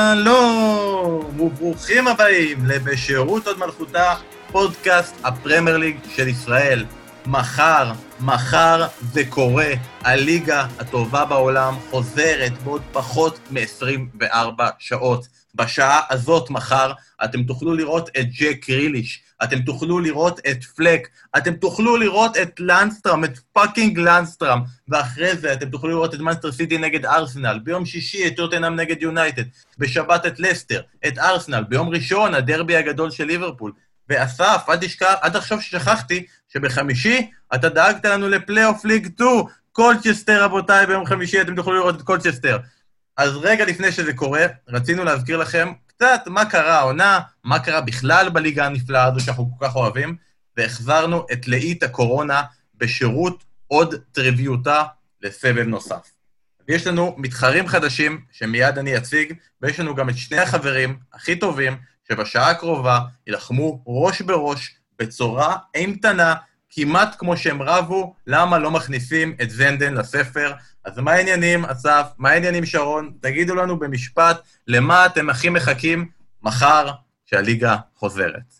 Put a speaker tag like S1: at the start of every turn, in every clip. S1: שלום, וברוכים הבאים לבשירות עוד מלכותה, פודקאסט הפרמייר ליג של ישראל. מחר, מחר זה קורה, הליגה הטובה בעולם חוזרת בעוד פחות מ-24 שעות. בשעה הזאת מחר אתם תוכלו לראות את ג'ק ריליש, אתם תוכלו לראות את פלק, אתם תוכלו לראות את לנסטרם, את פאקינג לנסטרם, ואחרי זה אתם תוכלו לראות את מנסטר סיטי נגד ארסנל, ביום שישי את טוטנאם נגד יונייטד, בשבת את לסטר, את ארסנל, ביום ראשון הדרבי הגדול של ליברפול. ואסף, אל תשכח, עד עכשיו ששכחתי שבחמישי אתה דאגת לנו לפלייאוף ליג 2, קולצ'סטר רבותיי, ביום חמישי אתם תוכלו לראות את קולצ'סטר. אז רגע לפני שזה קורה, רצינו להזכיר לכם קצת מה קרה העונה, מה קרה בכלל בליגה הנפלאה הזו שאנחנו כל כך אוהבים, והחזרנו את לאית הקורונה בשירות עוד טריוויותה לסבב נוסף. יש לנו מתחרים חדשים, שמיד אני אציג, ויש לנו גם את שני החברים הכי טובים, שבשעה הקרובה יילחמו ראש בראש, בצורה אימתנה, כמעט כמו שהם רבו, למה לא מכניסים את זנדן לספר. אז מה העניינים, אסף? מה העניינים, שרון? תגידו לנו במשפט למה אתם הכי מחכים מחר שהליגה חוזרת.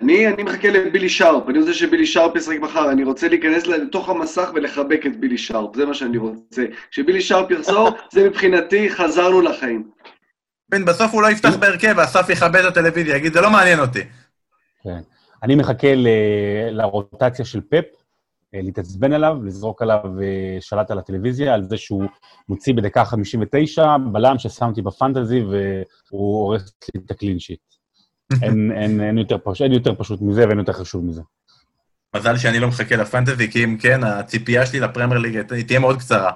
S2: אני, אני מחכה לבילי שרפ, אני רוצה שבילי שרפ ישחק מחר, אני רוצה להיכנס לתוך המסך ולחבק את בילי שרפ, זה מה שאני רוצה. כשבילי שרפ יחזור, זה מבחינתי, חזרנו לחיים.
S1: בן, בסוף הוא לא יפתח בהרכב, ואסף יכבה את הטלוויזיה, יגיד, זה לא מעניין אותי.
S3: כן. אני מחכה ל- לרוטציה של פפ, אה, להתעצבן עליו, לזרוק עליו אה, שלט על הטלוויזיה, על זה שהוא מוציא בדקה 59, בלם ששמתי בפנטזי, והוא הורס לי את הקלינשיט. אין, אין, אין, יותר פש... אין יותר פשוט מזה ואין יותר חשוב מזה.
S1: מזל שאני לא מחכה לפנטזי, כי אם כן, הציפייה שלי לפרמייר ליג היא תהיה מאוד קצרה.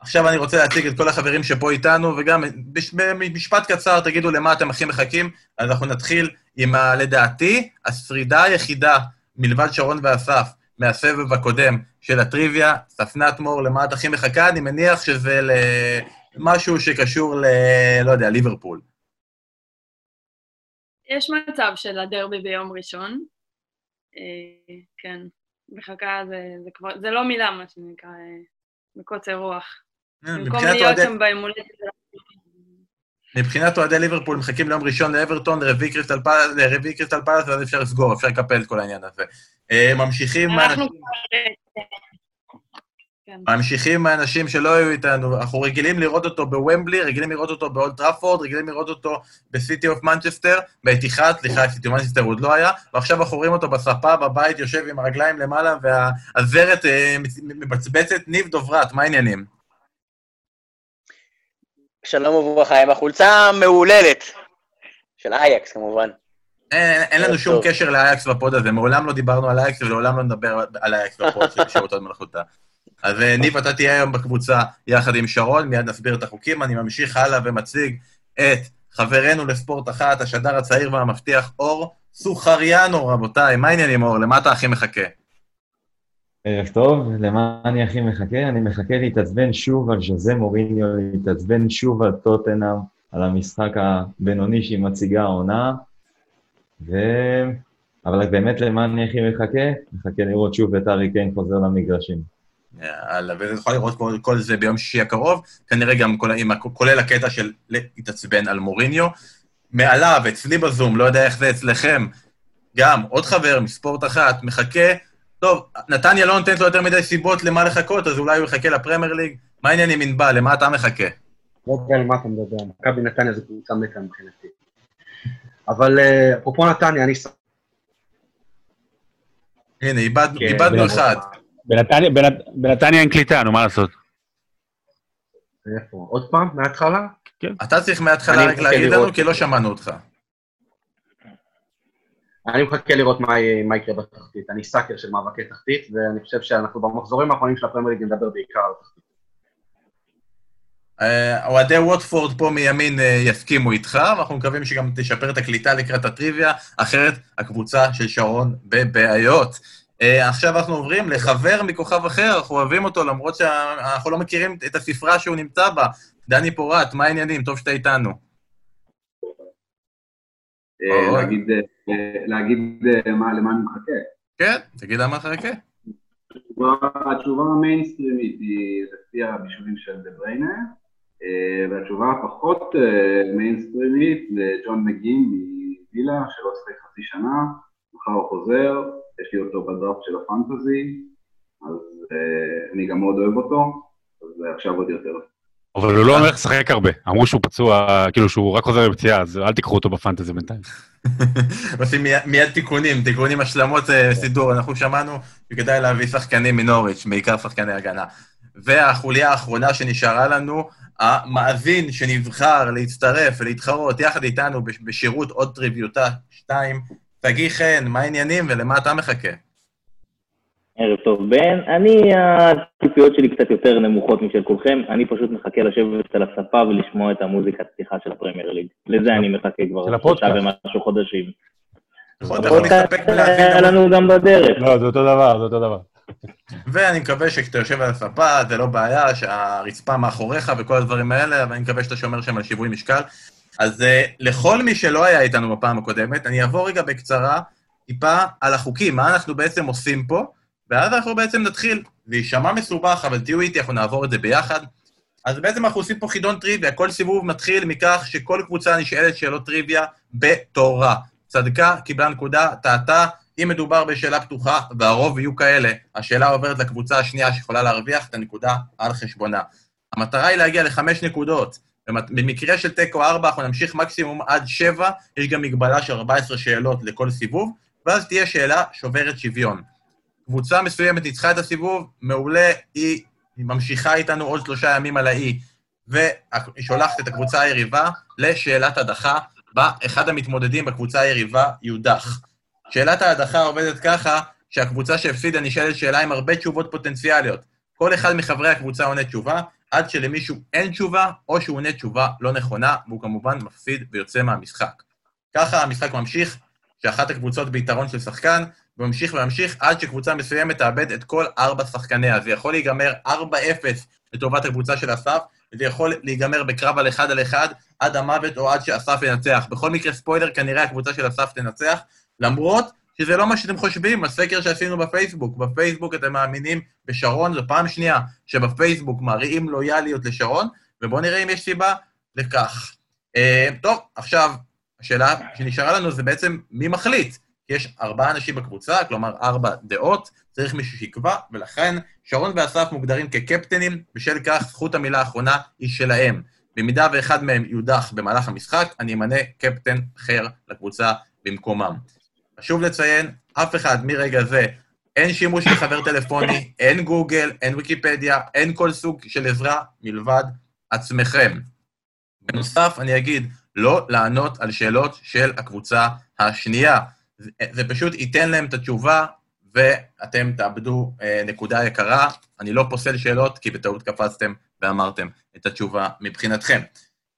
S1: עכשיו אני רוצה להציג את כל החברים שפה איתנו, וגם בש- במשפט קצר תגידו למה אתם הכי מחכים, אז אנחנו נתחיל עם, ה, לדעתי, השרידה היחידה, מלבד שרון ואסף, מהסבב הקודם של הטריוויה, ספנת מור, למה את הכי מחכה? אני מניח שזה למשהו שקשור ל... לא יודע, ליברפול.
S4: יש מצב של הדרבי ביום ראשון. אה, כן, מחכה זה, זה כבר, זה לא מילה, מה שנקרא, אה, בקוצר רוח. במקום
S1: אה, מבחינת
S4: להיות
S1: אוהדי-
S4: שם בימולדת של
S1: מבחינת אוהדי ליברפול, מחכים ליום ראשון לאברטון, לרביעי קריסטל פלאס, לרביעי קריסטל פלאס, ואז אפשר לסגור, אפשר לקפל את כל העניין הזה. אה, ממשיכים...
S4: אנחנו
S1: האנשים-
S4: כבר... אה, כן.
S1: ממשיכים מהאנשים שלא היו איתנו, אנחנו רגילים לראות אותו בוומבלי, רגילים לראות אותו באולט טראפורד, רגילים לראות אותו בסיטי אוף מנצ'סטר, באתיחת, סליחה, סיטי אוף מנצ'סטר עוד לא היה, ועכשיו אנחנו רואים אותו בספה, בבית, יושב עם הרגליים למעלה, והזרת אה, מצ- מבצבצת. ניב דוברת, מה העניינים?
S5: שלום וברכה, עם החולצה המהוללת של אייקס כמובן.
S1: אין, אין לנו
S5: ערב
S1: שום
S5: טוב.
S1: קשר לאייקס בפוד הזה, מעולם לא דיברנו על אייקס ולעולם לא נדבר על אייקס בפוד של שירות עוד מלאכותה. אז אה, ניב, אתה תהיה היום בקבוצה יחד עם שרון, מיד נסביר את החוקים. אני ממשיך הלאה ומציג את חברנו לספורט אחת, השדר הצעיר והמבטיח, אור סוכריאנו, רבותיי. מה העניינים, אור? למה אתה הכי מחכה?
S6: ערב טוב, למה אני הכי מחכה? אני מחכה להתעצבן שוב על ז'וזה מוריניו, להתעצבן שוב על טוטנאם, על המשחק הבינוני שהיא מציגה העונה, ו... אבל באמת למה אני הכי מחכה? מחכה לראות שוב את ארי קיין חוזר למגרשים.
S1: יאללה, ותוכל לראות כל, כל זה ביום שישי הקרוב, כנראה גם כל, עם, הכ- כולל הקטע של להתעצבן על מוריניו. מעליו, אצלי בזום, לא יודע איך זה אצלכם, גם עוד חבר מספורט אחת, מחכה. טוב, נתניה לא נותנת לו יותר מדי סיבות למה לחכות, אז אולי הוא יחכה לפרמייר ליג. מה העניינים, ענבל? למה אתה מחכה?
S7: לא יודע על מה אתה מדבר, מכבי נתניה זו קבוצה מתה מבחינתי. אבל אה, אפרופו נתניה, אני... ס-
S1: הנה, איבדנו,
S3: כן,
S1: איבדנו
S3: בדיוק.
S1: אחד.
S3: בנתניה, בנת- בנתניה אין קליטה, נו, מה לעשות?
S7: איפה? עוד פעם? מההתחלה?
S1: אתה צריך
S7: אני
S1: מההתחלה רק
S7: מחכה
S1: להגיד לנו,
S7: לראות.
S1: כי לא שמענו אותך.
S7: אני מחכה לראות מה יהיה- מה יקרה בתחתית. אני סאקר של מאבקי תחתית, ואני חושב שאנחנו במחזורים האחרונים של הפרמייר ליג נדבר בעיקר על תחתית.
S1: אה, אוהדי ווטפורד פה מימין אה, יסכימו איתך, ואנחנו מקווים שגם תשפר את הקליטה לקראת הטריוויה, אחרת הקבוצה של שרון בבעיות. אה, עכשיו אנחנו עוברים לחבר מכוכב אחר, אנחנו אוהבים אותו, למרות שאנחנו לא מכירים את הספרה שהוא נמצא בה. דני פורט, מה העניינים? טוב שאתה איתנו.
S8: אה,
S1: אוי.
S8: להגיד, אה, להגיד אה, מה- למה אני מחכה.
S1: כן, תגיד למה אתה חכה.
S8: התשובה- התשובה המיינסטרימית היא לפי הבישולים של דה בריינה, אה, והתשובה הפחות אה, מיינסטרימית זה ג'ון מגי מווילה, שלא שיחק חצי שנה, מחר הוא חוזר, יש לי אותו בדראפט של הפנטזי, אז אה, אני גם מאוד אוהב אותו, אז אה, עכשיו עוד יותר.
S3: אבל הוא לא הולך לשחק הרבה. אמרו שהוא פצוע, כאילו שהוא רק חוזר מפציעה, אז אל תיקחו אותו בפנטזי בינתיים.
S1: עושים מיד- מיד תיקונים, תיקונים, השלמות אה, סידור. אנחנו שמענו שכדאי להביא שחקנים מנוריץ', בעיקר שחקני הגנה. והחוליה האחרונה שנשארה לנו, המאזין שנבחר להצטרף ולהתחרות יחד איתנו בש- בשירות עוד טריוויוטה 2, שגיא חן, מה העניינים ולמה אתה מחכה?
S9: ערב טוב, בן. אני, הציפיות שלי קצת יותר נמוכות משל כולכם. אני פשוט מחכה לשבת על הספה ולשמוע את המוזיקת פתיחה של הפרמייר ליג. לזה אני מחכה
S3: של
S9: כבר
S3: הפודקאסט.
S9: שלושה ומשהו חודשים.
S1: אתה יכול להסתפק בלהאזין
S9: היה
S1: גם-
S9: לנו גם בדרך.
S3: לא, זה אותו דבר, זה אותו דבר.
S1: ואני מקווה שכשאתה יושב על הספה, זה לא בעיה, שהרצפה מאחוריך וכל הדברים האלה, אבל אני מקווה שאתה שומר שם על שיווי משקל. אז uh, לכל מי שלא היה איתנו בפעם הקודמת, אני אעבור רגע בקצרה טיפה על החוקים, מה אנחנו בעצם עושים פה, ואז אנחנו בעצם נתחיל. זה יישמע מסובך, אבל תהיו איתי, אנחנו נעבור את זה ביחד. אז בעצם אנחנו עושים פה חידון טריוויה, כל סיבוב מתחיל מכך שכל קבוצה נשאלת שאלות טריוויה בתורה. צדקה, קיבלה נקודה, טעתה, אם מדובר בשאלה פתוחה, והרוב יהיו כאלה, השאלה עוברת לקבוצה השנייה שיכולה להרוויח את הנקודה על חשבונה. המטרה היא להגיע לחמש נקודות. במת- במקרה של תיקו ארבע, אנחנו נמשיך מקסימום עד שבע, יש גם מגבלה של 14 שאלות לכל סיבוב, ואז תהיה שאלה שוברת שוויון. קבוצה מסוימת ניצחה את הסיבוב, מעולה, היא היא ממשיכה איתנו עוד שלושה ימים על האי, והיא שולחת את הקבוצה היריבה לשאלת הדחה, בה אחד המתמודדים בקבוצה היריבה יודח. שאלת ההדחה עובדת ככה, שהקבוצה שהפסידה נשאלת שאלה עם הרבה תשובות פוטנציאליות. כל אחד מחברי הקבוצה עונה תשובה, עד שלמישהו אין תשובה, או שהוא עונה תשובה לא נכונה, והוא כמובן מפסיד ויוצא מהמשחק. ככה המשחק ממשיך, שאחת הקבוצות ביתרון של שחקן, וממשיך וממשיך עד שקבוצה מסוימת תאבד את כל ארבע שחקניה. זה יכול להיגמר 4-0 לטובת הקבוצה של אסף, וזה יכול להיגמר בקרב על אחד על אחד עד המוות או עד שאסף ינצח. בכל מקרה, ספוילר, כנראה הקבוצה של אסף תנצח, למרות שזה לא מה שאתם חושבים, הסקר שעשינו בפייסבוק. בפייסבוק אתם מאמינים בשרון, זו פעם שנייה שבפייסבוק מראים לויאליות לשרון, ובואו נראה אם יש סיבה לכך. אה, טוב, עכשיו, השאלה שנשארה לנו זה בעצם מי מחליט. יש ארבעה אנשים בקבוצה, כלומר ארבע דעות, צריך מישהו שיקבע, ולכן שרון ואסף מוגדרים כקפטנים, בשל כך זכות המילה האחרונה היא שלהם. במידה ואחד מהם יודח במהלך המשחק, אני אמנה קפטן אחר לקבוצה במקומם. חשוב לציין, אף אחד מרגע זה, אין שימוש בחבר טלפוני, אין גוגל, אין ויקיפדיה, אין כל סוג של עזרה מלבד עצמכם. בנוסף, אני אגיד, לא לענות על שאלות של הקבוצה השנייה. זה, זה פשוט ייתן להם את התשובה, ואתם תאבדו אה, נקודה יקרה. אני לא פוסל שאלות, כי בטעות קפצתם ואמרתם את התשובה מבחינתכם.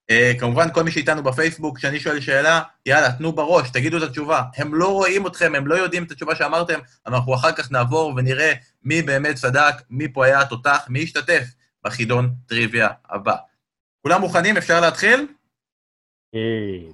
S1: אה, כמובן, כל מי שאיתנו בפייסבוק, כשאני שואל שאלה, יאללה, תנו בראש, תגידו את התשובה. הם לא רואים אתכם, הם לא יודעים את התשובה שאמרתם, אבל אנחנו אחר כך נעבור ונראה מי באמת צדק, מי פה היה התותח, מי השתתף בחידון טריוויה הבא. כולם מוכנים? אפשר להתחיל?
S3: אה,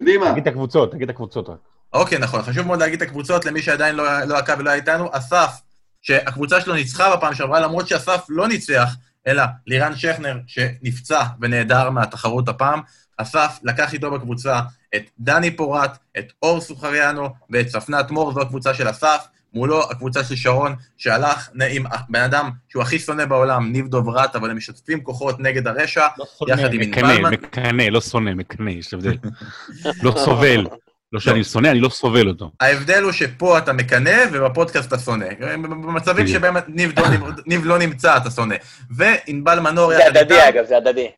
S2: קדימה.
S3: תגיד את הקבוצות, תגיד את הקבוצות רק.
S1: אוקיי, נכון. חשוב מאוד להגיד את הקבוצות למי שעדיין לא, לא עקב ולא היה איתנו. אסף, שהקבוצה שלו ניצחה בפעם שעברה, למרות שאסף לא ניצח, אלא לירן שכנר, שנפצע ונעדר מהתחרות הפעם. אסף לקח איתו בקבוצה את דני פורט, את אור סוחריאנו ואת צפנת מור, זו הקבוצה של אסף. מולו הקבוצה של שרון, שהלך נ- עם בן אדם שהוא הכי שונא בעולם, ניב דוברת, אבל הם משתפים כוחות נגד הרשע.
S3: לא
S1: יחד עם
S3: מקנא,
S1: ענבל.
S3: מקנא, לא שונא, מקנא, יש הבדל. לא סובל. לא שאני שונא, אני לא סובל אותו.
S1: ההבדל הוא שפה אתה מקנא ובפודקאסט אתה שונא. במצבים
S3: בדיוק.
S1: שבהם ניב לא, נמ- ניב לא נמצא, אתה שונא. וענבל מנור
S5: זה
S1: יחד
S5: הדדי, אגב, זה הדדי.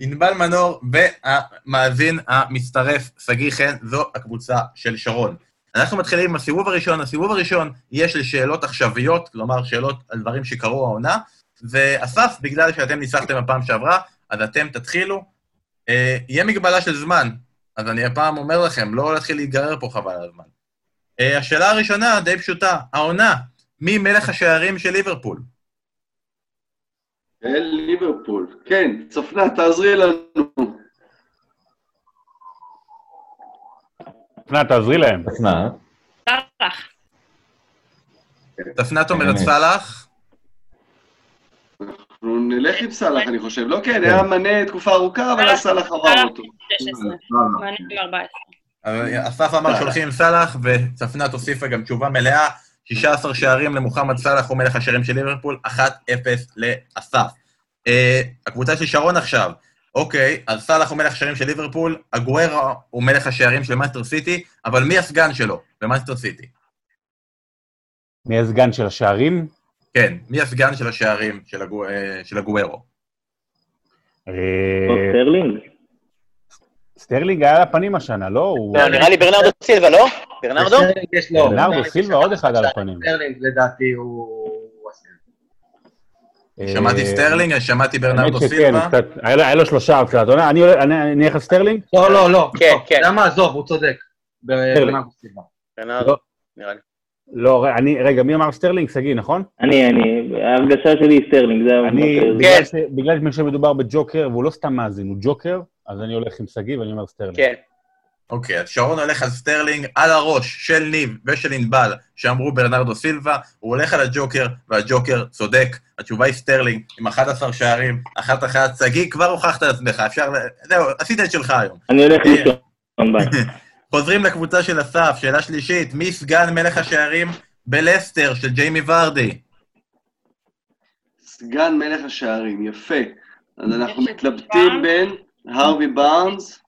S1: ענבל מנור והמאזין המצטרף, שגיא חן, זו הקבוצה של שרון. אנחנו מתחילים עם הסיבוב הראשון. הסיבוב הראשון יהיה של שאלות עכשוויות, כלומר, שאלות על דברים שקרו העונה, ואסף, בגלל שאתם ניצחתם בפעם שעברה, אז אתם תתחילו. אה, יהיה מגבלה של זמן, אז אני הפעם אומר לכם, לא להתחיל להיגרר פה חבל על הזמן. אה, השאלה הראשונה, די פשוטה, העונה, מי מלך השערים של ליברפול?
S2: אל ליברפול. כן, צפנת, תעזרי לנו.
S3: פנה, תעזרי להם.
S6: צפנת,
S4: לא סלח.
S1: דפנת אומרת
S6: באמת.
S1: סאלח?
S2: אנחנו נ- נלך עם סאלח, אני חושב. לא כן, אה, היה מנה תקופה ארוכה, אבל אז סאלח עבר אותו.
S4: 16, ואני לא ב-14.
S1: אבל אסף אמר שהולכים עם סאלח, וצפנת הוסיפה גם תשובה מלאה, 16 שערים למוחמד סאלח, הוא מלך השערים של ליברפול, 1-0 לאסף. אה, הקבוצה של שרון עכשיו, אוקיי, אז סאלח הוא מלך השערים של ליברפול, אגוארה הוא מלך השערים של מאסטר סיטי, אבל מי הסגן שלו במאסטר סיטי?
S3: מי הסגן של השערים?
S1: כן, מי הסגן של השערים של, הגו... אה, של אגוארו?
S3: אה,
S9: או סטרלינג?
S3: סטרלינג היה על הפנים השנה, לא? הוא-
S5: לא, נראה לי ברנרדו סילבה, לא? ברנרדו?
S7: לסטרלינג יש לו...
S3: ברנרדו סילבה עוד אחד על הפנים.
S7: סטרלינג לדעתי הוא... הוא הסגן.
S3: אה,
S1: שמעתי סטרלינג, שמעתי
S3: האמת
S1: ברנרדו
S3: שכן,
S1: סילבה.
S3: הוא קצת- היה לו- היה לו שלושה בתחילת עונה. אני הולך- אני אני אלך על סטרלינג?
S7: לא, לא, לא.
S5: כן,
S7: לא.
S5: כן.
S7: אתה יודע מה? עזוב, הוא צודק. ברנרדו סילבה.
S5: ברנרדו,
S3: לא.
S5: נראה לי.
S3: לא, ר- אני, רגע, מי אמר סטרלינג? שגיא, נכון?
S9: אני, אני, ההרגשה שלי היא סטרלינג, זה...
S3: אני,
S9: מה ש-
S3: בגלל ש- בגלל שמדובר בג'וקר, והוא לא סתם מאזין, הוא ג'וקר, אז אני הולך עם שגיא ואני אומר סטרלינג.
S5: כן.
S1: אוקיי, אז שרון הולך על סטרלינג על הראש של ניב ושל ענבל, שאמרו ברנרדו סילבה, הוא הולך על הג'וקר, והג'וקר צודק. התשובה היא סטרלינג, עם 11 שערים, אחת אחת. שגיא, כבר הוכחת את עצמך, אפשר... ל- זהו, עשית את שלך היום.
S9: אני הולך
S1: אה.
S9: לישון, ביי.
S1: חוזרים לקבוצה של אסף, שאלה שלישית, מי סגן מלך השערים בלסטר של ג'יימי ורדי?
S2: סגן מלך השערים, יפה. אז אנחנו מתלבטים בין הרווי בארנס,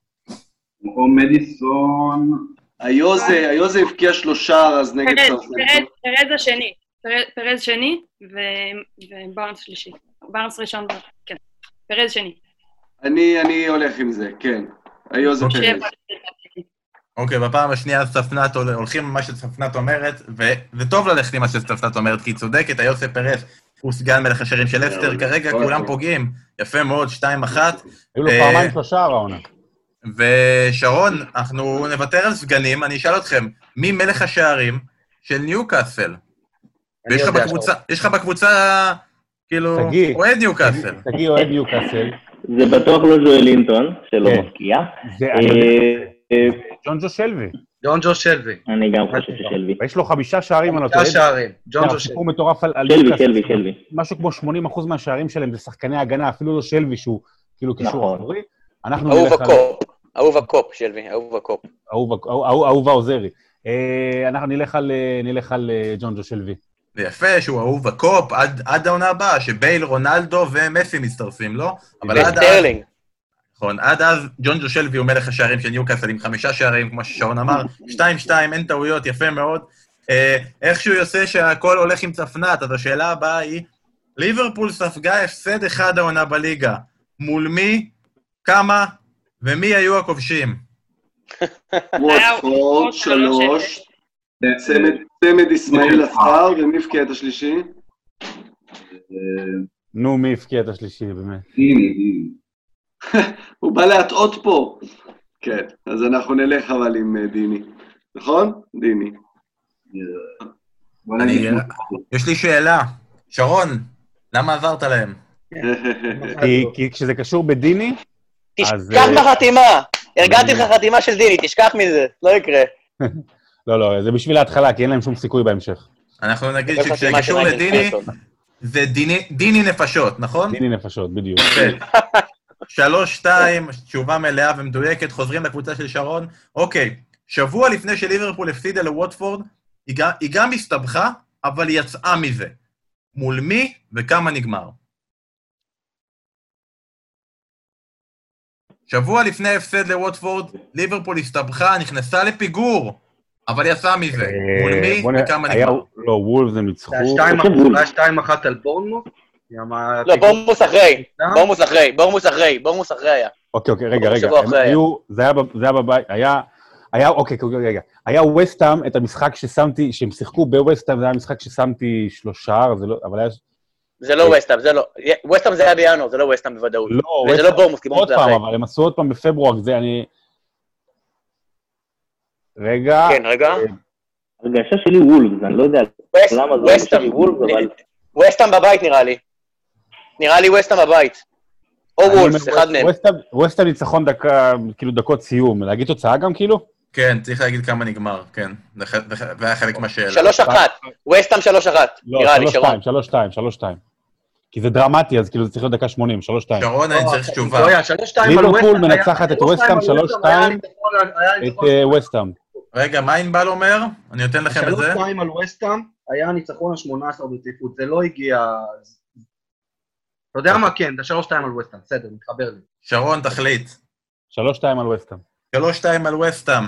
S8: או מדיסון,
S2: היוזה, היוזה הבקיע שלושה אז נגד
S4: פרז,
S2: סרסנטון.
S4: פרז- פרז השני. פר- פרז שני ו- ובארנס שלישי. בארנס ראשון, כן. פרז שני.
S2: אני, אני הולך עם זה, כן. היוזה
S1: אוקיי.
S2: פרז.
S4: שבע.
S1: אוקיי, בפעם השנייה ספנת, הול- הולכים עם מה שספנת אומרת, וזה טוב ללכת עם מה שספנת אומרת, כי היא צודקת, היוסף פרס הוא סגן מלך השערים של
S2: אבל
S1: לסטר, כרגע
S2: כל
S1: כולם
S2: הכבוד.
S1: פוגעים, יפה מאוד, 2-1.
S3: היו לו
S1: אה.
S3: פעמיים שלושה העונה.
S1: ושרון, אנחנו נוותר על סגנים, אני אשאל אתכם, מי מלך השערים של ניוקאסל?
S7: אני
S1: ויש לך
S7: יודע,
S1: בקבוצה, יש לך בקבוצה, כאילו,
S3: שגיא.
S1: אוהד ניוקאסל.
S3: שגיא אוהד ניוקאסל.
S9: זה בטוח לא זואל לינטון, שלא
S3: כן.
S9: מפקיע.
S3: זה- אני יודע,
S9: אה, אה,
S3: ג'ון ג'ו שלוי.
S7: ג'ון ג'ו שלוי.
S9: אני גם חושב ששלוי.
S3: ויש לו חמישה שערים, אני לא
S7: שלושה
S3: טועה.
S7: שערים. ג'ון
S3: זהו,
S7: ג'ו שלוי.
S3: סיפור מטורף על על
S9: שלוי,
S3: ניוקאסל.
S9: שלוי, שלוי.
S3: משהו כמו 80% מהשערים שלהם זה שחקני הגנה, אפילו לא שלוי, שהוא כאילו קישור
S9: נכון.
S3: אחורי. אנחנו
S5: אהוב
S3: נלך על...
S5: הקופ. אהוב הקופ, שלוי, אהוב הקופ.
S3: אהוב הק- אהוב- אהוב- אהוב העוזרי. אה, אנחנו נלך על, אה, נלך על אה, ג'ון ג'ו שלוי.
S1: זה יפה שהוא אהוב הקופ עד, עד העונה הבאה, שבייל, רונלדו ומסי מצטרפים, לא? אבל עד אז,
S5: וסטרלינג.
S1: נכון, עד אז ג'ון ג'ו שלוי הוא מלך השערים של ניוקאסל עם חמישה שערים, כמו ששרון אמר, שתיים, שתיים, אין טעויות, יפה מאוד. אה, איכשהו יוצא שהכל הולך עם צפנת, אז השאלה הבאה היא, ליברפול ספגה הפסד אחד העונה בליגה, מול מי, כמה ומי היו הכובשים?
S2: ווטפורד, שלוש. צמד, צמד איסמעיל עפר, ומי הבקיע את השלישי?
S3: נו, מי הבקיע את השלישי, באמת?
S1: אה,
S8: דיני, דיני.
S2: הוא בא להטעות פה. כן, אז אנחנו נלך אבל עם אה, דיני. נכון? דיני.
S8: בוא
S1: אני-
S8: נגיד,
S1: יש לי שאלה, שרון, למה עזרת להם?
S3: כי-
S1: לא.
S3: כי כשזה קשור בדיני, אז,
S5: תשכח
S3: אה,
S5: מהחתימה! ארגנתי לך חתימה של דיני, תשכח מזה, לא יקרה.
S3: לא, לא, זה בשביל ההתחלה, כי אין להם שום סיכוי בהמשך.
S1: אנחנו נגיד
S5: לא חתימה
S1: שכשזה
S5: של
S1: קשור
S5: מייקל
S1: לדיני,
S5: פרסון.
S1: זה דיני, דיני נפשות, נכון?
S3: דיני נפשות, בדיוק.
S1: יפה. כן. שלוש, שתיים, תשובה מלאה ומדויקת, חוזרים לקבוצה של שרון. אוקיי, שבוע לפני שליברפול הפסידה לווטפורד, היא גם- היא גם הסתבכה, אבל היא יצאה מזה. מול מי וכמה נגמר? שבוע לפני ההפסד לווטפורד, ליברפול הסתבכה, נכנסה לפיגור, אבל יצאה מזה. מול
S3: אה,
S1: מי
S3: בוא נ-
S1: וכמה
S3: היה-
S1: נגמר?
S3: לא, וולפס הם ניצחו.
S7: זה היה שתיים
S9: הוא-
S7: אחת- זה היה שתיים אחת על בורנמוס? גם ה-
S5: לא, בורמוס אחרי.
S7: אה?
S5: בורמוס אחרי, בורמוס אחרי, בורמוס אחרי היה.
S3: אוקיי, אוקיי, רגע, רגע.
S5: שבוע
S3: הם
S5: אחרי היה.
S3: היו, זה היה בב- זה היה בבית, היה, היה, אוקיי, אוקיי, רגע. היה וסטאם, את המשחק ששמתי, שהם שיחקו בווסטאם, זה היה משחק ששמתי שלושה, זה לא, אבל היה...
S5: זה לא ווסטאם, זה לא. ווסטאם זה היה בינואר, זה לא ווסטאם בוודאות.
S3: אוקיי. לא,
S5: וזה לא בורמוס, כי בורמוס
S3: עוד
S5: זה
S3: פעם,
S5: אחרי.
S3: אבל הם עשו עוד פעם בפברואר, זה אני... רגע,
S5: כן, רגע.
S9: הרגשה שלי וולפס, אני לא יודע
S5: ווסט-
S9: למה זה הרגשה
S5: ווסטהאם.
S9: שלי וולפס, אבל...
S5: ווסטהאם בבית נראה לי. נראה לי ווסטהאם בבית. או
S3: אני
S5: וולפס,
S3: אומר,
S5: לא אחד מהם.
S3: ווסטהאם- ווסטהאם ניצחון דקה, כאילו דקות סיום, להגיד תוצאה גם כאילו?
S1: כן, צריך להגיד כמה נגמר, כן. זה ח- זה
S9: כן,
S1: ח- זה היה חלק מהשאלה.
S5: שלוש אחת. ווסטהאם שלוש אחת.
S3: לא,
S5: נראה לי,
S3: שלוש
S5: שרון.
S3: שתיים, שלוש שתיים, שלוש שתיים. כי זה דרמטי, אז כאילו זה צריך להיות דקה 80, 3-2.
S1: שרון, אני צריך תשובה.
S7: לא היה, שלוש שתיים על
S3: ליברפול
S7: ווסטהאם היה-
S3: מנצחת את
S7: שלוש שתיים
S3: ווסטהאם,
S7: על
S3: שלוש
S7: ווסטהאם, היה
S3: שתיים
S7: ניצחון על- היה
S3: את
S7: ניצחון-
S3: אה, וסטהאם.
S1: רגע, מיינבל אומר, אני נותן לכם את
S7: שלוש
S1: זה.
S7: שתיים על ווסטהאם, היה ניצחון ה-18 ברציפות, זה לא הגיע... אתה יודע מה? כן, זה שלוש שתיים על ווסטהאם, בסדר, מתחבר לי.
S1: שרון, תחליט.
S3: 3-2 על וסטהאם.
S1: 3-2 על וסטאם.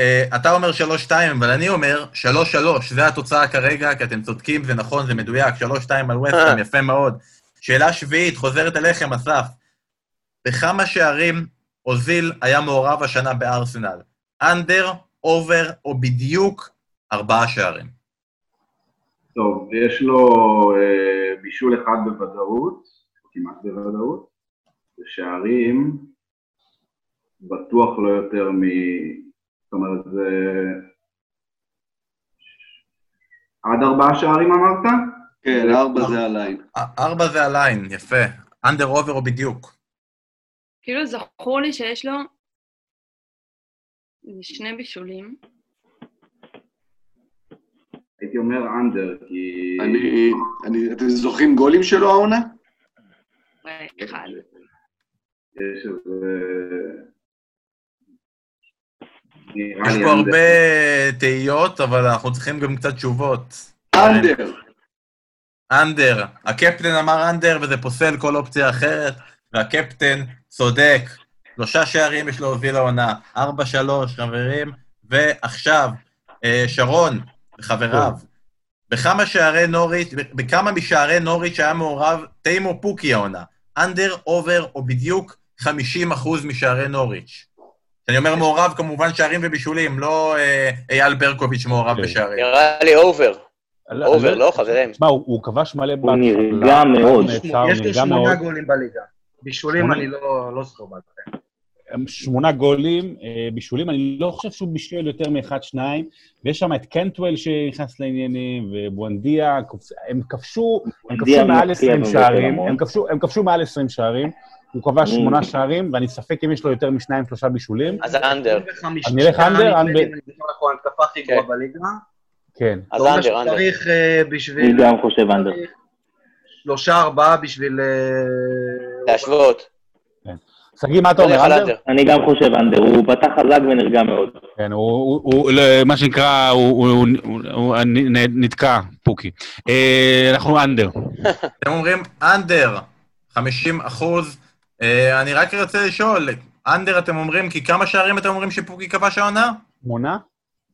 S1: Uh, אתה אומר 3-2, אבל אני אומר 3-3, זה התוצאה כרגע, כי אתם צודקים, זה נכון, זה מדויק, 3-2 על וסטאם,
S5: אה.
S1: יפה מאוד. שאלה שביעית, חוזרת אליכם, אסף. בכמה שערים אוזיל היה מעורב השנה בארסנל? אנדר, אובר, או בדיוק ארבעה שערים.
S8: טוב, יש לו אה, בישול אחד בוודאות, כמעט בוודאות, ושערים בטוח לא יותר מ... זאת אומרת, זה... עד ארבעה שערים אמרת?
S2: כן, ארבע זה הליין.
S1: א- ארבע זה הליין, יפה. אנדר, אובר או בדיוק.
S4: כאילו זכור לי שיש לו שני בישולים.
S8: הייתי אומר אנדר, כי...
S2: אני, אני, אתם זוכרים גולים שלו העונה?
S4: אחד.
S8: יש איזה... נראה
S1: יש
S8: לי
S1: פה
S8: אנדר.
S1: הרבה תהיות, אבל אנחנו צריכים גם קצת תשובות.
S2: אנדר.
S1: אנדר. הקפטן אמר אנדר, וזה פוסל כל אופציה אחרת, והקפטן צודק. שלושה שערים יש לו הוביל העונה, ארבע שלוש, חברים. ועכשיו, אה, שרון וחבריו, בכמה שערי נוריץ', בכמה משערי נוריץ' היה מעורב תימו פוקי העונה? אנדר, אובר, או בדיוק 50 אחוז משערי נוריץ'. כשאני אומר מעורב, כמובן שערים ובישולים, לא אה, אייל ברקוביץ' מעורב
S3: כן.
S1: בשערים.
S5: נראה לי אובר. אובר, לא, חברים?
S3: שמע, הוא הוא כבש מלא
S9: הוא נרגע מאוד.
S7: יש
S3: נעצר,
S7: יש לו
S3: נרגע
S7: שמונה
S3: מאוד.
S7: גולים בליגה. בישולים
S3: שמונה?
S7: אני לא לא זוכר בעל פה.
S3: שמונה גולים, אה, בישולים, אני לא חושב שהוא בישל יותר מאחד-שניים, ויש שם את קנטוול שנכנס לעניינים, ובואנדיה, קופ- הם כבשו, הם כבשו
S9: בואנדיה
S3: מעל
S9: מופיע
S3: 20
S9: במבשל
S3: שערים,
S9: המון.
S3: הם כבשו- הם כבשו מעל 20 שערים, הוא כבש
S9: אני-
S3: שמונה שערים, ואני ספק אם יש לו יותר משניים-שלושה בישולים.
S5: אז אנדר.
S3: אני אלך אנדר,
S7: נדמה לי,
S3: אנדר.
S7: אם אני זוכר נכון, ההתקפה הכי גרועה
S5: כן.
S7: בליגה.
S3: כן.
S5: אז
S7: זה אומר
S5: אנדר, אנדר.
S7: שצריך אה, בשביל...
S9: אני גם חושב אנדר.
S7: שלושה, ארבעה בשביל... אה,
S5: להשוות.
S3: שגיא, מה אתה
S5: נלך
S3: אומר,
S5: על
S3: אנדר?
S5: אנדר.
S9: אני גם חושב אנדר, הוא פתח חזק ונרגע מאוד.
S3: כן, הוא, הוא, הוא, לא, מה שנקרא, הוא, הוא, הוא, הוא, הוא נ- נ- נתקע, פוקי. אה, אנחנו אנדר.
S1: אתם אומרים אנדר, 50 אחוז. אה, אני רק רוצה לשאול, אנדר אתם אומרים, כי כמה שערים אתם אומרים שפוקי כבש העונה?
S3: שמונה?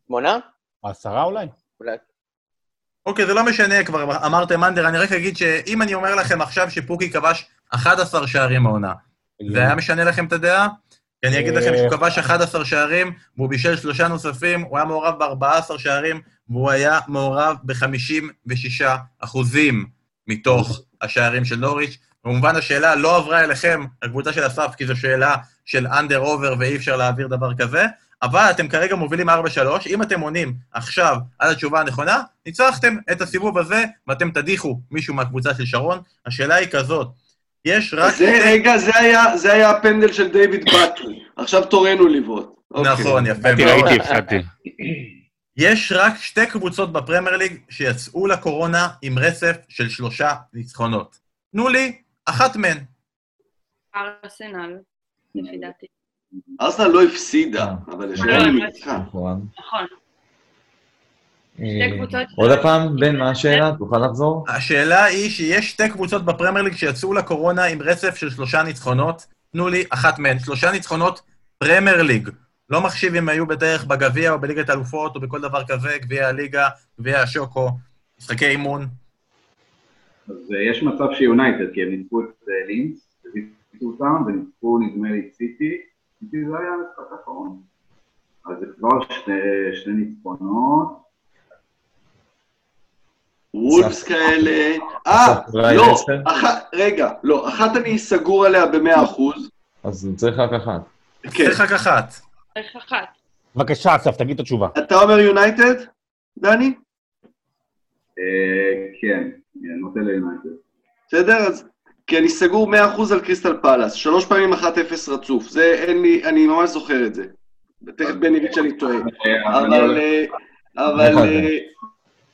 S5: שמונה?
S3: עשרה אולי?
S5: אולי.
S1: אוקיי, זה לא משנה, כבר אמרתם אנדר, אני רק אגיד שאם אני אומר לכם עכשיו שפוקי כבש 11 שערים העונה, זה היה משנה לכם את הדעה? כי אני אגיד לכם שהוא כבש 11 שערים, והוא בישל שלושה נוספים, הוא היה מעורב ב-14 שערים, והוא היה מעורב ב-56 אחוזים מתוך השערים של נוריץ'. כמובן, השאלה לא עברה אליכם, לקבוצה של אסף, כי זו שאלה של אנדר אובר ואי אפשר להעביר דבר כזה, אבל אתם כרגע מובילים 4-3, אם אתם עונים עכשיו על התשובה הנכונה, ניצחתם את הסיבוב הזה, ואתם תדיחו מישהו מהקבוצה של שרון. השאלה היא כזאת, יש רק...
S2: זה, רגע, זה היה, זה היה הפנדל של דיוויד באטל. עכשיו תורנו לבעוט. אוקיי.
S1: נכון, יפה
S3: הפסדתי,
S1: מאוד.
S3: ראיתי, הפסדתי.
S1: יש רק שתי קבוצות בפרמייר ליג שיצאו לקורונה עם רצף של שלושה ניצחונות. תנו לי אחת מהן.
S4: ארסנל, לפי דעתי.
S2: ארסנל לא הפסידה,
S1: כן.
S2: אבל יש
S4: לא,
S2: להם
S4: לא.
S2: ניצחה.
S6: נכון.
S4: נכון.
S6: אה,
S4: קבוצות.
S6: עוד פעם, בן, מה השאלה? תוכל לחזור?
S1: השאלה היא שיש שתי קבוצות בפרמייר ליג שיצאו לקורונה עם רצף של שלושה ניצחונות. תנו לי אחת מהן. שלושה ניצחונות פרמייר ליג. לא מחשיב אם היו בדרך בגביע או בליגת אלופות או בכל דבר כזה, גביע הליגה, גביע השוקו, משחקי אימון.
S8: אז אה, יש מצב שיונייטד, כי הם ניצחו את אה, לינץ, ניצחו אותם, וניצחו נדמה לי את סיטי, סיטי זה היה המשחק האחרון. אז זה כבר שני- שני ניצחונות.
S2: וולפס כאלה... אה,
S6: אסף אולי
S2: לא,
S6: עשר?
S2: אחת, רגע, לא, אחת אני סגור עליה במאה אחוז.
S6: אז צריך רק אחת.
S2: כן.
S1: צריך רק אחת.
S4: צריך אחת.
S3: בבקשה, אסף, תגיד את התשובה.
S2: אתה אומר יונייטד, דני?
S8: אה, כן, אני נוטה ליונייטד.
S2: בסדר? אז... כי אני סגור 100% על קריסטל פאלאס, שלוש פעמים 1-0 רצוף, זה אין לי, אני ממש זוכר את זה. ותכף בני יגיד שאני טועה.
S8: אה, אבל...
S2: אבל... אה, אבל...
S6: נכון.
S2: אה,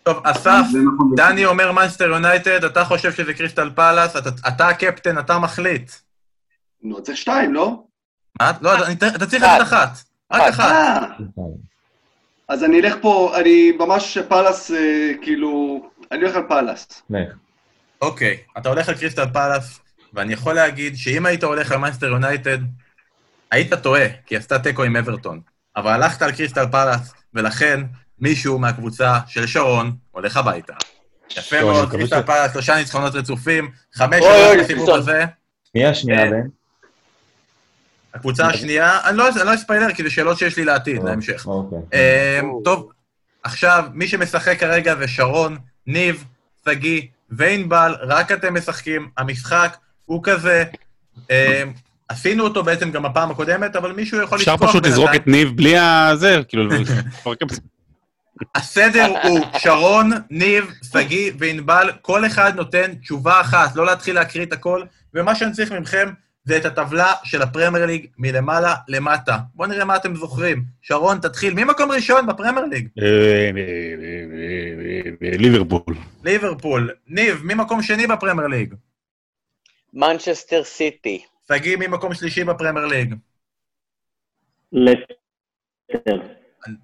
S1: טוב, אסף,
S8: זה נכון.
S1: דני אומר מנסטר יונייטד, אתה חושב שזה קריסטל פאלאס, אתה- אתה הקפטן, אתה מחליט.
S2: נו, צריך שתיים, לא?
S1: מה? לא, אתה- אני- אתה צריך לתת אחת. רק אחת.
S2: אה, אז אני אלך פה, אני ממש פאלאס, אה, כאילו, אני הולך על פאלאס.
S6: לך.
S1: אוקיי, אתה הולך על קריסטל פאלאס, ואני יכול להגיד שאם היית הולך על מנסטר יונייטד, היית טועה, כי היא עשתה תיקו עם אברטון. אבל הלכת על קריסטל פאלאס, ולכן מישהו מהקבוצה של שרון הולך הביתה. יפה
S3: טוב, אני
S1: מאוד,
S3: מקווה
S1: קריסטל
S3: ש-
S1: פאלאס, שלושה ניצחונות רצופים, חמש
S5: אוי,
S1: שלוש
S5: אוי,
S1: בסיבוב
S5: פיסטון.
S1: הזה.
S6: שנייה, שנייה,
S1: אה,
S6: בן.
S1: הקבוצה השנייה, אני לא אני לא אספיילר, כי זה שאלות שיש לי
S8: אה,
S1: לעתיד, להמשך.
S6: אוקיי.
S1: אמ, טוב, עכשיו, מי שמשחק כרגע זה שרון, ניב, שגיא וענבל, רק אתם משחקים. המשחק הוא כזה, אמ, עשינו אותו בעצם גם בפעם הקודמת, אבל מישהו יכול
S10: אפשר
S1: לשכוח
S10: פשוט לזרוק
S1: בינתיים.
S10: את ניב בלי הזה, כאילו... לפרק את זה.
S1: הסדר הוא שרון, ניב, שגיא וענבל, כל אחד נותן תשובה אחת, לא להתחיל להקריא את הכל, ומה שאני צריך מכם זה את הטבלה של הפרמייר ליג מלמעלה למטה. בואו נראה מה אתם זוכרים. שרון, תתחיל. מי מקום ראשון בפרמייר ליג?
S10: אה, אה, אה, אה, אה, ליברפול.
S1: ליברפול. ניב, מי מקום שני בפרמייר ליג?
S5: מנצ'סטר סיטי.
S1: שגיא ממקום שלישי בפרמייר ליג.
S9: לסטר,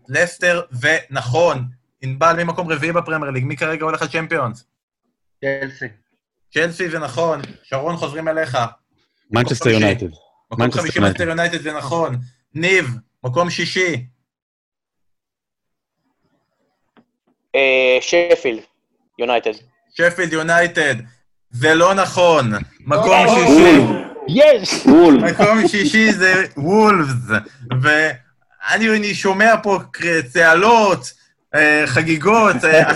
S1: לסטר ונכון, ענבל ממקום רביעי בפרמייר ליג. מי כרגע הולך לצ'מפיונס?
S7: צ'לסי.
S1: צ'לסי זה נכון, שרון חוזרים אליך.
S10: מנצ'סטר
S1: חמישי.
S10: יונייטד.
S1: מקום
S10: מנצ'סטר
S1: חמישי
S10: יונייטד.
S1: מנצ'סטר יונייטד זה נכון. ניב, מקום שישי.
S5: אה, שפילד, יונייטד.
S1: שפילד יונייטד, זה לא נכון. מקום
S7: לא.
S1: שישי.
S9: וולף, וולף.
S1: מקום שישי זה וולפס, ואני אני שומע פה קר- צהלות, אה, חגיגות, אה,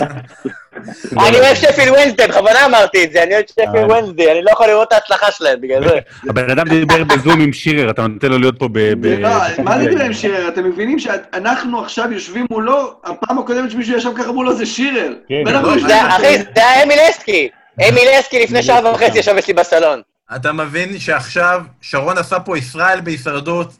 S5: אני אוהב שפילד ווינסדיי, בכוונה אמרתי את זה, אני אוהב שפילד
S3: לא אה.
S5: ווינסדיי, אני לא יכול לראות את ההצלחה שלהם בגלל זה.
S10: הבן אדם דיבר בזום עם שירר, אתה נותן לו להיות פה ב... ב-
S1: אה,
S2: לא, מה נדבר עם שירר? אתם מבינים שאנחנו עכשיו יושבים מולו, הפעם הקודמת שמישהו ישב ככה מולו זה שירר.
S3: כן.
S2: ואנחנו
S1: לא,
S2: יושבים-
S5: זה- אחי, זה היה אמיל אסקי. אמיל אסקי לפני שעה
S3: כן.
S5: וחצי ישב אצלי בסלון.
S1: אתה מבין שעכשיו שרון עשה פה ישראל בהישרדות,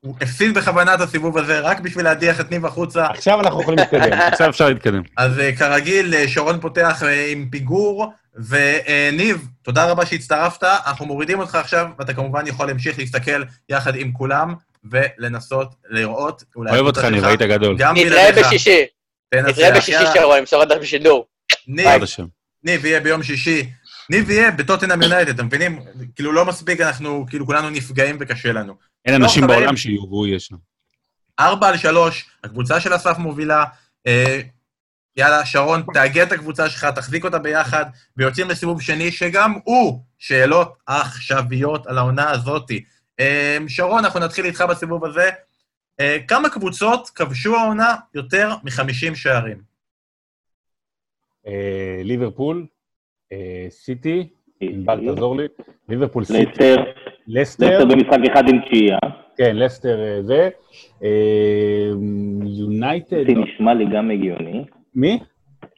S1: הוא הפסיד בכוונה את הסיבוב הזה רק בשביל להדיח את ניב החוצה,
S3: עכשיו אנחנו יכולים להתקדם.
S10: עכשיו אפשר להתקדם.
S1: אז אה, כרגיל אה, שרון פותח אה, עם פיגור, וניב, תודה רבה שהצטרפת, אנחנו מורידים אותך עכשיו, ואתה כמובן יכול להמשיך להסתכל יחד עם כולם, ולנסות לראות, אולי...
S10: אוהב אותך,
S1: הקבוצה
S10: אני
S1: שלך,
S10: ראית גדול.
S1: גם
S5: נתראה
S1: בלעדיך,
S5: בשישי,
S1: תנסה
S5: נתראה בשישי
S1: להכריע.
S5: שרון, עם בשורת דף בשידור.
S1: ניב,
S10: עד השם.
S1: ניב יהיה ביום שישי, ניב יהיה בטוטנאם יונייטד, אתם מבינים? כאילו לא מספיק, אנחנו, כאילו כולנו נפגעים וקשה לנו.
S10: אין
S1: לא,
S10: אנשים
S1: חברים.
S10: בעולם שיהיו, והוא יהיה שם.
S1: ארבע על שלוש, הקבוצה של אסף מובילה. אה, יאללה, שרון, תאגד את הקבוצה שלך, תחזיק אותה ביחד, ויוצאים לסיבוב שני, שגם הוא שאלות עכשוויות על העונה הזאתי. אה, שרון, אנחנו נתחיל איתך בסיבוב הזה. אה, כמה קבוצות כבשו העונה יותר מ-50 שערים?
S3: אה, ליברפול, אה, סיטי, ענבל תעזור לי, ליברפול, סיטי,
S9: לסטר,
S3: לסטר,
S9: לסטר במשחק אחד עם תשיעייה.
S3: כן, לסטר אה, זה, אה, יונייטד,
S9: זה
S3: לא.
S9: נשמע לי גם הגיוני.
S3: מי?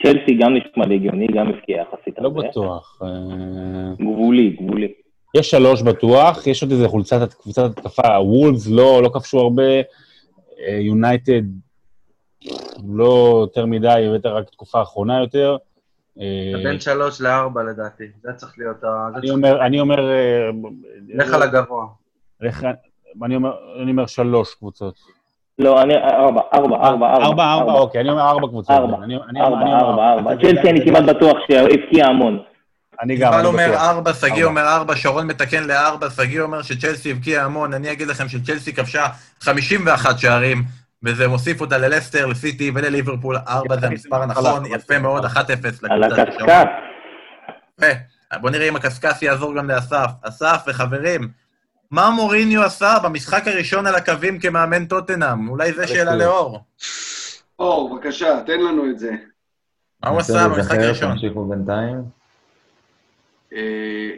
S9: צ'לסי גם נשמע לי הגיוני, גם הבקיעה יחסית.
S3: לא
S9: הרבה.
S3: בטוח. אה,
S9: גבולי, גבולי.
S3: יש שלוש בטוח, יש עוד איזה חולצת, קבוצת התקפה, וולפס לא, לא כבשו הרבה, אה, יונייטד לא יותר מדי, יותר רק תקופה האחרונה יותר. אה,
S7: זה בין שלוש לארבע לדעתי, זה צריך להיות ה... זה
S3: אני
S7: צריך-
S3: אומר, אני אומר, אה,
S7: לך על הגבוה.
S3: לך- אני אומר, אני אומר שלוש קבוצות.
S9: לא, אני, ארבע, ארבע, ארבע, ארבע.
S3: אה, ארבע, ארבע, אוקיי, אני אומר ארבע קבוצות.
S9: ארבע,
S3: אני- אני-
S9: ארבע,
S3: אני אומר
S9: ארבע, ארבע.
S3: אתה יודע,
S9: צ'לסי אני
S3: אתה יודע.
S9: כמעט בטוח שהבקיע המון.
S3: אני גם,
S1: יובל
S3: אני
S1: אומר
S3: בטוח.
S1: ארבע, שגיא
S3: ארבע.
S1: אומר ארבע, שרון מתקן לארבע, שגיא אומר שצ'לסי הבקיעה המון. אני אגיד לכם שצ'לסי כבשה 51 שערים, וזה מוסיף אותה ללסטר, לסיטי ולליברפול. ארבע זה המספר הנכון, יפה מאוד, 1-0
S9: על
S1: לקבוצה של שרון.
S9: הקשקש.
S1: יפה. בוא נראה אם הקשקש יעזור גם לאסף. אסף וחברים, מה מוריניו עשה במשחק הראשון על הקווים כמאמן טוטנאם? אולי זה שאלה לאור.
S2: אור, בבקשה, תן לנו את זה.
S1: מה הוא
S6: ננסה
S1: עשה במשחק
S6: להיזכר,
S1: הראשון?
S6: תמשיכו בינתיים.
S2: אה,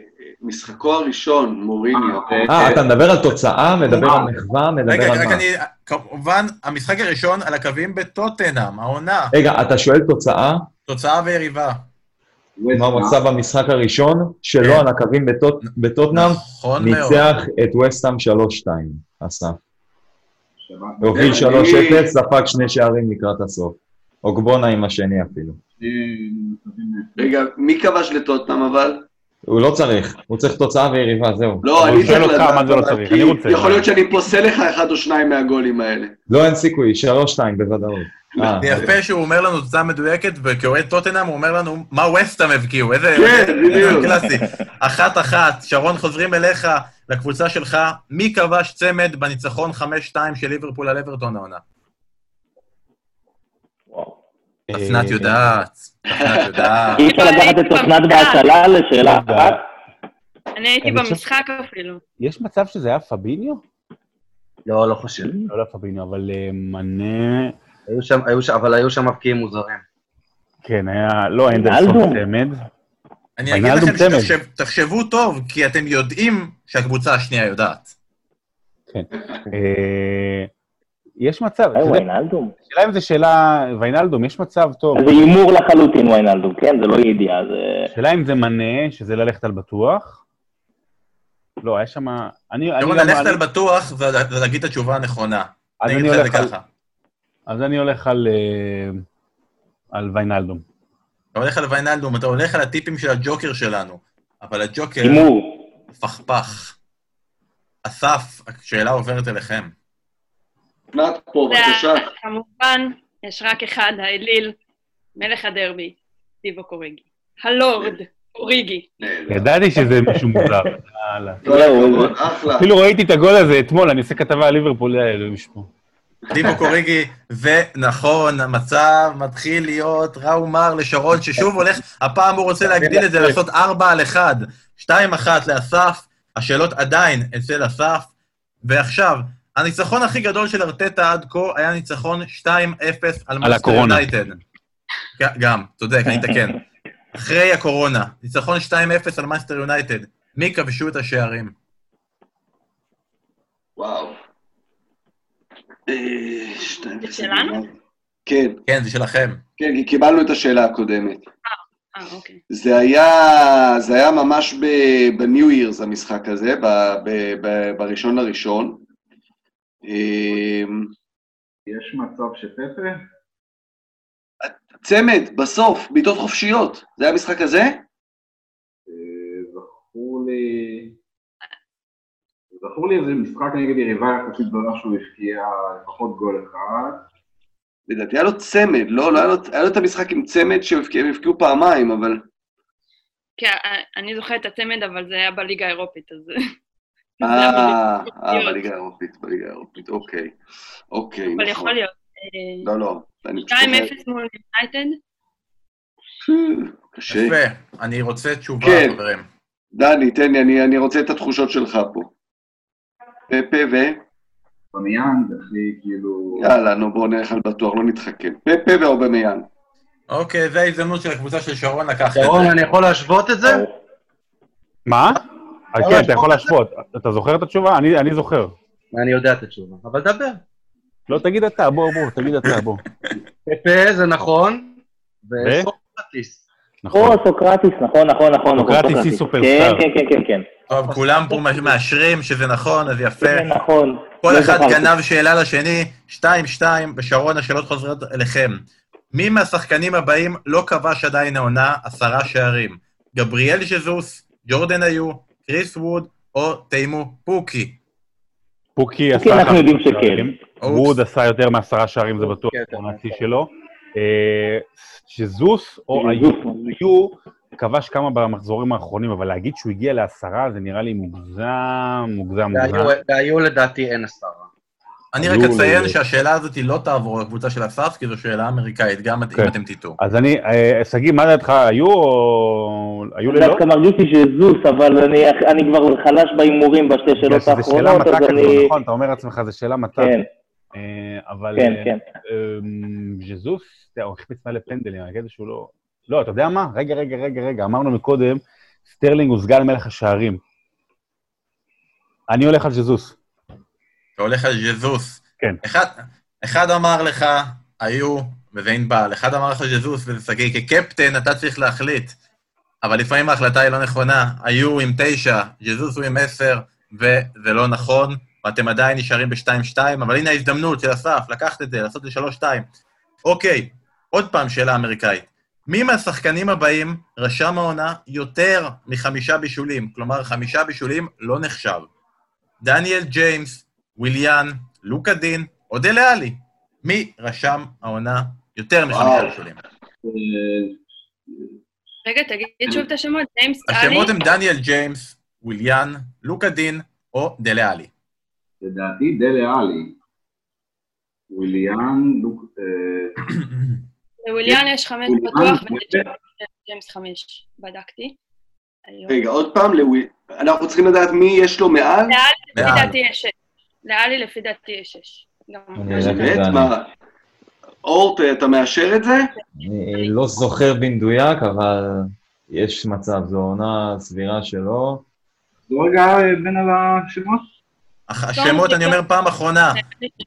S2: משחקו הראשון, מוריניו.
S6: אה, אתה מדבר על תוצאה, מדבר על מחווה, מדבר
S1: רגע,
S6: על
S1: רק
S6: מה?
S1: אני... כמובן, המשחק הראשון על הקווים בטוטנאם, העונה.
S6: רגע, אתה שואל תוצאה,
S2: אה.
S1: תוצאה ויריבה.
S6: מה הוא עשה במשחק הראשון שלו
S1: כן.
S6: על הקווים בטוט- בטוטנאם?
S1: נכון מאוד.
S6: ניצח את וסטאם 3-2, אסף. אוקיי, והוביל
S2: אני-
S6: 3-0, ספג שני שערים לקראת הסוף. אוגבונה עם השני אפילו.
S2: רגע, מי כבש לטוטנאם אבל?
S6: הוא לא צריך, הוא צריך תוצאה ויריבה, זהו.
S2: לא, אני צריך לדעת. אבל, כי
S6: אני רוצה.
S2: יכול להיות שאני פוסל לך אחד או שניים מהגולים האלה.
S6: לא, אין סיכוי, שלוש שתיים בוודאות. אה,
S1: זה יפה שהוא אומר לנו תוצאה מדויקת, וכאוהד טוטנאם הוא אומר לנו מה וסטאם הבקיעו, איזה...
S2: כן, בדיוק.
S1: קלאסי. אחת-אחת, שרון, חוזרים אליך, לקבוצה שלך, מי כבש צמד בניצחון 5-2 של ליברפול על אברטון העונה? אסנת יודעת, אסנת יודעת.
S9: אי אפשר לקחת את תוכנת בהצלה
S3: לא,
S9: לשאלה אחת?
S4: אני הייתי
S3: אני חושב-
S4: במשחק אפילו.
S3: יש מצב שזה היה פביניו?
S7: לא, לא חושב.
S3: לא, לא פביניו, אבל אה, מנה...
S7: היו שם, היו שם, אבל היו שם מבקיעים מוזרים.
S3: כן, היה... לא,
S7: רינאלדו?
S3: אנדרסון צמד.
S1: אני אגיד
S3: רינאלדום
S1: לכם
S3: צמד.
S1: שתחשבו טוב, כי אתם יודעים שהקבוצה השנייה יודעת.
S3: כן. אה, יש מצב...
S9: אה,
S3: אתה יודע,
S9: ויינלדום.
S3: השאלה אם זו שאלה... ויינלדום, יש מצב טוב.
S9: זה הימור לחלוטין ויינלדום, כן? זה לא ידיעה, זה...
S3: השאלה אם זה מנה, שזה ללכת על בטוח. לא, היה שם... אני... אני
S1: ירון,
S3: גם-
S1: ללכת
S3: אני-
S1: על בטוח ולה- ולהגיד את התשובה הנכונה.
S3: אז
S1: אני
S3: אני
S1: אגיד לך את זה
S3: הולך
S1: ככה.
S3: על- אז אני הולך על... אה, על ויינלדום.
S1: אתה הולך על ויינלדום, אתה הולך על הטיפים של הג'וקר שלנו, אבל
S3: כן.
S1: הג'וקר...
S9: הימור.
S1: פכפך. אסף, השאלה עוברת אליכם.
S2: נת פה,
S4: בבקשה. כמובן, יש רק אחד, האליל, מלך הדרבי, דיבו קוריגי. הלורד קוריגי.
S3: ידעתי שזה מישהו מוזר. יאללה.
S4: לא,
S9: זהו,
S2: אה, אחלה.
S3: אפילו ראיתי את הגול הזה אתמול, אני עושה כתבה על ליברפול, אה, אלוהים ישמור.
S1: דימו קוריגי, ונכון, המצב מתחיל להיות רע ומר לשרון, ששוב הולך, הפעם הוא רוצה להגדיל את זה, לעשות 4 על 1, 2 1 לאסף, השאלות עדיין אצל אסף, ועכשיו, הניצחון הכי גדול של ארטטה עד כה היה ניצחון 2-0 על מאסטר
S3: הקורונה.
S1: יונייטד. ג- גם, צודק, אני אתקן. אחרי הקורונה, ניצחון 2-0 על מאסטר יונייטד, מי כבשו את השערים?
S2: וואו. אה, שתיים.
S4: זה שלנו?
S2: כן,
S1: כן, זה שלכם.
S2: כן, כי קיבלנו את השאלה הקודמת.
S4: אה, אוקיי.
S2: זה היה, זה היה ממש ב- בניו ירס המשחק הזה, ב- ב- ב- בראשון לראשון. אמ,
S8: יש מצב שפפה?
S2: צמד, בסוף, בעיטות חופשיות. זה היה המשחק הזה?
S8: אה, זכור לי... זכור לי איזה משחק נגד יריבה יחסית גדולה שהוא הבקיע לפחות גול אחד.
S2: לדעתי היה לו צמד, לא? לא היה לו, היה לו את המשחק עם צמד שהם הבקיעו- הם הבקיעו פעמיים, אבל...
S4: כן, אני זוכרת את הצמד, אבל זה היה בליגה האירופית, אז...
S2: אה, אה, בליגה האירופית, בליגה האירופית, אוקיי. אוקיי,
S4: אבל
S2: נכון.
S4: יכול להיות. אה,
S2: לא, לא, אני פשוט...
S4: 2-0 מול יונייטד,
S2: קשה.
S1: יפה, אני רוצה תשובה,
S2: כן.
S1: חברים.
S2: דני, תן לי, אני, אני רוצה את התחושות שלך פה. פפה ו...
S8: במיאן, זה הכי כאילו...
S2: יאללה, נו, בואו נלך על בטוח, לא נתחכם. פפה ואובמיאן.
S1: אוקיי, זו ההזדמנות של הקבוצה של שרון לקחת את זה.
S7: שרון, אני יכול להשוות את זה?
S3: מה? אה,
S7: לא,
S3: כן, אתה יכול להשוות. אתה זוכר את התשובה? אני אני זוכר.
S7: אני יודע את התשובה, אבל דבר.
S3: לא, תגיד אתה, בוא, בוא, תגיד אתה, בוא.
S7: פפה זה נכון, וסוקרטיס.
S3: נכון.
S9: או סוקרטיס, נכון, נכון, נכון. נכון,
S3: סוקרטיס היא סופרסטאר.
S9: כן, כן, כן, כן, כן.
S1: טוב, כולם פה מש- מאשרים שזה נכון, אז יפה.
S9: כן, נכון.
S1: כל
S9: לא
S1: אחד
S9: זכרתי.
S1: גנב שאלה לשני, שתיים, שתיים, ושרון, השאלות חוזרות אליכם. מי מהשחקנים הבאים לא כבש עדיין העונה עשרה שערים? גבריאל ז'זוס, ג'ורדן היו, קריס ווד, או תימו פוקי.
S3: פוקי עשה...
S9: אוקיי, אנחנו
S3: חמישה
S9: יודעים שכן.
S3: שערים. ווד עשה יותר מעשרה שערים, זה בטוח, העונתי שלו. אה, שזוס או היו-
S9: נכון.
S3: היו כבש כמה במחזורים האחרונים, אבל להגיד שהוא הגיע לעשרה זה נראה לי מוגזם, מוגזם, מוגזם.
S7: והיו- והיו לדעתי אין עשרה.
S1: אני רק
S3: היו-
S1: אציין שהשאלה הזאת לא תעבור לקבוצה של אסף, כי זו שאלה אמריקאית, גם
S3: כן.
S1: אם אתם תטעו.
S3: אז אני, אה, שגיא, מה דעתך, היו או... היו
S9: אני
S3: לילות?
S9: דווקא מרגיש לי שזוס, אבל אני- אני כבר חלש בהימורים בשתי
S3: בגלל
S9: שאלות
S3: כן, שזה שאלה
S9: האחרונות,
S3: מטה
S9: אז
S3: כזו,
S9: אני...
S3: נכון? אתה אומר לעצמך, זו שאלה מטה.
S9: כן,
S3: אה, אבל...
S9: כן,
S3: אה,
S9: כן.
S3: אמ, ז'זוס, אתה יודע, הוא החמיץ מלא פנדלים, הקטע שהוא לא... לא, אתה יודע מה? רגע, רגע, רגע, רגע, אמרנו מקודם, סטרלינג הוא סגן מלך השערים. אני הולך על ז'זוס.
S1: אתה הולך על ז'זוס.
S3: כן.
S1: אחד, אחד אמר לך, היו, וזה ענבל, אחד אמר לך ז'זוס וזה שגיא, כקפטן אתה צריך להחליט, אבל לפעמים ההחלטה היא לא נכונה, היו עם תשע, ז'זוס הוא עם עשר, וזה לא נכון, ואתם עדיין נשארים בשתיים-שתיים, אבל הנה ההזדמנות של אסף, לקחת את זה, לעשות את זה שלוש-שתיים. אוקיי, עוד פעם, שאלה אמריקאית. מי מהשחקנים הבאים רשם העונה יותר מחמישה בישולים? כלומר, חמישה בישולים לא נחשב. דניאל ג'יימס, וויליאן, לוקה דין, או דלה עלי. מי רשם העונה יותר מחמישה
S2: וואו.
S1: בישולים?
S4: רגע, תגיד שוב את השמות, ג'יימס טלי.
S1: השמות הם דניאל ג'יימס, וויליאן, לוקה דין, או דלה עלי.
S8: לדעתי דלה עלי. וויליאן, לוק... אה,
S4: לוויליאן יש חמש
S2: וויליאן,
S4: בטוח,
S2: יפה.
S4: וג'יימס חמש, בדקתי. היום.
S2: רגע, עוד פעם, לווי- אנחנו צריכים לדעת מי יש לו מעל?
S4: לאלי
S2: מעל.
S4: לפי דעתי יש שש. לאלי לפי דעתי יש שש. גם-
S6: אה,
S2: באמת? מה? אורט, אה, אתה מאשר את זה?
S6: אני לא זוכר במדויק, אבל יש מצב, זו עונה סבירה שלו.
S8: זו רגע אה, בין על השמות.
S1: השמות, אני אומר פעם אחרונה,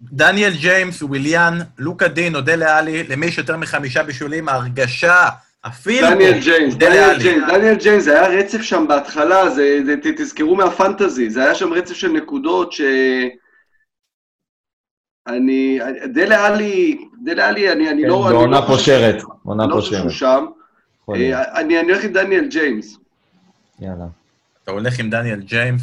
S1: דניאל ג'יימס, וויליאן, לוקה דין, או דלה עלי, למי יש יותר מחמישה בישולים, ההרגשה,
S6: כן.
S1: אפילו...
S2: דניאל ג'יימס,
S1: דלה
S2: דניאל
S1: עלי.
S2: ג'יימס, דניאל ג'יימס, זה היה רצף שם בהתחלה, זה, זה, ת- תזכרו מהפנטזי, זה היה שם רצף של נקודות ש... אני, דלה עלי, דלה עלי, אני, אני לא... אני
S6: כן, בעונה
S2: לא חושב-
S6: פושרת, עונה
S2: אני לא חושב שהוא
S6: פושרת.
S2: שם.
S6: יכול להיות.
S2: אה, אני אני הולך עם דניאל ג'יימס.
S6: יאללה.
S1: אתה הולך עם דניאל ג'יימס,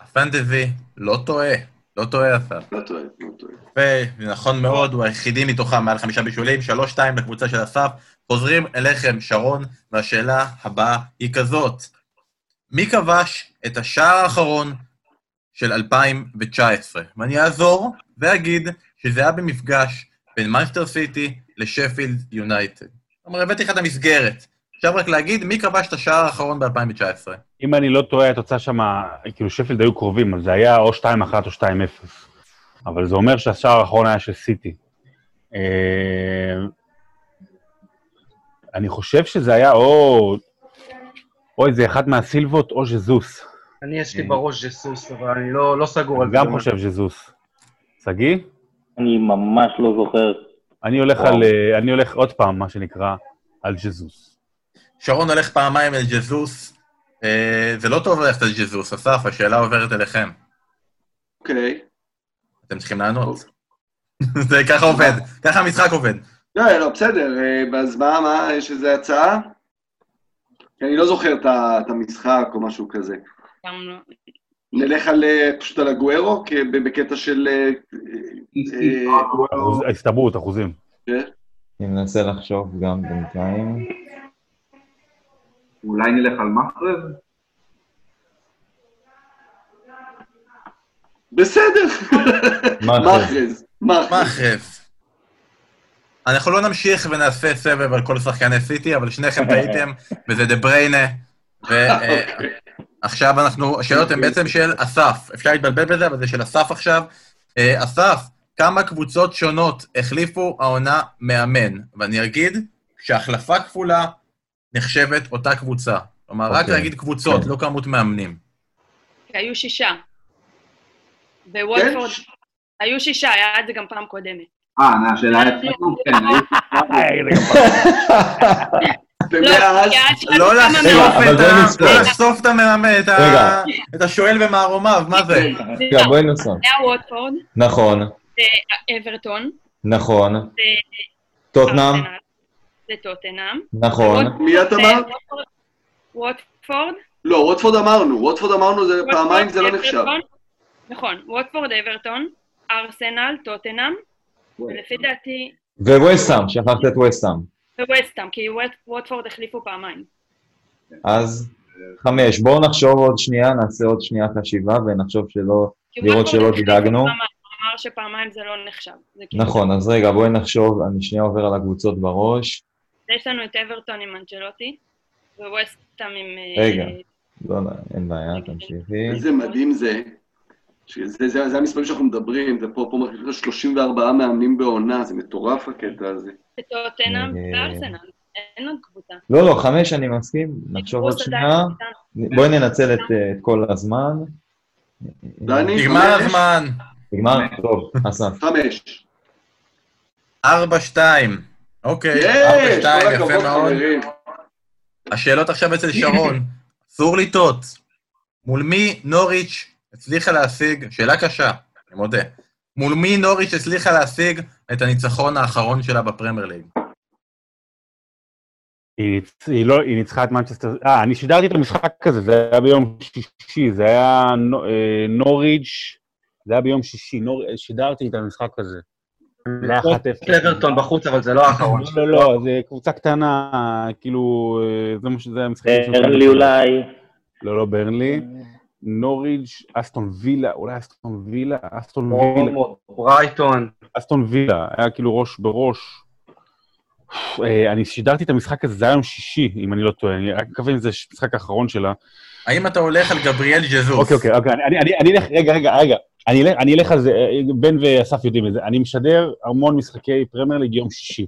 S1: הפנטזי, לא טועה, לא טועה אסף.
S2: לא טועה, לא טועה.
S1: ונכון נכון מאוד, הוא היחידי מתוכם, מעל חמישה בישולים, שלוש-שתיים לקבוצה של אסף. חוזרים אליכם, שרון, והשאלה הבאה היא כזאת: מי כבש את השער האחרון של 2019? ואני אעזור ואגיד שזה היה במפגש בין מייסטר סיטי לשפילד יונייטד. כלומר, הבאתי לך את המסגרת. עכשיו רק להגיד מי כבש את השער האחרון ב-2019.
S3: אם אני לא טועה, התוצאה שם, כאילו שפילד היו קרובים, אז זה היה או 2-1 או 2-0. אבל זה אומר שהשער האחרון היה של סיטי. אה, אני חושב שזה היה או... או איזה אחד מהסילבות או ז'זוס.
S7: אני, יש לי בראש ג'סוס, אבל אני לא לא סגור על
S3: אני
S7: זה.
S3: אה. גם חושב ז'זוס. שגיא?
S9: אני ממש לא זוכר.
S3: אני הולך על... אה, אני הולך עוד פעם, מה שנקרא, על ז'זוס.
S1: שרון הולך פעמיים אל ג'זוס. אה, זה לא טוב ללכת אל ג'זוס, אסף, השאלה עוברת אליכם.
S2: אוקיי.
S1: אתם צריכים לענות. זה ככה עובד, ככה המשחק עובד.
S2: לא, לא, בסדר, אה, אז מה, מה, יש איזו הצעה? כי אני לא זוכר את ה- את המשחק או משהו כזה.
S4: גם לא.
S2: נלך על, אה, פשוט על הגוארו, כ- ב- בקטע של... אה, אה,
S3: אחוז- הסתברות, אחוזים.
S6: אני מנסה לחשוב גם בינתיים.
S8: אולי נלך על מחרב?
S2: בסדר.
S1: מחרז.
S2: מחרז.
S1: אנחנו לא נמשיך ונעשה סבב על כל שחקני סיטי, אבל שניכם טעיתם, וזה דה בריינה.
S2: אוקיי.
S1: ועכשיו אנחנו, השאלות הן בעצם של אסף. אפשר להתבלבל בזה, אבל זה של אסף עכשיו. אה, אסף, כמה קבוצות שונות החליפו העונה מאמן? ואני אגיד שהחלפה כפולה נחשבת אותה קבוצה. כלומר, רק
S6: אוקיי.
S1: להגיד קבוצות,
S6: כן.
S1: לא כמות מאמנים.
S4: כי היו שישה. ווולפורד, היו שישה, היה את זה גם פעם קודמת.
S8: אה, נה, השאלה הייתה... כן,
S3: אה,
S2: ומאז,
S1: לא לחשוף
S6: אבל
S1: את
S6: בואי
S1: ה...
S6: נזכור.
S1: לא לחשוף את המאמן, את ה-
S6: רגע.
S1: את השואל במערומיו, מה זה?
S4: אוקיי.
S6: רגע, בואי נוסף.
S4: היה ווטפורד,
S6: נכון,
S4: זה אברטון,
S6: נכון.
S4: זה
S6: טוטנאם,
S4: ארסנל, זה טוטנאם.
S6: נכון.
S2: מי
S4: לא,
S2: את אמרת?
S4: ווטפורד,
S2: לא, ווטפורד אמרנו, ווטפורד אמרנו, זה פעמיים זה לא נחשב.
S4: אברטון, נכון, ווטפורד, אברטון, ארסנל, טוטנאם, ולפי דעתי,
S6: וווסטאם, שכחת את ווסטאם.
S4: וווסטאם, כי ווט- ווטפורד החליפו פעמיים.
S6: אז חמש. בואו נחשוב עוד שנייה, נעשה עוד שנייה חשיבה ונחשוב שלא,
S4: כי
S6: לראות
S4: ווטפורד
S6: שלא
S4: החליפו
S6: דילגנו.
S4: פעמיים, הוא אמר שפעמיים זה לא נחשב. זה כאילו-
S6: נכון, אז רגע, בואי נחשוב, אני שנייה עובר על הקבוצות בראש.
S4: יש לנו את אברטון עם אנג'לוטי, וווסטאם עם... אה,
S6: רגע, לא, לא, אין בעיה, תמשיכי.
S2: איזה מדהים זה. שזה, זה, זה המספרים שאנחנו מדברים, זה פה, פה מרגישים 34 מאמנים בעונה, זה מטורף הקטע הזה.
S4: וטוטנאם
S6: אה,
S4: וארסנל. אין עוד קבוצה.
S6: לא, לא, חמש אני מסכים, נחשוב עוד
S4: ווס
S6: שנייה.
S4: עדיין איתנו.
S6: בואי ננצל את אה, את כל הזמן.
S2: דני?
S1: נגמר
S2: חמש?
S1: הזמן.
S6: נגמר? טוב, אסף.
S2: חמש.
S1: ארבע, שתיים. אוקיי, ארבע,
S2: יש! כל
S1: שתיים, יפה
S2: הכבוד,
S1: מאוד.
S2: חברים.
S1: השאלות עכשיו אצל שרון. אסור לטעות. מול מי נוריץ' הצליחה להשיג, שאלה קשה, אני מודה. מול מי נוריץ' הצליחה להשיג את הניצחון האחרון שלה בפרמייר ליג?
S3: היא ניצ- היא לא- היא ניצחה את מנצ'סטר, אה, אני שידרתי את המשחק הזה, זה היה ביום שישי, זה היה נו- אה, נוריג', זה היה ביום שישי, נור- אה, שידרתי את המשחק הזה. זה היה 1-0.
S7: אברטון בחוץ, אבל זה לא האחרון.
S3: לא, לא, לא, זה קבוצה קטנה, כאילו, אה, זה מה שזה היה המשחק. הראשון.
S9: ברנלי אולי.
S3: לא, לא ברנלי. נוריג', אסטון וילה, אולי אסטון וילה, אסטון וילה.
S7: פרומו, ברייטון.
S3: אסטון וילה, היה כאילו ראש בראש. אה, אני שידרתי את המשחק הזה, זה היה יום שישי, אם אני לא טועה, אני רק מקווה אם זה המשחק האחרון שלה.
S1: האם אתה הולך על גבריאל ג'זוס?
S3: אוקיי, אוקיי, אוקיי, אני- אני- אני אלך, רגע, רגע, רגע, אני אלך- אני אלך על זה, אה, בן ואסף יודעים את זה, אני משדר המון משחקי פרמייר ליג יום שישי,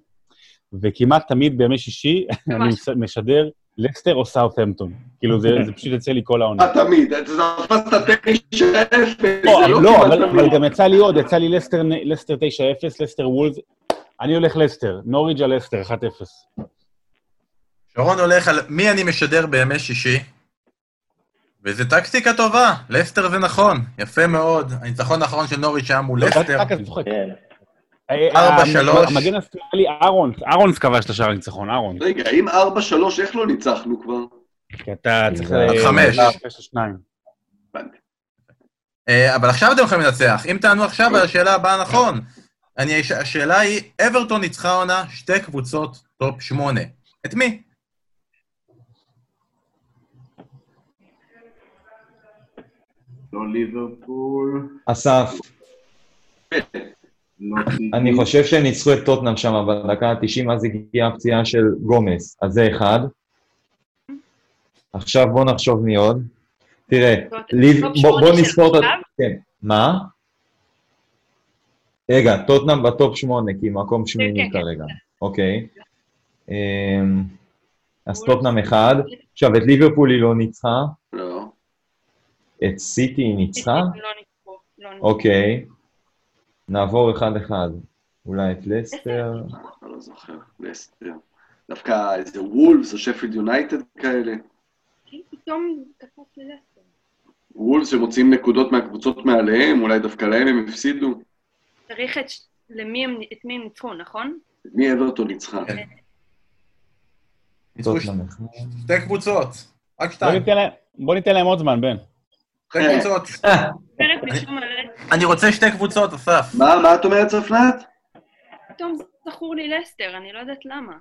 S3: וכמעט תמיד בימי שישי אני מש- משדר לסטר או סאות'המפטון, כאילו זה זה פשוט יוצא לי כל העונה.
S2: אה, תמיד, אתה תפסת תשע אפס,
S1: אה,
S2: זה לא
S3: לא,
S2: כמעט
S3: אבל
S2: תמיד.
S3: אבל גם יצא לי עוד, יצא לי לסטר נ- לסטר 9-0, לסטר וולס, אני הולך לסטר, נוריג' על לסטר 1-0.
S1: שרון הולך על מי אני משדר בימי שישי, וזו טקטיקה טובה, לסטר זה נכון, יפה מאוד. הניצחון האחרון של נוריץ' היה מול לסטר.
S9: כן.
S1: ארבע, שלוש.
S3: אה, המגן השמאלי, אהרונס, אהרונס כבש את השער הניצחון, אהרונס.
S2: רגע, אם ארבע שלוש, איך לא ניצחנו כבר?
S3: כי אתה צריך...
S1: כן.
S3: אה,
S1: עד חמש.
S2: הבנתי.
S1: אה, אבל עכשיו אתם יכולים לנצח. אם תענו עכשיו על השאלה הבאה נכון, אני, הש- השאלה היא, אברטון ניצחה עונה שתי קבוצות טופ שמונה. את מי?
S8: לא ליברפול,
S6: אסף,
S8: לא
S6: אני חושב שהם ניצחו את טוטנאם שם בדקה ה-90, אז הגיעה הפציעה של גומס, אז זה אחד. עכשיו בוא נחשוב מי עוד. תראה, ליב-
S4: טופ
S6: בוא בוא
S4: שמונה של
S6: נספור את ה...
S4: עכשיו?
S6: כן. מה? רגע, טוטנאם בטופ שמונה, כי היא
S4: כן,
S6: מקום שמיני כרגע. אוקיי. אמ, אז טוטנאם אחד.
S4: לא
S6: עכשיו, את ליברפול היא לא ניצחה.
S2: לא.
S6: את סיטי היא ניצחה?
S4: לא ניצחו, לא ניצחו.
S6: אוקיי. נעבור אחד-אחד. אולי את לסטר.
S2: אני לא זוכר, לסטר. דווקא איזה וולפס או שפילד יונייטד כאלה.
S4: פתאום קפץ לי לסטר.
S2: וולפס שמוציאים נקודות מהקבוצות מעליהם, אולי דווקא להם הם הפסידו.
S4: צריך את... ש- למי הם... את מי הם ניצחו, נכון?
S2: את מי אברטון ניצחה?
S6: טוטנאם אחד.
S1: שתי קבוצות. רק
S3: בוא
S6: לא
S1: שתיים.
S3: ניתן להם- בוא ניתן להם עוד זמן, בן.
S1: שתי קבוצות.
S6: אה,
S4: פרק משום הלסטר,
S1: אני רוצה שתי קבוצות, אסף.
S2: מה, מה את אומרת, צפנת?
S4: פתאום זכור לי לסטר, אני לא יודעת למה.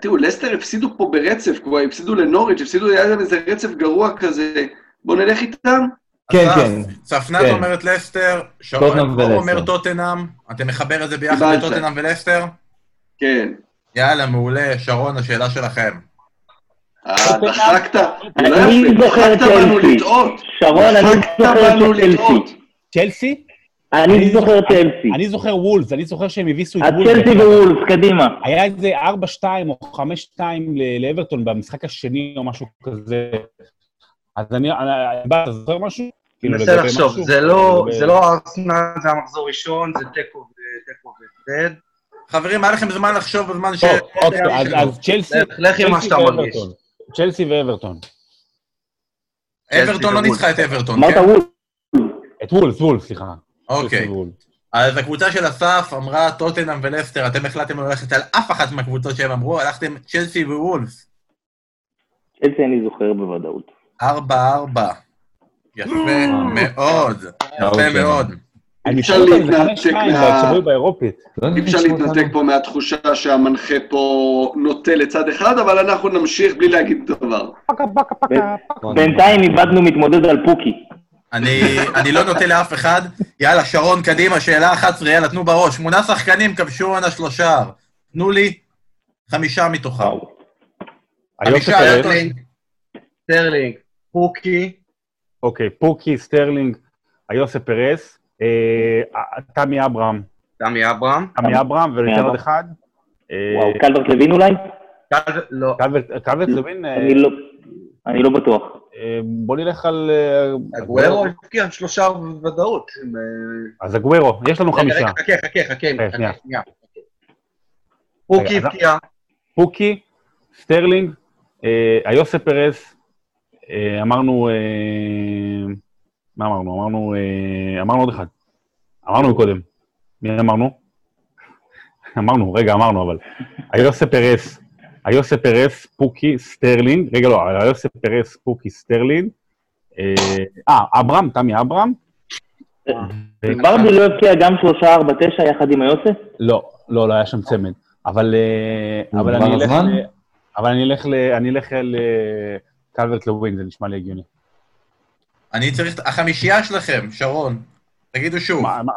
S2: תראו, לסטר הפסידו פה ברצף, כבר הפסידו לנוריץ', הפסידו, היה להם איזה רצף גרוע כזה. בואו נלך איתם.
S6: כן,
S2: אה,
S1: אסף,
S6: כן.
S1: צפנת
S6: כן.
S1: אומרת לסטר,
S6: טוטנהאם
S1: שרון אור
S6: ולסטר.
S1: אומר טוטנאם, אתם מחבר את זה ביחד
S2: קיבלת.
S1: לטוטנאם ולסטר?
S2: כן.
S1: יאללה, מעולה. שרון, השאלה שלכם.
S2: אה, דחקת. זה לא
S9: אני
S2: יפה,
S9: זוכר
S2: דחקת בנו
S9: צ'לסי.
S2: לטעות.
S9: שרון, אני
S2: דחקת
S9: זוכר
S2: בנו
S9: צ'לסי.
S2: לטעות.
S3: צ'לסי?
S9: אני זוכר צ'לסי.
S3: אני אוקיי. זוכר וולס, אני זוכר שהם הביסו את
S9: אז
S3: וולס.
S9: צ'לסי ווולף, קדימה.
S3: היה איזה 4-2 או 5-2 ל- לאברטון במשחק השני או משהו כזה. אז אני... אני- אתה זוכר משהו? כאילו,
S7: מנסה
S3: לגבי
S7: לחשוב,
S3: משהו?
S7: זה לא-
S3: לגבי-
S7: זה לא ארסנל, זה המחזור ראשון, זה תיקו ו- תיקו והפסד.
S1: חברים, היה לכם זמן לחשוב בזמן ש...
S3: טוב, אוקיי, אז- אז צ'לסי...
S7: לך- לך עם מה
S3: צ'לסי
S7: שאתה מרגיש.
S3: ואברטון. צ'לסי ואברטון.
S1: אברטון לא ניצחה את אברטון,
S9: אמרת
S1: כן?
S9: וולף.
S3: את וולס, וולס, סליחה.
S1: אוקיי.
S3: צ'לסי וולס.
S1: אז הקבוצה של אסף אמרה טוטנאם ולסטר, אתם החלטתם לא ללכת על אף אחת מהקבוצות שהם אמרו, הלכתם צ'לסי ווולפס.
S9: צ'לסי אני זוכר בוודאות.
S1: ארבע ארבע. יפה מאוד, יפה
S6: אוקיי.
S1: מאוד.
S3: אני
S2: אפשר
S3: חושב על זה
S2: להתנתק
S3: 5-2
S2: מה-
S3: בהקשבות באירופית.
S6: לא
S2: אי אפשר
S6: ניצחו אותנו.
S2: להתנתק פה מהתחושה שהמנחה פה נוטה לצד אחד, אבל אנחנו נמשיך בלי להגיד דבר.
S6: אה. נכון.
S9: בינתיים איבדנו מתמודד על פוקי.
S1: אני, אני לא נוטה לאף אחד. יאללה, שרון, קדימה, שאלה 11, יאללה, תנו בראש. שמונה שחקנים כבשו עונה שלושה. תנו לי חמישה מתוכם.
S3: היום
S1: חמישה
S3: שקלט.
S1: איירטון.
S7: סטרלינג, פוקי,
S3: אוקיי, פוקי, סטרלינג, איוסה פרס, אה, אה, תמי אברהם,
S7: דמי אברהם.
S3: תמי אברהם
S9: תמי
S3: וריצ'רד
S9: אברהם.
S3: אחד. אה,
S9: וואו, קלברט לוין אולי?
S7: קל- לא,
S3: קלברט- קלברט לוין, אה,
S9: אני לא... אני לא בטוח.
S3: אה, בוא נלך על... אה,
S7: אגוארו הבקיע שלושה בוודאות. אה,
S3: אז אגוורו, יש לנו
S7: רגע,
S3: חמישה.
S7: רגע, חכה, חכה, חכה,
S3: רגע, שנייה.
S7: חכה, שנייה. פוקי
S3: רגע, אז-
S7: הבקיע,
S3: פוקי, סטרלינג, אה, איוסה פרס, אה, אמרנו... אה, מה אמרנו? אמרנו... אה, אמרנו עוד אחד. אמרנו קודם. מי אמרנו? אמרנו, רגע, אמרנו, אבל. איוסה פרס,
S10: היוסה פרס, פוקי, סטרלינג, רגע, לא, היוסה פרס, פוקי, סטרלינג, אה, אה, אברהם, תמי אברהם.
S3: אה.
S9: ברבי לא הבקיע גם 3-4-9 יחד עם היוסף?
S3: לא, לא, לא היה שם צמד. אבל אה, אבל אני אלך
S6: הזמן?
S3: ל- אבל אני אלך ל... אני אלך ל... קלברט לווין, זה נשמע לי הגיוני.
S1: אני צריך... החמישייה שלכם, שרון, תגידו שוב.
S10: מה, מה,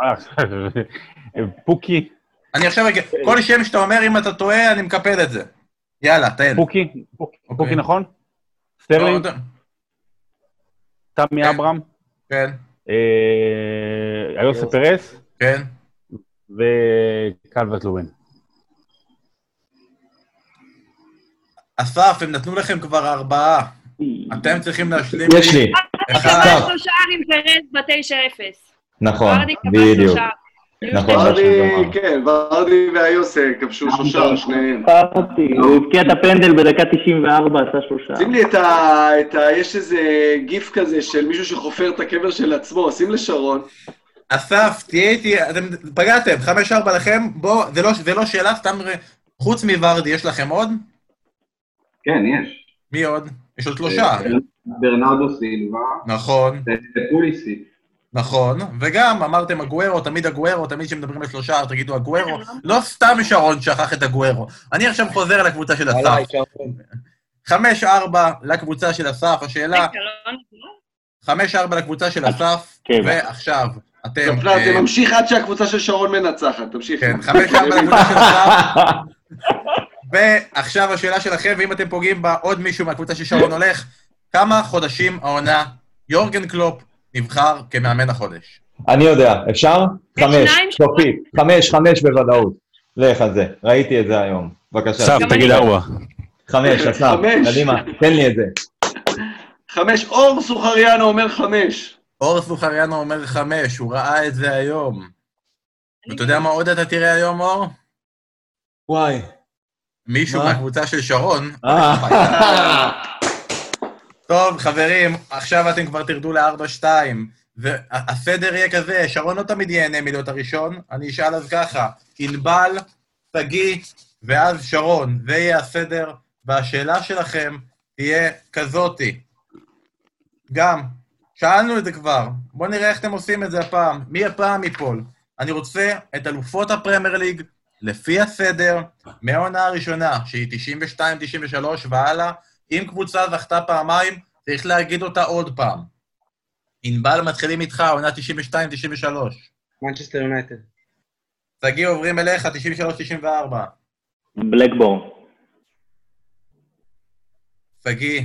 S3: אה,
S10: פוקי,
S1: אני עכשיו... אגיד- כל שם שאתה אומר, אם אתה טועה, אני מקפל את זה. יאללה, תן.
S10: פוקי, פוקי, פוקי נכון?
S1: לא,
S10: סטרלינג,
S1: עוד-
S10: תמי אברהם,
S1: כן,
S10: אה, היוסה פרס
S1: כן.
S10: וקלברט לווין.
S1: אסף, הם נתנו לכם כבר ארבעה. אתם צריכים להשלים...
S6: יש לי.
S4: כבש
S1: אחד.
S4: שלושה עם פרז ב-9-0.
S6: נכון,
S4: ורדי כבש
S6: בדיוק.
S4: שלושה.
S6: נכון, מה
S2: ורדי,
S6: שהוא אמר.
S2: כן, ורדי והיוסה כבשו שלושה, שניהם.
S9: פחדתי, הוא הבקיע את הפנדל בדקה 94, עשה שלושה.
S2: שים לי את ה... את ה... יש איזה גיף כזה של מישהו שחופר את הקבר של עצמו, שים לשרון.
S1: אסף, תהיה איתי, אתם פגעתם, חמש ארבע לכם, בוא, זה לא, זה לא שאלה, סתם, ר- חוץ מוורדי, יש לכם עוד?
S8: כן, יש. אה,
S1: מי עוד? יש עוד שלושה.
S8: ברנרדו סילבה,
S1: נכון,
S8: פוליסי.
S1: נכון, וגם אמרתם אגוורו, תמיד אגוורו, תמיד כשמדברים על שלושה, תגידו אגוורו. לא סתם שרון שכח את אגוורו. אני עכשיו חוזר לקבוצה של
S5: עליי,
S1: אסף.
S2: כן.
S5: שרון.
S1: חמש ארבע לקבוצה של אסף, השאלה,
S4: רגע, לא נגמר?
S1: חמש ארבע לקבוצה של אסף,
S9: כן.
S1: ועכשיו, אתם...
S2: דפנה,
S1: אה,
S2: זה לא ממשיך עד שהקבוצה של שרון מנצחת, תמשיך.
S1: כן, חמש ארבע לקבוצה של אסף. ועכשיו השאלה שלכם, ואם אתם פוגעים בה, עוד מישהו מהקבוצה ששרון הולך, כמה חודשים העונה יורגן קלופ נבחר כמאמן החודש?
S6: אני יודע, אפשר?
S4: יש
S6: חמש,
S4: שניים ש-
S6: סופי, חמש, חמש בוודאות. לך על זה, ראיתי את זה היום. בבקשה.
S10: סף,
S4: גם
S10: תגיד
S4: אני.
S10: ארבע.
S6: חמש, אסף,
S2: חמש.
S6: קדימה, תן לי את זה.
S2: חמש, אור סוחריאנו אומר חמש.
S1: אור סוחריאנו אומר חמש, הוא ראה את זה היום. ואתה יודע מה עוד אתה תראה היום, אור?
S6: וואי.
S1: מישהו
S6: מה?
S1: מהקבוצה של שרון.
S6: אה,
S1: טוב, חברים, עכשיו אתם כבר תרדו לארבע-שתיים. והסדר יהיה כזה, שרון לא תמיד ייהנה מלהיות הראשון, אני אשאל אז ככה, ענבל, שגיא, ואז שרון, זה יהיה הסדר, והשאלה שלכם תהיה כזאתי. גם, שאלנו את זה כבר, בואו נראה איך אתם עושים את זה הפעם. מי הפעם ייפול? אני רוצה את אלופות הפרמייר ליג, לפי הסדר, מהעונה הראשונה, שהיא 92-93 והלאה, אם קבוצה זכתה פעמיים, צריך להגיד אותה עוד פעם. ענבל, מתחילים איתך, עונה 92-93.
S7: מנצ'סטר יונייטד.
S1: שגיא, עוברים אליך, 93-94.
S9: בלקבורן.
S1: שגיא,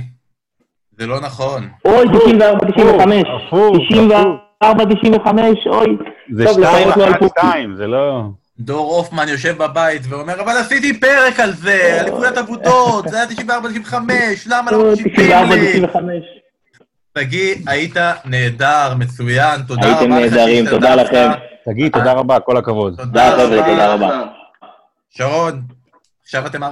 S1: זה לא נכון.
S9: אוי, 94, 95.
S10: הפוך,
S9: 94, 95, אוי.
S10: זה
S9: טוב,
S10: שתיים,
S9: לפחות לא על
S10: אחת,
S9: פוקי.
S10: שתיים, זה לא...
S1: דור הופמן יושב בבית ואומר, אבל עשיתי פרק על זה, אליפויות אבודות, זה היה 94-95, למה לא
S9: אוי,
S1: מקשיבים
S9: 94,
S1: לי?
S9: 95.
S1: שגיא, היית נהדר, מצוין, תודה רבה לך
S9: הייתם נהדרים, תודה
S1: שהשתתפת.
S9: לכם.
S3: שגיא, תודה רבה, כל הכבוד.
S1: תודה
S9: תודה, חבר'ה,
S1: רבה.
S9: תודה רבה.
S1: שרון, עכשיו אתם 4-2.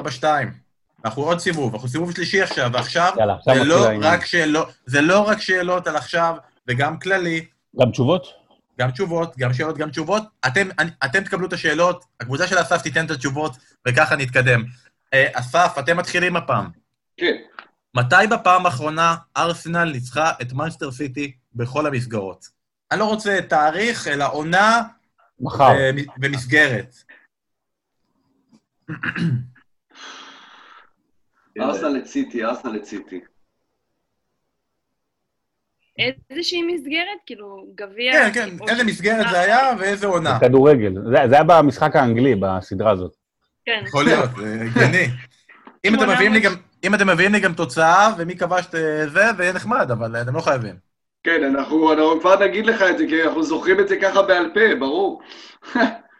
S1: אנחנו עוד סיבוב, אנחנו סיבוב שלישי עכשיו, ועכשיו
S3: יאללה, עכשיו
S1: זה
S3: מתחיל
S1: לא,
S3: העניין.
S1: רק שאלות, זה לא רק שאלות על עכשיו, וגם כללי,
S3: גם תשובות?
S1: אה, גם תשובות, גם שאלות, גם תשובות. אתם, אני- אתם תקבלו את השאלות, הקבוצה של אסף תיתן את התשובות, וככה נתקדם. אה, אסף, אתם מתחילים הפעם.
S2: כן.
S1: מתי בפעם האחרונה ארסנל ניצחה את מנצ'סטר סיטי בכל המסגרות? אני לא רוצה תאריך, אלא עונה
S3: מחר.
S1: אה, מ- במסגרת.
S2: ארסנל את סיטי, ארסנל את סיטי.
S4: איזושהי מסגרת, כאילו, גביע...
S1: כן, כן,
S4: או-
S1: איזה מסגרת זה היה ואיזה
S3: זה
S1: עונה.
S3: כדורגל. זה- זה היה במשחק האנגלי, בסדרה הזאת.
S4: כן.
S1: יכול להיות, זה הגיוני. אם אתם מביאים לי גם... אם אתם מביאים לי גם תוצאה, ומי כבש את אה, זה, זה יהיה נחמד, אבל אה, אתם לא חייבים.
S2: כן, אנחנו אנחנו כבר נגיד לך את זה, כי אנחנו זוכרים את זה ככה בעל פה, ברור.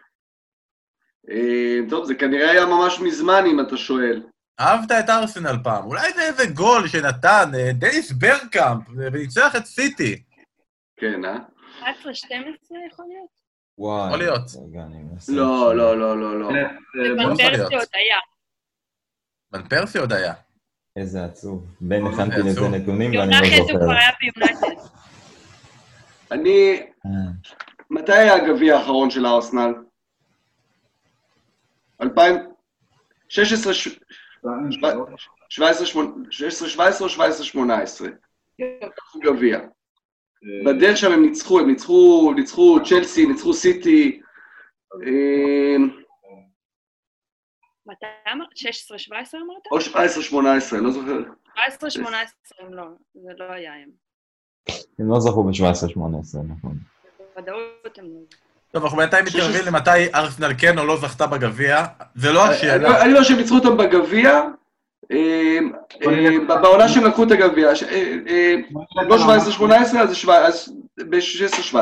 S2: אה, טוב, זה כנראה היה ממש מזמן, אם אתה שואל.
S1: אהבת את ארסנל פעם, אולי זה איזה גול שנתן אה, דניס ברקאמפ, אה, וניצח את סיטי.
S2: כן, אה?
S4: 11-12 יכול להיות?
S6: וואי.
S1: יכול להיות.
S6: רגע, אני
S1: כן.
S6: מנסה לחשוב.
S2: לא, לא, לא, לא, לא.
S4: זה
S1: יכול להיות.
S4: פנטרסיות היה.
S1: בן פרסי עוד היה.
S6: איזה עצוב. בין
S1: אוי,
S6: הכנתי
S1: זה
S6: לזה
S1: עצוב.
S6: נתונים ואני
S4: יונה
S6: לא
S4: חזו
S6: זוכר.
S4: כבר היה ביונייטד.
S2: אני...
S6: אה,
S2: מתי היה הגביע האחרון של הארסנל? 2016... 17-18 או 17-18. גביע. בדרך שם הם ניצחו, הם ניצחו, ניצחו צ'לסי, ניצחו סיטי. אה,
S4: מתי אמרת? 16-17 אמרת?
S2: או 17-18, לא זוכר.
S6: נכון.
S4: 17-18 הם לא, זה לא היה הם.
S6: הם לא זכו ב-17-18, נכון.
S4: בוודאות הם לא.
S1: טוב, אנחנו בינתיים מתקרבים למתי ארסנל כן או לא זכתה בגביע. זה לא השאלה.
S2: אני לא שהם ניצחו אותם בגביע. אה, אה, בעונה שהם לקחו את הגביע, ש- אה, אה, לא 17-18, אז שבע- אז ב-16-17.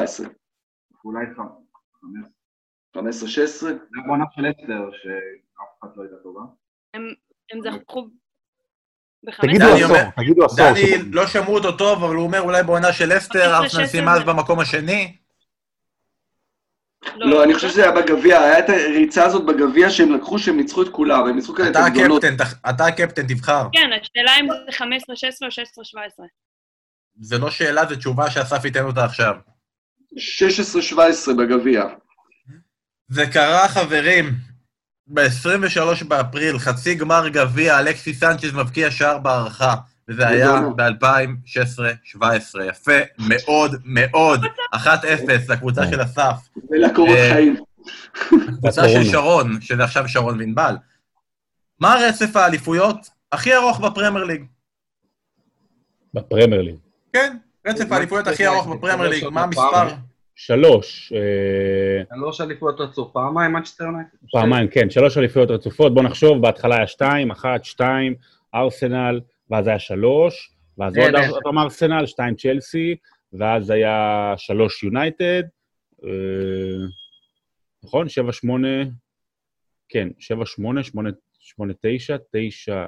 S7: אולי חמ- חמש.
S2: 15-16?
S7: זה הבעונה של אסתר, שאף אחת לא הייתה טובה.
S4: הם- הם זכו ב-15.
S3: תגידו
S1: דני
S3: עשור,
S1: אומר-
S3: תגידו עשור.
S1: דני,
S3: שבו-
S1: לא שמעו אותו טוב, אבל הוא אומר אולי בעונה של אסתר, ארסנל
S4: 16.
S1: סיימה אז במקום השני.
S2: לא, אני חושב שזה היה בגביע, היה את הריצה הזאת בגביע שהם לקחו, שהם ניצחו את כולם, הם ניצחו כאלה את
S1: אתה
S2: הגדולות.
S1: הקפטן, תח- אתה הקפטן, תבחר.
S4: כן, השאלה אם זה 15-16 או 16-17.
S1: זה לא שאלה, זו תשובה שאסף ייתן אותה עכשיו.
S2: 16-17 בגביע.
S1: זה קרה, חברים, ב-23 באפריל, חצי גמר גביע, אלכסי סנצ'ז מבקיע שער בהערכה, וזה היה
S2: גדול.
S1: ב-2016-2017. יפה מאוד מאוד. 1-0 לקבוצה של אסף.
S2: ולקורות
S1: אה,
S2: חיים.
S1: קבוצה של
S3: הקורונה.
S1: שרון, שזה עכשיו שרון וענבל. מה רצף האליפויות הכי ארוך בפרמייר ליג?
S3: בפרמייר ליג.
S1: כן, רצף האליפויות הכי ארוך בפרמייר ליג, מה המספר?
S11: פעם.
S3: שלוש, אה,
S11: שלוש אליפויות רצו, פעמיים מנצ'סטר יונייטד.
S3: פעמיים, כן, שלוש אליפויות רצופות. בואו נחשוב, בהתחלה היה שתיים, אחת, שתיים, ארסנל, ואז היה שלוש, ואז
S11: אה,
S3: עוד
S1: כן,
S11: אה.
S3: אר- עוד ארסנל, שתיים צ'לסי, ואז היה שלוש יונייטד, אה, נכון? שבע, שמונה, כן, שבע, שמונה, שמונה, שמונה, תשע, תשע,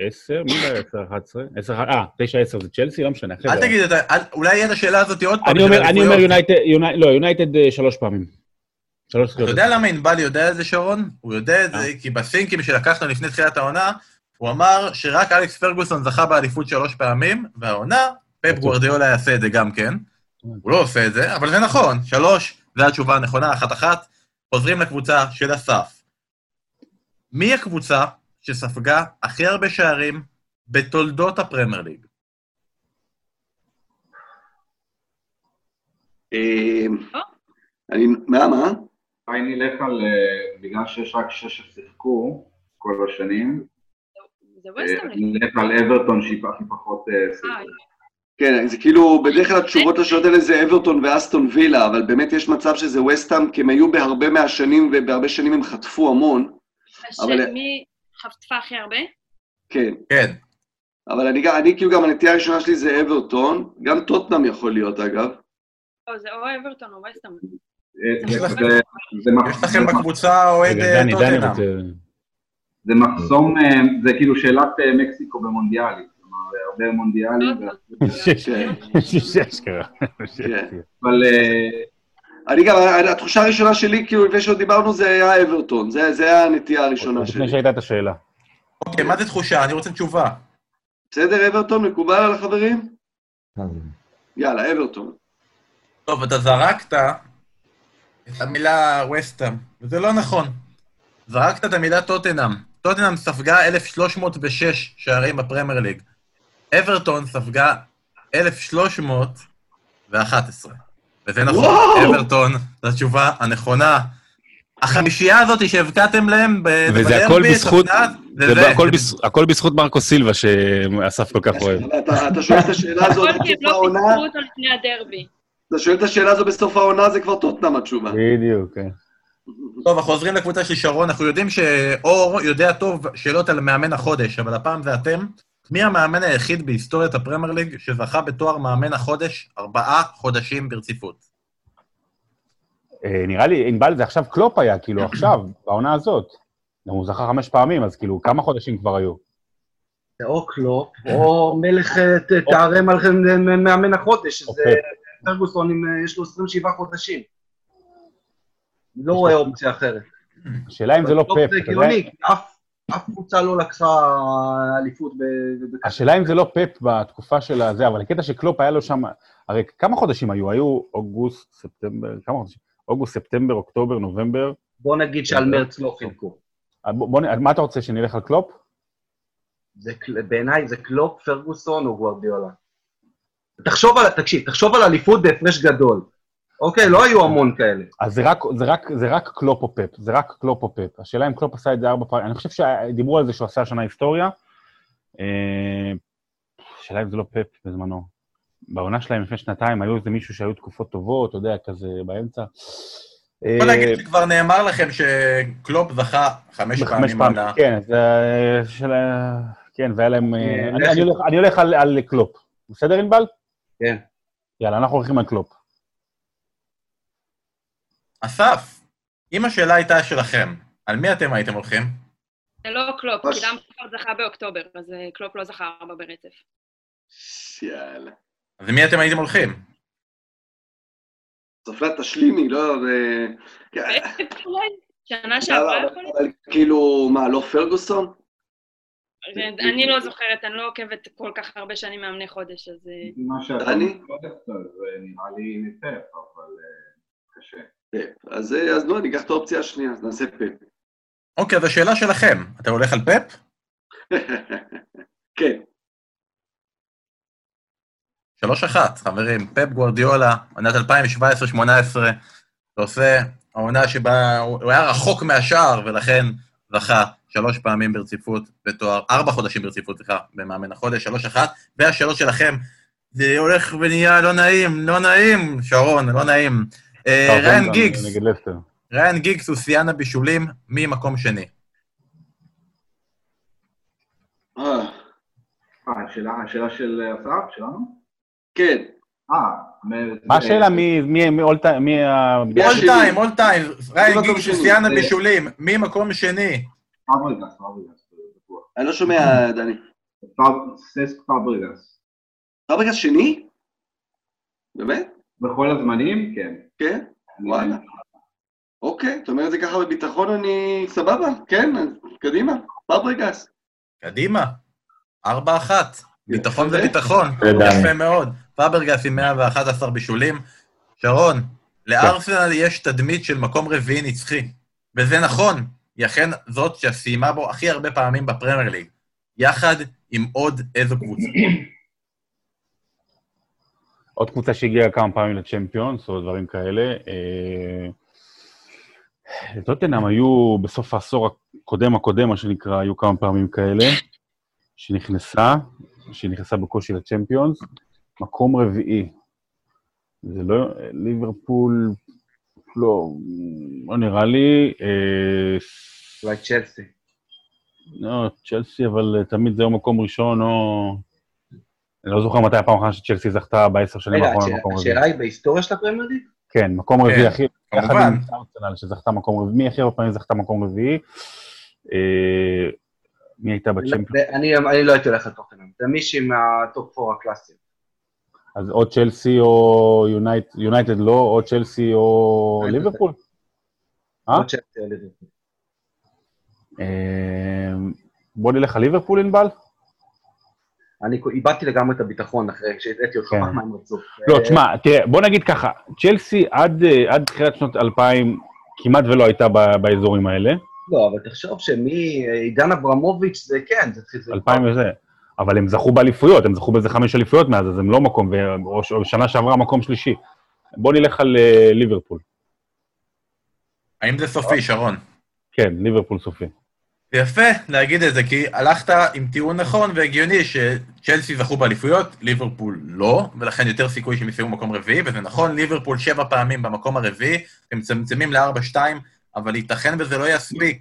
S3: עשר, מי זה היה עשר, אחת עשרה? עשר, אחת- אה, תשע, עשר זה צ'לסי? לא משנה, אחרי זה...
S1: אל תגיד את ה... אל- אולי יהיה את השאלה הזאת עוד פעם.
S3: אני
S1: של
S3: אומר, אני אומר
S1: האליפויות.
S3: יונייטד, יוני- לא, יונייטד אה, שלוש פעמים. שלוש
S1: אתה
S3: זכיות.
S1: יודע למה ענבל יודע את זה, שרון? הוא יודע את זה
S3: אה. כי
S1: כי בסינקים שלקחנו לפני תחילת העונה, הוא אמר שרק אלכס פרגוסון זכה באליפות שלוש פעמים, והעונה, פפ
S3: בטוח.
S1: גוורדיאולה יעשה את זה גם כן. הוא לא עושה את זה, אבל זה נכון, שלוש, זו התשובה הנכונה, אחת-אחת. חוזרים לקבוצה של אסף. מי הקבוצה שספגה הכי הרבה שערים בתולדות הפרמייר ליג?
S2: אה,
S4: אה?
S2: אני, מה, מה?
S7: אולי נלך על, אה, בגלל שיש רק שש ששיחקו כל השנים,
S4: זה
S7: אה,
S4: ווסטהאם לפני.
S7: נלך על אברטון שהיא הכי פחות אה,
S4: אה,
S7: שיחקו.
S2: כן, זה כאילו, בדרך כלל התשובות לשאלות האלה זה אברטון ואסטון וילה, אבל באמת יש מצב שזה וסטאם, כי הם היו בהרבה מהשנים, ובהרבה שנים הם חטפו המון. אה, אבל-
S4: השם, מי חטפה הכי הרבה?
S2: כן.
S1: כן,
S2: אבל אני, גם- אני כאילו, גם הנטייה הראשונה שלי זה אברטון, גם טוטנאם יכול להיות, אגב.
S4: לא, זה או אברטון או ווסטהאם.
S7: אה,
S1: יש
S7: זה-
S1: לכם-
S7: זה- זה מח-
S1: יש לכם
S7: זה מח-
S1: בקבוצה אוהד
S3: רגע,
S1: אה,
S3: דני, דני
S1: טוטנאם.
S3: רוצה...
S7: זה מחסום, אה, זה כאילו שאלת אה, מקסיקו במונדיאלי, כלומר, הרבה מונדיאלים,
S4: לא, זה-
S2: כן.
S3: שיש אשכרה.
S2: כן.
S7: אבל אה,
S2: אני גם, התחושה הראשונה שלי, כאילו, לפני שעוד דיברנו, זה היה אברטון. זה, זה היה הנטייה הראשונה שלי.
S3: לפני שהייתה את השאלה.
S1: אוקיי, מה זה תחושה? אני רוצה תשובה.
S2: בסדר, אברטון, מקובל על החברים?
S6: אז
S2: יאללה, אברטון.
S1: טוב, אתה זרקת את המילה וסטאם, וזה לא נכון. זרקת את המילה טוטנאם. טוטנאם ספגה 1,306 שערים בפרמייר ליג. אברטון ספגה 1,311. וזה נכון,
S2: וואו!
S1: אברטון, זו התשובה הנכונה. החמישייה הזאת שהבקעתם להם ב-
S12: וזה הכל
S1: בדרבי,
S12: בזכות-
S1: תוכנת, זה
S12: זה
S1: זה.
S12: הכל בז- הכל בזכות מרקו סילבה שאסף כל כך אוהב.
S2: אבל אתה, אתה שואל את השאלה הזאת
S4: הכל כי הם
S2: בסוף
S4: לא
S2: העונה,
S4: פיצחו אותו לפני הדרבי.
S2: אתה שואל את השאלה הזו בסוף העונה, זה כבר טוטנאם התשובה.
S3: בדיוק, כן.
S1: טוב, אנחנו חוזרים לקבוצה של שרון, אנחנו יודעים שאור יודע טוב שאלות על מאמן החודש, אבל הפעם זה אתם. מי המאמן היחיד בהיסטוריית הפרמייר ליג שזכה בתואר מאמן החודש ארבעה חודשים ברציפות?
S3: אה, נראה לי, ענבל זה עכשיו קלופ היה, כאילו עכשיו, בעונה הזאת. גם הוא זכה חמש פעמים, אז כאילו, כמה חודשים כבר היו?
S11: זה או קלופ, לא, או מלך אה, ת- תערה מלך מ- אה, מאמן החודש, שזה
S3: אוקיי.
S11: פרגוסון, עם, אה, יש לו 27 חודשים. לא רואה אופציה אחרת.
S3: השאלה אם זה לא
S11: קלופ
S3: פפ.
S11: זה
S3: אתה יודע?
S11: הגיוני, כי אף- אף קבוצה לא לקחה אליפות ב- ב-
S3: השאלה אם זה לא פפ בתקופה של הזה, אבל הקטע שקלופ היה לו שם, הרי כמה חודשים היו? היו אוגוסט, ספטמבר, כמה חודשים? אוגוסט, ספטמבר, אוקטובר, נובמבר. אה,
S11: בוא נגיד שעל מרץ לא חילקו.
S3: בוא, בוא, נ- מה אתה רוצה, שנלך על קלופ?
S7: זה, קל- בעיניי זה קלופ, פרגוסון או גוורדיולה. תחשוב על, תקשיב, תחשוב על אליפות בהפרש גדול. אוקיי, לא היו המון כאלה.
S3: אז זה רק, זה רק, זה רק קלופ או פאפ, זה רק קלופ או פאפ. השאלה אם קלופ עשה את זה ארבע פעמים, אני חושב שדיברו על זה שהוא עשה השנה היסטוריה. אה, השאלה אם זה לא פאפ בזמנו. בעונה שלהם לפני שנתיים היו איזה מישהו שהיו תקופות טובות, אתה יודע, כזה באמצע. אה,
S1: בוא נגיד שכבר נאמר לכם שקלופ זכה חמש
S3: בחמש
S1: פעמים עונה.
S3: כן, זה של... ה- כן, והיה להם... אה,
S1: אה,
S3: אני-
S1: לך-
S3: אני הולך- אני הולך על- על קלופ. בסדר, ענבל?
S7: כן.
S3: יאללה, אנחנו הולכים על קלופ.
S1: אסף, אם השאלה הייתה שלכם, על מי אתם הייתם הולכים?
S4: זה לא קלופ,
S2: אה,
S4: כי דמפר זכה באוקטובר, אז אה, קלופ לא זכה ארבע ברצף.
S2: יאללה.
S1: אז מי אתם הייתם הולכים?
S2: צפלת תשלימי, לא... אה, לא,
S4: אולי שנה שעברה
S2: אבל-
S4: יכול להיות?
S2: אבל כאילו, מה, לא פרגוסון?
S4: אני לא זוכרת, אני לא עוקבת כל כך הרבה שנים מאמני חודש, אז... אה,
S8: מה שאתה
S2: דני?
S8: אומר, זה נראה לי ניתף, אבל אה, קשה.
S2: פפ. אז אה, אז לא, ניקח את האופציה השנייה, אז נעשה פפ.
S1: אוקיי, אז השאלה שלכם, אתה הולך על פאפ?
S2: כן.
S1: שלוש אחת, חברים, פאפ גוורדיולה, עונת 2017-2018, ועושה העונה שבה הוא הוא היה רחוק מהשער, ולכן זכה שלוש פעמים ברציפות בתואר, ארבע חודשים ברציפות, סליחה, במאמן החודש, שלוש אחת, והשאלות שלכם, זה הולך ונהיה לא נעים, לא נעים, שרון, לא נעים. אה,
S3: טוב,
S1: ריין
S3: כן, גם
S1: גיגס,
S3: נגד לסטר.
S1: ריין גיגס הוא שיאן הבישולים ממקום שני.
S8: אה, השאלה- השאלה של אה, אסף, שלנו?
S2: כן.
S8: אה, מ-
S3: מה
S8: אה,
S3: השאלה? מי- מי- מי all time- מי ה...
S1: אול טיים, אול טיים, ריין
S2: מקום
S1: גיגס הוא
S2: שני.
S1: שיאן
S2: אה,
S1: הבישולים ממקום שני.
S8: פאבריגס, פאבריגס, בטוח.
S2: אני לא שומע, דני.
S8: פאב- ססק פאבריגס.
S2: פאבריגס שני? באמת?
S8: בכל הזמנים, כן.
S2: כן? וואלה. אוקיי, אתה אומר את זה ככה בביטחון, אני סבבה, כן, אז קדימה, פאבריגס.
S1: קדימה, ארבע אחת. ביטחון זה ביטחון,
S6: תודה.
S1: יפה מאוד. פאברגס עם 111 בישולים. שרון, לארסנל יש תדמית של מקום רביעי נצחי, וזה נכון, היא אכן זאת שסיימה בו הכי הרבה פעמים בפרמייר ליג, יחד עם עוד איזו קבוצה.
S3: עוד קבוצה שהגיעה כמה פעמים לצ'מפיונס או דברים כאלה. אה, לטוטנאם היו בסוף העשור הקודם הקודם, מה שנקרא, היו כמה פעמים כאלה, שנכנסה, שנכנסה בקושי לצ'מפיונס. מקום רביעי. זה לא... ליברפול, לא, לא נראה לי. אה,
S7: אולי צ'לסי.
S3: לא, צ'לסי, אבל אה, תמיד זה או מקום ראשון או... אני לא זוכר מתי הפעם האחרונה שצ'לסי זכתה בעשר שנים
S7: רגע,
S3: האחרונות
S7: לא השאלה-
S3: במקום רביעי.
S7: השאלה היא בהיסטוריה של הפרמייר ליג?
S3: כן, מקום רביעי, הכי... יחד
S1: כמובן.
S3: עם ארסנל שזכתה מקום רביעי, מי הכי הרבה פעמים זכתה מקום רביעי? אה, מי הייתה בצ'מפיונס?
S7: לא, אני אני לא הייתי הולך לטופנאם, זה מישהי מהטופ 4 הקלאסי.
S3: אה? אז או צ'לסי או יונייט- יונייטד לא, או צ'לסי או ליברפול? אה?
S7: או צ'לסי או ליברפול.
S3: אה, בוא נלך על ליברפול, ענבל?
S7: אני איבדתי לגמרי את הביטחון אחרי שהטעיתי אותך
S3: כן.
S7: פעמיים רצוף.
S3: לא,
S7: אה,
S3: תשמע, תראה, בוא נגיד ככה, צ'לסי עד אה, עד תחילת שנות 2000 כמעט ולא הייתה ב- באזורים האלה,
S7: לא, אבל תחשוב שמעידן אברמוביץ' זה כן, זה התחיל... זה-
S3: 2000 וזה, אבל הם זכו באליפויות, הם זכו באיזה חמש אליפויות מאז, אז הם לא מקום, ו- או ש- או שנה שעברה מקום שלישי. בוא נלך על אה, ליברפול.
S1: האם זה סופי, שרון?
S3: כן, ליברפול סופי.
S1: זה יפה להגיד את זה, כי הלכת עם טיעון נכון והגיוני שצ'לסי זכו באליפויות, ליברפול לא, ולכן יותר סיכוי שהם יסיימו במקום רביעי, וזה נכון, ליברפול שבע פעמים במקום הרביעי, הם מצמצמים לארבע-שתיים, אבל ייתכן וזה לא יספיק,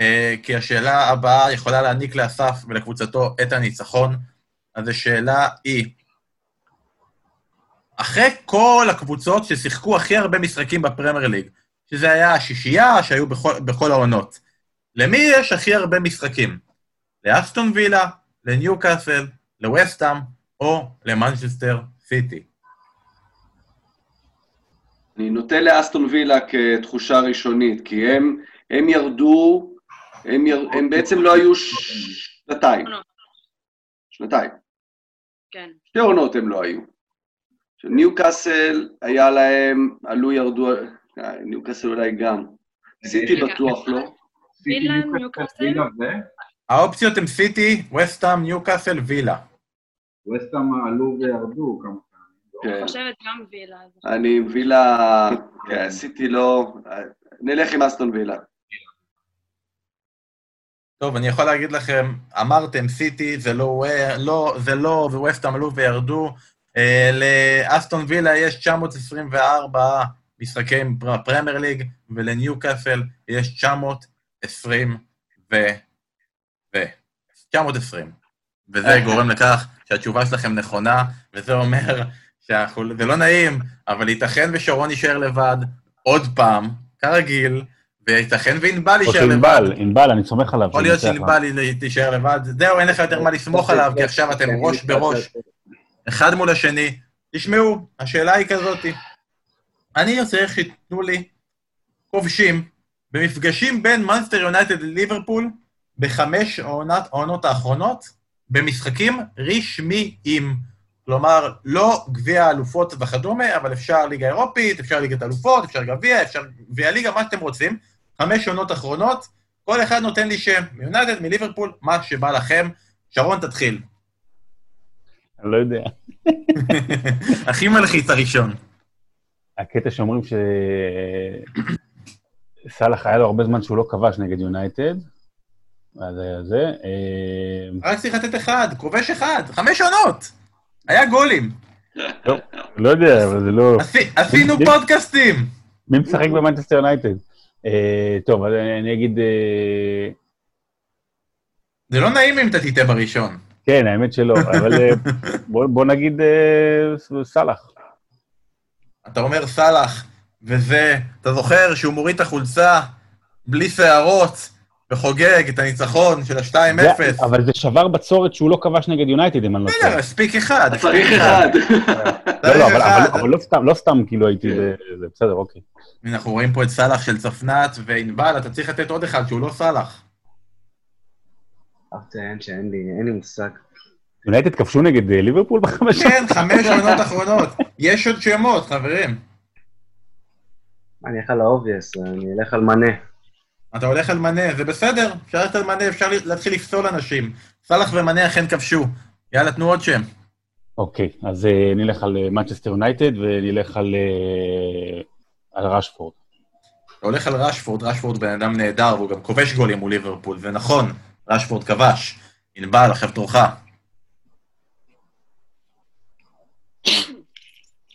S1: אה, כי השאלה הבאה יכולה להעניק לאסף ולקבוצתו את הניצחון. אז השאלה היא, אחרי כל הקבוצות ששיחקו הכי הרבה משחקים בפרמייר ליג, שזה היה השישייה שהיו בכל, בכל העונות, למי יש הכי הרבה משחקים? לאסטון וילה, לניוקאסל, לווסטאם או למנצ'סטר סיטי.
S2: אני נוטה לאסטון וילה כתחושה ראשונית, כי הם, הם ירדו, הם, יר, הם בעצם לא היו ש- שנתיים. שנתיים.
S4: כן.
S2: שתי עונות הם לא היו. עכשיו, ניוקאסל היה להם, עלו, ירדו, אה, ניוקאסל אולי גם. סיטי בטוח לא.
S4: וילה, ניוקאסל?
S8: וילה ו...
S1: האופציות הן סיטי, וסטאם, ניוקאסל, וילה.
S8: וסטאם עלו וירדו כמה
S2: אה.
S4: אני חושבת גם וילה. אז-
S2: אני עם וילה, כן, עשיתי לא... נלך עם אסטון וילה.
S1: טוב, אני יכול להגיד לכם, אמרתם סיטי, זה לא, ו- לא, זה לא, וווסטהאם עלו וירדו. אה, לאסטון וילה יש 924 משחקים בפרמייר ליג, ולניוקאסל יש 920 ו... ו... 920. וזה גורם לכך שהתשובה שלכם נכונה, וזה אומר שאנחנו... זה לא נעים, אבל ייתכן ושרון יישאר לבד עוד פעם, כרגיל, וייתכן וענבל
S3: או
S1: יישאר לבד.
S3: שענבל, ענבל, אני סומך עליו.
S1: יכול להיות
S3: שהוא ינצח.
S1: שענבל היא- תישאר לבד, זהו, אין לך יותר מה
S7: אוקיי,
S1: לסמוך עליו, כי עכשיו אתם
S7: כן,
S1: ראש בראש, אחד מול השני. תשמעו, השאלה היא כזאתי. אני צריך שתיתנו לי כובשים במפגשים בין מנסטר יונייטד לליברפול בחמש העונת- העונות האחרונות, במשחקים רשמיים. כלומר, לא גביע האלופות וכדומה, אבל אפשר ליגה אירופית, אפשר ליגת אלופות, אפשר גביע, אפשר גביע ליגה, מה שאתם רוצים. חמש עונות אחרונות, כל אחד נותן לי שם, מיונייטד, מליברפול, מה שבא לכם. שרון, תתחיל.
S3: אני לא יודע.
S1: הכי מלחיץ הראשון.
S3: הקטע שאומרים ש... סאלח היה לו הרבה זמן שהוא לא כבש נגד יונייטד. אז היה זה. אה,
S1: רק צריך לתת אחד, כובש אחד, חמש עונות. היה גולים.
S3: לא יודע, אבל זה לא...
S1: עשי- עשינו
S3: מי-
S1: פודקאסטים.
S3: מי משחק במנצ'סטר יונייטד? אה, טוב, אז אני אני אגיד... אה,
S1: זה לא נעים אם אתה תטעה בראשון.
S3: כן, האמת שלא, אבל אה, בוא בוא נגיד אה, ס- סאלח.
S1: אתה אומר סאלח, וזה, אתה זוכר שהוא מוריד את החולצה בלי שערות, וחוגג את הניצחון של ה-2-0.
S3: זה- אבל זה שבר בצורת שהוא לא כבש נגד יונייטד, אם אני לא טועה.
S1: בסדר, מספיק אחד.
S2: צריך אחד.
S3: לא, לא,
S1: צריך
S3: אבל-
S1: אחד.
S3: אבל- אבל לא סתם, לא סתם כאילו הייתי... זה בסדר, אוקיי.
S1: הנה, אנחנו רואים פה את סאלח של צפנת, וענבל, אתה צריך לתת עוד אחד שהוא לא סאלח.
S7: אציין כן. שאין לי, אין לי מושג.
S3: יונייטד כבשו נגד אה, ליברפול בחמש...
S1: כן, חמש עונות אחרונות. יש עוד שמות, חברים.
S7: אני אלך על האובייס, אני אלך על מנה.
S1: אתה הולך על מנה, זה בסדר, אפשר ללכת על מנה, אפשר להתחיל לפסול אנשים. סאלח ומנה אכן כבשו. יאללה, תנו עוד שם.
S3: אוקיי, אז אה, נלך על אה, מנצ'סטר יונייטד ונלך על... אה, על רשפורד.
S1: אתה הולך על רשפורד, רשפורד בן אדם נהדר, והוא גם כובש גולים מול ליברפול, ונכון, רשפורד כבש. ענבל, עכשיו תורך.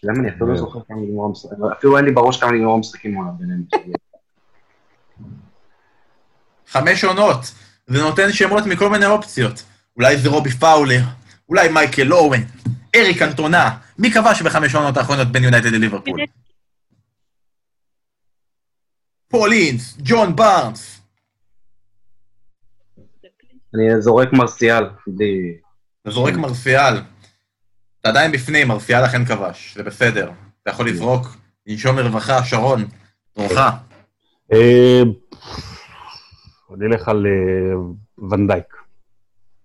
S7: למה אני אפילו לא זוכר כמה נגמר המשחק, אפילו אין לי בראש כמה נגמר המשחקים מולה ביניהם.
S1: חמש עונות, זה נותן שמות מכל מיני אופציות. אולי זה רובי פאולר, אולי מייקל אורן, אריק אנטונה, מי כבש בחמש עונות האחרונות בין יונייטד לליברפול? פולינס, ג'ון בארנס.
S7: אני זורק מרסיאל, בלי...
S1: אתה זורק מרסיאל. אתה עדיין בפנים, מרסיאל אכן כבש, זה בסדר. אתה יכול לזרוק, לנשום לרווחה, שרון, תורך.
S3: אה, נלך על אה, ונדייק.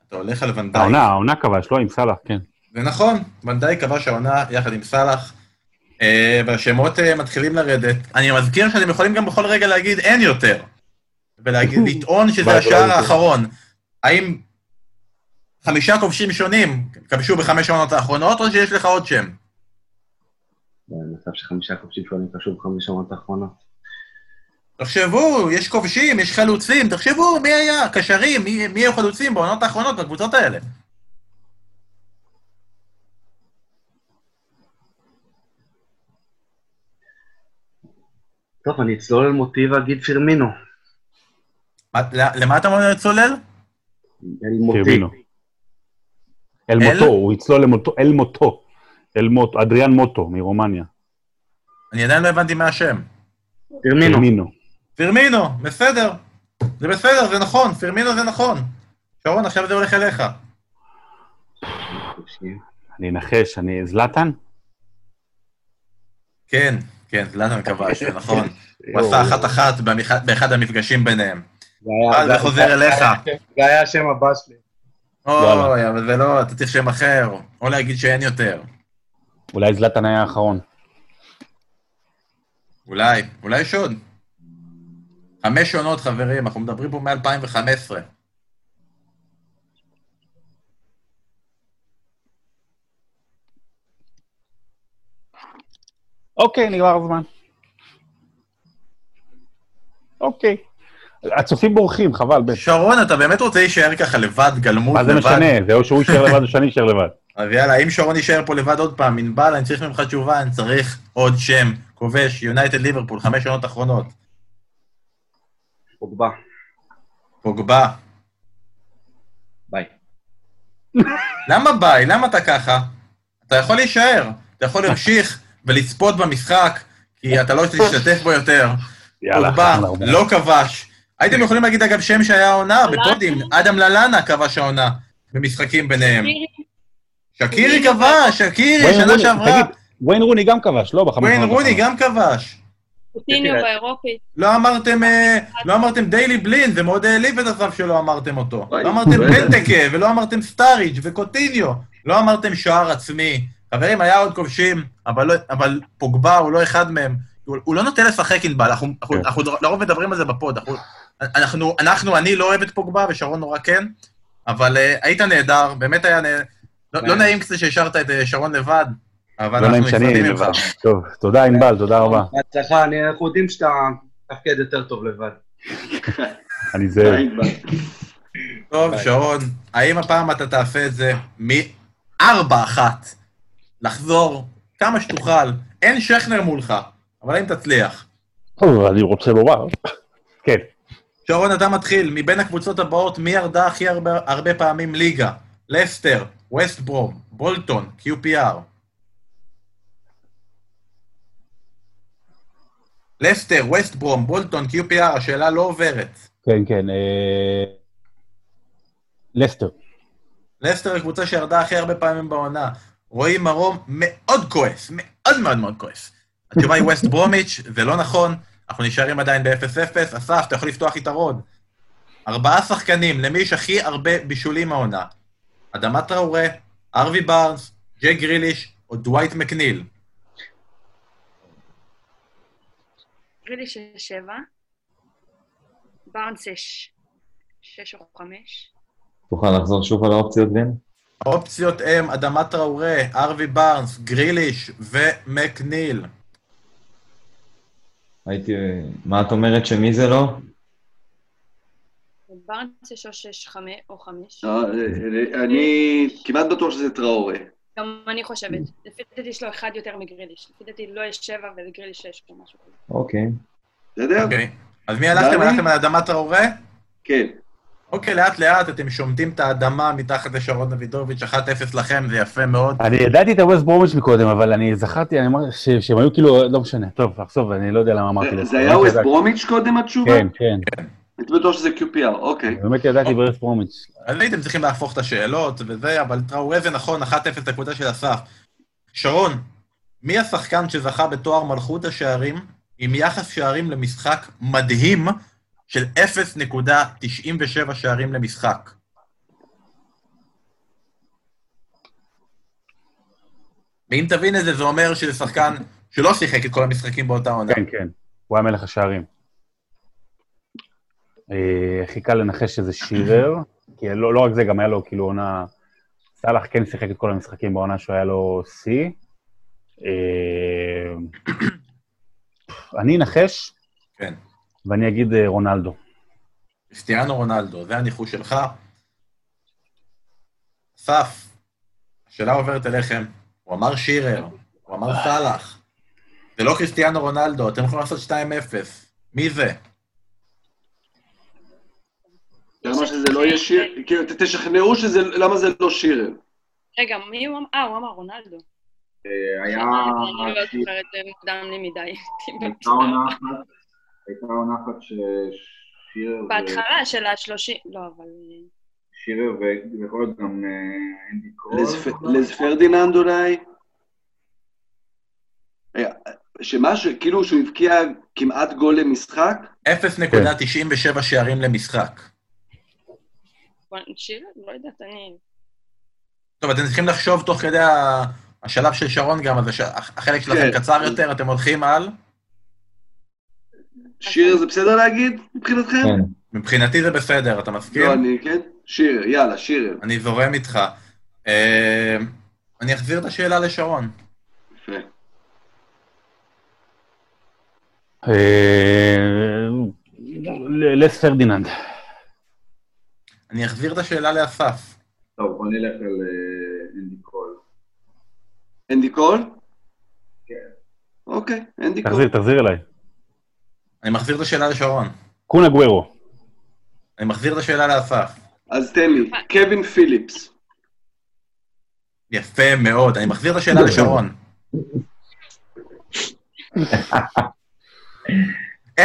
S1: אתה הולך על ונדייק.
S3: העונה, העונה כבש, לא עם סאלח, כן.
S1: זה נכון, ונדייק כבש העונה יחד עם סאלח, אה, והשמות אה, מתחילים לרדת. אני מזכיר שאתם יכולים גם בכל רגע להגיד אין יותר, ולטעון שזה
S13: מה, לא
S1: השער
S13: יותר?
S1: האחרון. האם חמישה כובשים שונים כבשו בחמש העונות האחרונות, או שיש לך עוד שם?
S7: במצב שחמישה כובשים שונים קשור בחמש שנות האחרונות.
S1: תחשבו, יש כובשים, יש חלוצים, תחשבו, מי היה? קשרים, מי, מי היו חלוצים בעונות האחרונות בקבוצות האלה?
S7: טוב, אני אצלול אל מותי ואגיד פירמינו.
S1: מה- למה אתה אומר צולל?
S7: אל מותי.
S3: פירמינו. אל מותו, הוא יצלול למותו, אל מותו. אל מוטו, אדריאן מוטו מרומניה.
S1: אני עדיין לא הבנתי מה השם.
S3: פירמינו.
S1: פירמינו, בסדר. זה בסדר, זה נכון, פירמינו זה נכון. שרון, עכשיו זה הולך אליך.
S3: אני אנחש, אני... זלאטן?
S1: כן, כן, זלאטן כבש, זה נכון. הוא עשה אחת-אחת במח- באחד המפגשים ביניהם. אבל זה חוזר אליך.
S7: זה היה השם הבא שלי.
S1: אוי, אבל זה לא, אתה צריך שם אחר, או להגיד שאין יותר.
S3: אולי זלאטן היה האחרון.
S1: אולי, אולי יש עוד. חמש עונות, חברים, אנחנו מדברים פה מ-2015.
S3: אוקיי, נגמר הזמן. אוקיי. הצופים בורחים, חבל. בטח.
S1: שרון, אתה באמת רוצה להישאר ככה לבד, גלמוד
S3: מה
S1: לבד?
S3: זה משנה? זה או שהוא יישאר לבד או שאני אשאר לבד.
S1: אז יאללה, אם שרון יישאר פה לבד עוד פעם, ענבל, אני צריך ממך תשובה, אני צריך עוד שם. כובש, יונייטד ליברפול, חמש עונות אחרונות.
S7: פוגבה.
S1: פוגבה.
S7: ביי.
S1: למה ביי? למה אתה ככה? אתה יכול להישאר, אתה יכול להמשיך ולצפות במשחק, כי אתה לא תשתתף בו יותר.
S3: יאללה,
S1: פוגבה,
S3: אחלה עונה.
S1: לא כבש. הייתם יכולים להגיד, אגב, שם שהיה העונה
S4: ללאנה.
S1: בפודים, אדם ללאנה כבש העונה במשחקים ביניהם.
S2: אה,
S4: מירי,
S1: שקירי כבש, שקירי,
S3: וויין
S1: שנה
S3: רוני,
S1: שעברה.
S3: תגיד, וויין רוני גם כבש, לא? בחמש
S1: וויין
S3: עונות
S1: רוני
S3: האחרונות.
S1: גם כבש.
S4: קוטיניו באירופית.
S1: לא אמרתם, אה, לא אמרתם דיילי בלין, זה מאוד העליב את עצמם שלא אמרתם אותו.
S2: וואי,
S1: לא אמרתם
S2: לא ידעתי.
S1: בנטקה, ולא אמרתם סטאריג' וקוטיניו. לא אמרתם שער עצמי. חברים, היה עוד כובשים, אבל, לא, אבל פוגבה הוא לא אחד מהם. הוא, הוא לא נוטה לשחק ענבל, אנחנו, אנחנו,
S3: כן.
S1: אנחנו לרוב מדברים על זה בפוד. אנחנו, אנחנו, אנחנו, אני לא אוהב את פוגבה, ושרון נורא כן, אבל אה, היית נהדר, באמת היה נהדר. לא, לא נעים קצת שהשארת את אה, שרון לבד, אבל
S3: כן. לא
S1: אנחנו
S3: נעים שאני
S1: נפרדים ממך.
S3: לבד. טוב, תודה ענבל, תודה רבה.
S7: בהצלחה, אני- אנחנו יודעים שאתה תפקד יותר טוב לבד.
S3: אני זאב.
S1: טוב, שרון, האם הפעם אתה תעשה את זה מ-4-1? לחזור כמה שתוכל, אין שכנר מולך, אבל האם תצליח?
S3: טוב, אני רוצה לומר. כן,
S1: שרון, אתה מתחיל, מבין הקבוצות הבאות, מי ירדה הכי הרבה, הרבה פעמים ליגה? לסטר, ווסט ברום, בולטון, QPR. לסטר, ווסט ברום, בולטון, QPR, השאלה לא עוברת.
S3: כן, כן. אה, לסטר.
S1: לסטר היא קבוצה שירדה הכי הרבה פעמים בעונה. רועי מרום מאוד כועס, מאוד מאוד מאוד כועס. התשובה היא ווסט ברומיץ', זה לא נכון, אנחנו נשארים עדיין ב-0-0. אסף, אתה יכול לפתוח יתרון. ארבעה שחקנים, למי יש הכי הרבה בישולים העונה? אדמה טראורה, ארווי בארנס, ג'ק גריליש או דווייט מקניל.
S4: גרילי שש שבע. בארנס שש. שש או חמש.
S6: תוכל לחזור שוב על האופציות, בן?
S1: האופציות הם אדמה טראורה, ארווי בארנס, גריליש ומקניל.
S6: הייתי... מה את אומרת שמי זה לא?
S4: בארנס שש או שש חמש או חמש.
S2: אה, אה, אני כמעט בטוח שזה טראורה.
S4: גם אני חושבת. לפי דעתי יש לו אחד יותר מגריליש. לפי דעתי לא יש שבע ולגריליש שש או משהו כזה.
S6: אוקיי.
S2: בסדר?
S1: אוקיי. אז מי הלכתם?
S2: דני?
S1: הלכתם על אדמה טראורה?
S2: כן.
S1: אוקיי, לאט-לאט אתם שומטים את האדמה מתחת לשרון דוידוביץ', 1-0 לכם, זה יפה מאוד.
S3: אני ידעתי את הווסט ברומיץ' מקודם, אבל אני זכרתי, אני אמרתי ש- שהם היו כאילו, לא משנה. טוב, לחשוב, אני לא יודע למה אמרתי
S2: זה-
S3: לסטר.
S2: זה היה
S3: באמת
S2: ווסט
S3: ידעתי.
S2: ברומיץ' קודם התשובה?
S3: כן, כן.
S2: הייתי בטוח שזה QPR, אוקיי.
S3: באמת ידעתי בווסט ברומיץ'.
S1: אז הייתם צריכים להפוך את השאלות וזה, אבל טראורי זה נכון, 1-0 לקבוצה של אסף. שרון, מי השחקן שזכה בתואר מלכות השערים עם יחס שערים למשחק מדהים של 0.97 שערים למשחק? ואם תבין את זה, זה אומר שזה שחקן שלא שיחק את כל המשחקים באותה עונה.
S3: כן, כן. הוא היה מלך השערים. אה, הכי קל לנחש שזה שירר, כי לא, לא רק זה, גם היה לו כאילו עונה... סאלח כן שיחק את כל המשחקים בעונה שהוא היה לו שיא. אה, אני אנחש,
S1: כן.
S3: ואני אגיד אה, רונלדו.
S1: קריסטיאנו רונלדו, זה הניחוש שלך. אסף, השאלה עוברת אליכם. הוא אמר שירר, הוא אמר סאלח. זה לא קריסטיאנו רונלדו, אתם יכולים לעשות 2-0. מי זה?
S2: אתה יודע מה שזה לא יהיה שיר? כאילו, ת- תשכנעו שזה, למה זה לא שירר.
S4: רגע, מי הוא אמר? אה, הוא אמר רונלדו.
S8: אה, היה...
S4: אני לא זוכרת, זה מוקדם לי מדי.
S8: הייתה עונה אחת, הייתה עונה אחת ששירר... ו-
S4: בהתחלה של השלושים, לא, אבל...
S8: שירר ו- ויכול להיות גם אה, אנדי קרול.
S2: לז לז פרדיננד אולי? אה, שמשהו, כאילו שהוא הבקיע כמעט גול למשחק?
S1: 0.97 שערים למשחק.
S4: בוא נשאיר, לא יודעת, אני...
S1: טוב, אתם צריכים לחשוב תוך כדי ה- השלב של שרון גם, אז הש- החלק שלכם
S2: כן.
S1: קצר יותר, אתם הולכים על...
S2: שיר זה בסדר להגיד
S4: אה,
S3: כן.
S2: מבחינתכם?
S6: כן.
S4: כן.
S1: מבחינתי זה בסדר, אתה מסכים?
S2: לא, אני, כן? שיר, יאללה, שיר.
S1: אני זורם איתך. אה, אני אחזיר את השאלה לשרון.
S2: יפה.
S3: אה, לס פרדיננד.
S1: אני אחזיר את השאלה לאסף.
S8: טוב, בוא נלך על אה, אנדי קול.
S2: אנדי קול?
S8: כן.
S2: אוקיי, אנדי קול.
S3: תחזיר, תחזיר אליי.
S1: אני מחזיר את השאלה לשרון.
S3: קונה גוורו.
S1: אני מחזיר את השאלה לאסף.
S2: אז תן לי, קווין פיליפס.
S1: יפה מאוד. אני מחזיר את השאלה לשרון.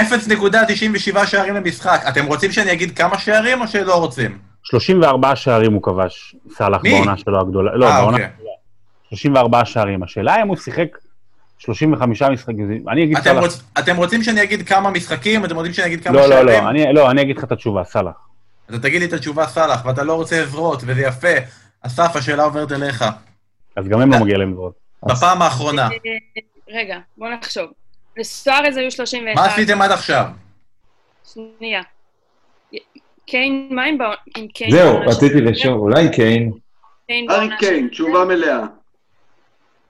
S1: 0.97 שערים למשחק. אתם רוצים שאני אגיד כמה שערים או שלא רוצים?
S3: 34 שערים הוא כבש, סאלח,
S1: מי?
S3: בעונה שלו הגדולה. לא,
S1: אה,
S3: בעונה
S1: אוקיי.
S3: הגדולה. 34 שערים. השאלה אם הוא שיחק 35 משחקים. אני אגיד
S1: אתם,
S3: סאלח.
S1: רוצ... אתם רוצים שאני אגיד כמה משחקים? אתם רוצים שאני אגיד כמה
S3: לא, לא,
S1: שערים?
S3: לא, אני- לא, אני אגיד לך את התשובה, סאלח.
S1: אתה תגיד לי את התשובה סאלח, ואתה לא רוצה עזרות, וזה יפה. אסף, השאלה עוברת אליך.
S3: אז גם הם
S1: אה.
S3: לא מגיע להם ועוד.
S1: בפעם האחרונה,
S4: רגע, בוא נחשוב. לסוארז היו 31.
S1: מה עשיתם עד עכשיו?
S4: שנייה. קיין, מה עם בעונה? עם קיין
S6: זהו,
S4: בעונה
S6: רציתי
S4: של-
S6: לשאול, אולי קיין?
S4: קיין
S2: ארי
S4: בעונה
S2: קיין, תשובה מלאה.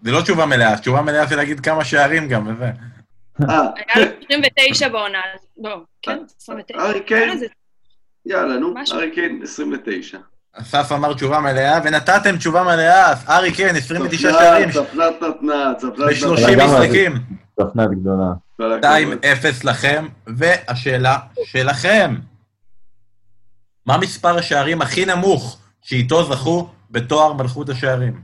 S1: זה לא תשובה מלאה, תשובה מלאה זה להגיד כמה שערים גם, וזה.
S2: אה,
S4: היה לו 29 בעונה, אז- לא, כן, 29.
S2: ארי קיין.
S4: אה, זה-
S2: יאללה, נו,
S4: משהו.
S2: ארי קיין, 29.
S1: אסף אמר תשובה מלאה, ונתתם תשובה מלאה. אז ארי קיין, 29
S2: צפנת,
S1: שערים,
S2: צפנת נתנה, צפנת נתנה.
S1: ב-30
S6: לגמרי.
S1: משחקים.
S6: צפנת גדולה.
S1: 2-0
S8: אה,
S1: לכם, והשאלה שלכם. מה מספר השערים הכי נמוך שאיתו זכו בתואר מלכות השערים?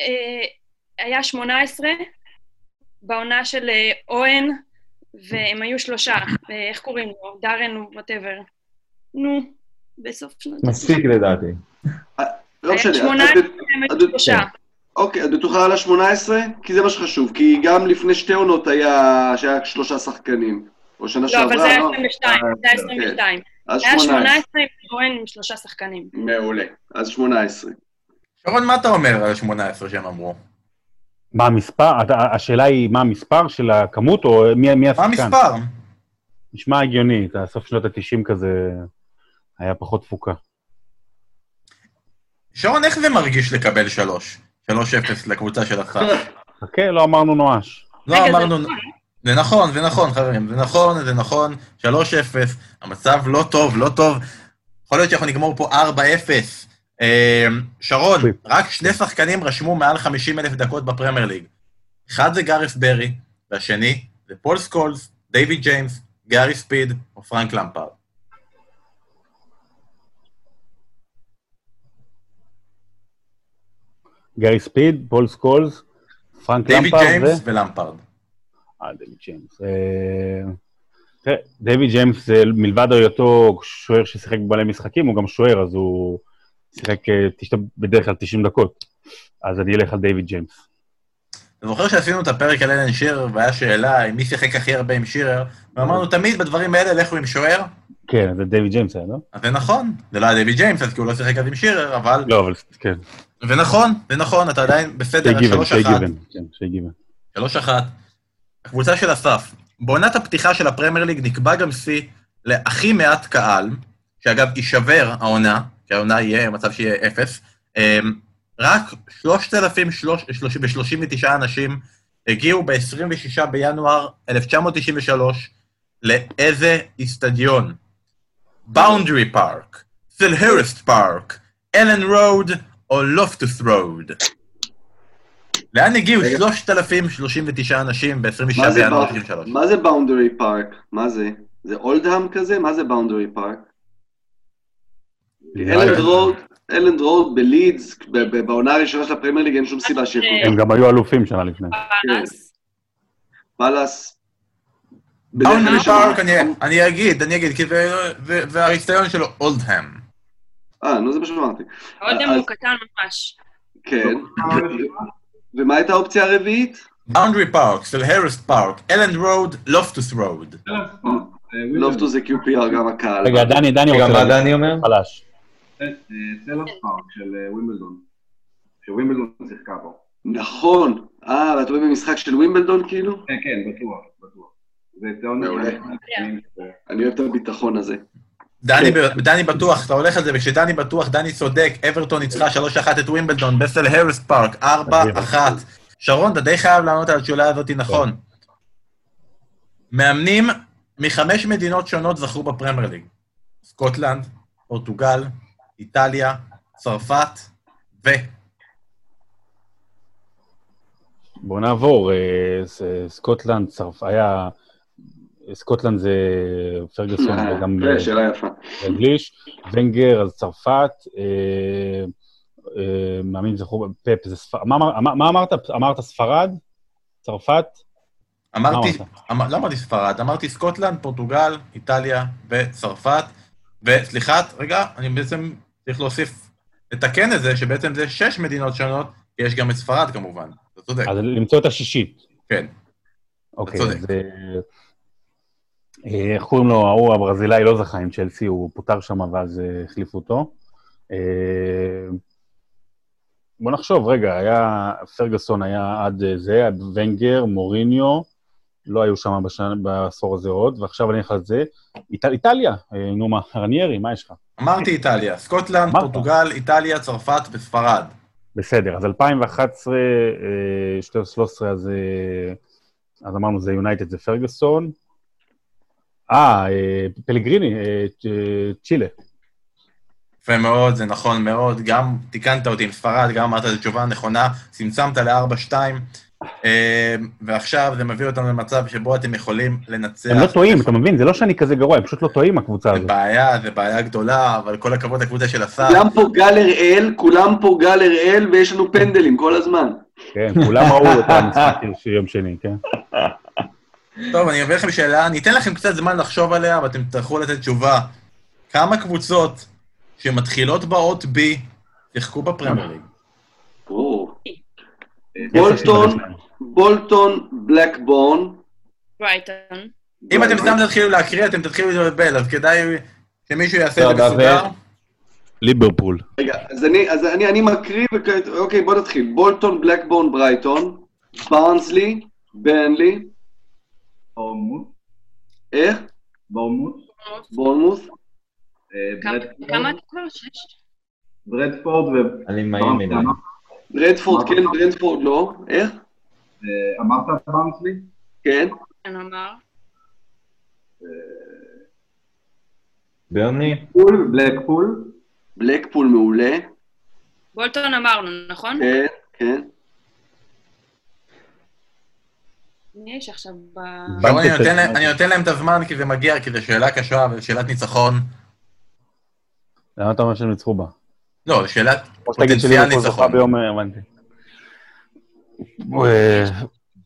S4: אה, היה 18 בעונה של אה, אוהן, והם היו שלושה. אה, איך קוראים לו? דארן או וואטאבר. נו, בסוף שנות.
S6: מספיק לדעתי.
S2: לא משנה. את-
S4: 18
S2: את-
S4: הם היו
S2: עד-
S4: שלושה.
S2: אוקיי, את בטוחה על ה-18? כי זה מה שחשוב. כי גם לפני שתי עונות היה, שהיה שלושה שחקנים. או שנה
S4: לא,
S2: שעברה,
S4: אבל זה היה
S2: לא?
S4: 22, זה היה 22.
S2: אז
S4: היה
S2: 18.
S4: 18 עם אוהן עם שלושה שחקנים.
S2: מעולה. אז 18.
S1: שרון, מה אתה אומר על ה-18 שהם אמרו?
S3: מה המספר? אתה- השאלה היא מה המספר של הכמות, או מי מי
S1: מה
S3: השחקן?
S1: המספר?
S3: נשמע הגיוני, אתה סוף שנות ה-90 כזה היה פחות תפוקה.
S1: שרון, איך זה מרגיש לקבל 3? 3-0 לקבוצה של אסף.
S3: חכה, לא אמרנו נואש.
S4: רגע,
S1: לא
S4: זה
S1: אמרנו... זה נכון, זה נכון, חברים, זה נכון, זה נכון, 3-0, המצב לא טוב, לא טוב. יכול להיות שאנחנו נגמור פה 4-0. אה, שרון, רק שני שחקנים רשמו מעל 50 אלף דקות בפרמייר ליג. אחד זה גארף ברי, והשני זה פול סקולס, דיוויד ג'יימס, גארי ספיד או פרנק למפרד.
S3: גארי ספיד, פול סקולס, פרנק
S1: דיוויד
S3: למפרד ו...
S1: ג'יימס ולמפרד.
S3: אה, דיוויד ג'יימס. אה, תראה, דיוויד ג'יימס, אה, מלבד היותו שוער ששיחק בבעלי משחקים, הוא גם שוער, אז הוא שיחק אה, תשת- בדרך כלל 90 דקות. אז אני אלך על דיוויד ג'יימס.
S1: אתה זוכר שעשינו את הפרק על אלן שירר, והיה שאלה עם מי שיחק הכי הרבה עם שירר, ואמרנו, תמיד בדברים האלה לכו עם שוער,
S3: כן, זה דיוויד ג'יימס היה, לא?
S1: אז זה נכון, זה לא היה דיוויד ג'יימס, אז כי הוא לא שיחק אז עם שירר, אבל...
S3: לא, אבל כן.
S1: זה נכון, זה נכון, אתה עדיין בסדר,
S3: שי גיוון,
S1: שלוש
S3: שי
S1: אחת.
S3: גיוון. כן, שי גיוון.
S1: שלוש אחת. הקבוצה של אסף. בעונת הפתיחה של הפרמייר ליג נקבע גם שיא להכי מעט קהל, שאגב, יישבר העונה, כי העונה יהיה מצב שיהיה אפס. אמ, רק 3,039 אנשים הגיעו ב-26 בינואר 1993 לאיזה איצטדיון? באונדרי פארק, סילהרסט פארק, אלן רוד או לופטוס רוד? לאן הגיעו 3,039 אנשים ב-26
S2: מה זה
S1: בינואר
S2: באונדרי-
S1: 1993?
S2: מה זה באונדרי פארק? מה זה? זה אולדהאם כזה? מה זה באונדרי פארק?
S3: אה,
S2: אלנד רוד, אלנד רוד בלידס, ב- ב- בעונה הראשונה של הפרמייר ליג אין שום סיבה כן. שיקום.
S3: הם גם היו אלופים שנה לפני.
S2: פאלאס.
S1: באונדרי
S2: בדרך כלל
S1: פארק,
S2: שם-
S1: אני- אני אגיד, אני אגיד, כי זה- זה זה האיצטדיון שלו, אולדהם.
S2: אה, נו, זה מה שאמרתי.
S4: אודם
S2: אז-
S4: הוא קטן ממש.
S2: כן. ומה הייתה האופציה הרביעית?
S1: באונדרי פארק, סלהרסט פארק, אלן רוד, לופטוס רוד.
S2: לופטו זה QPR, גם הקהל.
S3: רגע, דני, דני
S6: רגע,
S3: רוצה...
S6: מה
S3: להגיד.
S6: דני אומר?
S3: חלש.
S8: סלאס פארק של אה, ווימבלדון, שווימבלדון שיחקה בו.
S2: נכון. אה, ואתה רואה במשחק של ווימבלדון כאילו?
S8: כן, כן, בטוח, בטוח.
S14: ואת העונה...
S2: מעולה. אני אוהב את הביטחון הזה.
S1: דני,
S2: כן.
S1: ב- דני בטוח, אתה הולך על זה, וכשדני בטוח, דני צודק, אברטון ניצחה 3-1 את ווימבלדון, בסל הרס פארק, 4-1. שרון, אתה די חייב לענות על השאלה הזאת נכון. מאמנים מחמש מדינות שונות זכו בפרמייר ליג. סקוטלנד, פורטוגל, איטליה, צרפת ו...
S3: בואו נעבור, אה, ס- סקוטלנד, צרפ... היה... סקוטלנד זה פרגוסון
S2: אה,
S3: וגם...
S2: זה שאלה יפה.
S3: גליש, ונגר, אז צרפת, אה, אה, מאמין זכו, פפ זה ספרד, מה אמר- מה- מה אמרת? אמרת ספרד? צרפת?
S1: אמרתי, אמר, לא אמרתי ספרד, אמרתי סקוטלנד, פורטוגל, איטליה וצרפת. וסליחה, רגע, אני בעצם צריך להוסיף, לתקן את זה, שבעצם זה שש מדינות שונות, כי יש גם את ספרד כמובן. אתה צודק.
S3: אז למצוא את השישית.
S1: כן.
S3: אוקיי,
S1: צודק.
S3: אז... אה, אה, איך קוראים לו? ההוא הברזילאי לא זכה עם צ'לסי, הוא פוטר שם ואז אה, החליפו אותו. אה, בוא נחשוב, רגע, היה, פרגוסון היה עד אה, זה, היה ונגר, מוריניו, לא היו שם בשנה- בעשור הזה עוד, ועכשיו אני אלך על זה. איטל- איטליה, אה, נו מה, רניירי, מה יש לך?
S1: אמרתי איטליה, סקוטלנד, פורטוגל, איטליה, צרפת וספרד.
S3: בסדר, אז 2011, אה, 2013, אז, אה, אז אמרנו זה יונייטד, זה פרגוסון. אה, אה, פלגריני, אה, צ'- אה, צ'ילה.
S1: יפה מאוד, זה נכון מאוד, גם תיקנת אותי עם ספרד, גם אמרת את התשובה הנכונה, צמצמת ל-4-2, ועכשיו זה מביא אותנו למצב שבו אתם יכולים לנצח.
S3: הם לא טועים, אתה מבין? זה לא שאני כזה גרוע, הם פשוט לא טועים, הקבוצה הזאת.
S1: בעיה, זה בעיה גדולה, אבל כל הכבוד לקבוצה של השר.
S2: כולם פה גל הראל, כולם פה גל הראל, ויש לנו פנדלים כל הזמן.
S3: כן, כולם ראו את המשחק של יום שני, כן?
S1: טוב, אני אעביר לכם שאלה, אני אתן לכם קצת זמן לחשוב עליה, ואתם תצטרכו לתת תשובה. כמה קבוצות שמתחילות באות B שיחקו בפרמייר ליג?
S2: בולטון, בולטון, בלקבורן.
S4: ברייטון.
S1: אם אתם סתם תתחילו להקריא, אתם תתחילו להתבלבל, אז כדאי שמישהו יעשה את
S15: טוב,
S1: זה
S15: אז, אה,
S1: מסודר.
S15: ליברפול.
S2: רגע, אז אני, אז אני, אני מקריא, וכעת, אוקיי, בוא נתחיל. בולטון, בלקבורן, ברייטון, ברנסלי, ברנלי.
S14: בורמוס.
S2: איך?
S14: בורמוס.
S2: בורמוס.
S6: לא.
S14: ברדפורד-
S4: כמה אתה כבר? שש?
S14: ברדפורד ו...
S6: אני מהיר מדי.
S2: ברדפורד כן, ברדפורד לא. איך?
S14: אה, אמרת ברנסלי?
S2: כן.
S4: כן, אמר.
S6: ברני?
S14: פול, בלקפול.
S2: בלקפול מעולה.
S4: בולטון אמרנו, נכון?
S2: כן, כן.
S4: מי יש עכשיו ב...
S1: שרון, אני נותן להם- אני נותן להם את הזמן כי זה מגיע, כי זו שאלה קשה ושאלת ניצחון.
S3: למה אתה אומר שהם ניצחו בה?
S1: לא, זו שאלת
S3: או שתגיד
S1: פוטנציאל
S3: שליברפול זוכה
S1: ניצחון.
S3: ביום... אה, הבנתי.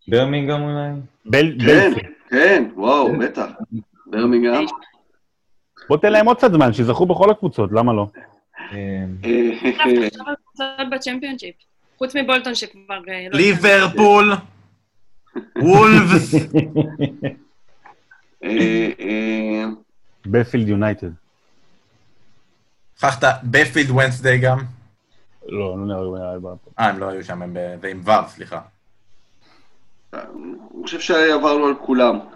S6: ברמינגהם אולי?
S2: כן, כן, וואו, בטח. ברמינגהם.
S3: בוא תן להם עוד קצת זמן, שיזכו בכל הקבוצות, למה לא?
S6: אה, כן.
S2: אה,
S4: עכשיו עכשיו על קבוצות בצ'מפיונשיפ. חוץ מבולטון שכבר... אה, לא
S1: ליברפול, וולפס.
S2: אה,
S3: בפילד יונייטד.
S1: שכחת בפילד ונסדי גם?
S3: לא, לא נראה לי היה ברפול.
S1: אה, הם לא היו שם, הם ב- זה עם ו', סליחה.
S2: אני חושב שעברנו על כולם. אה,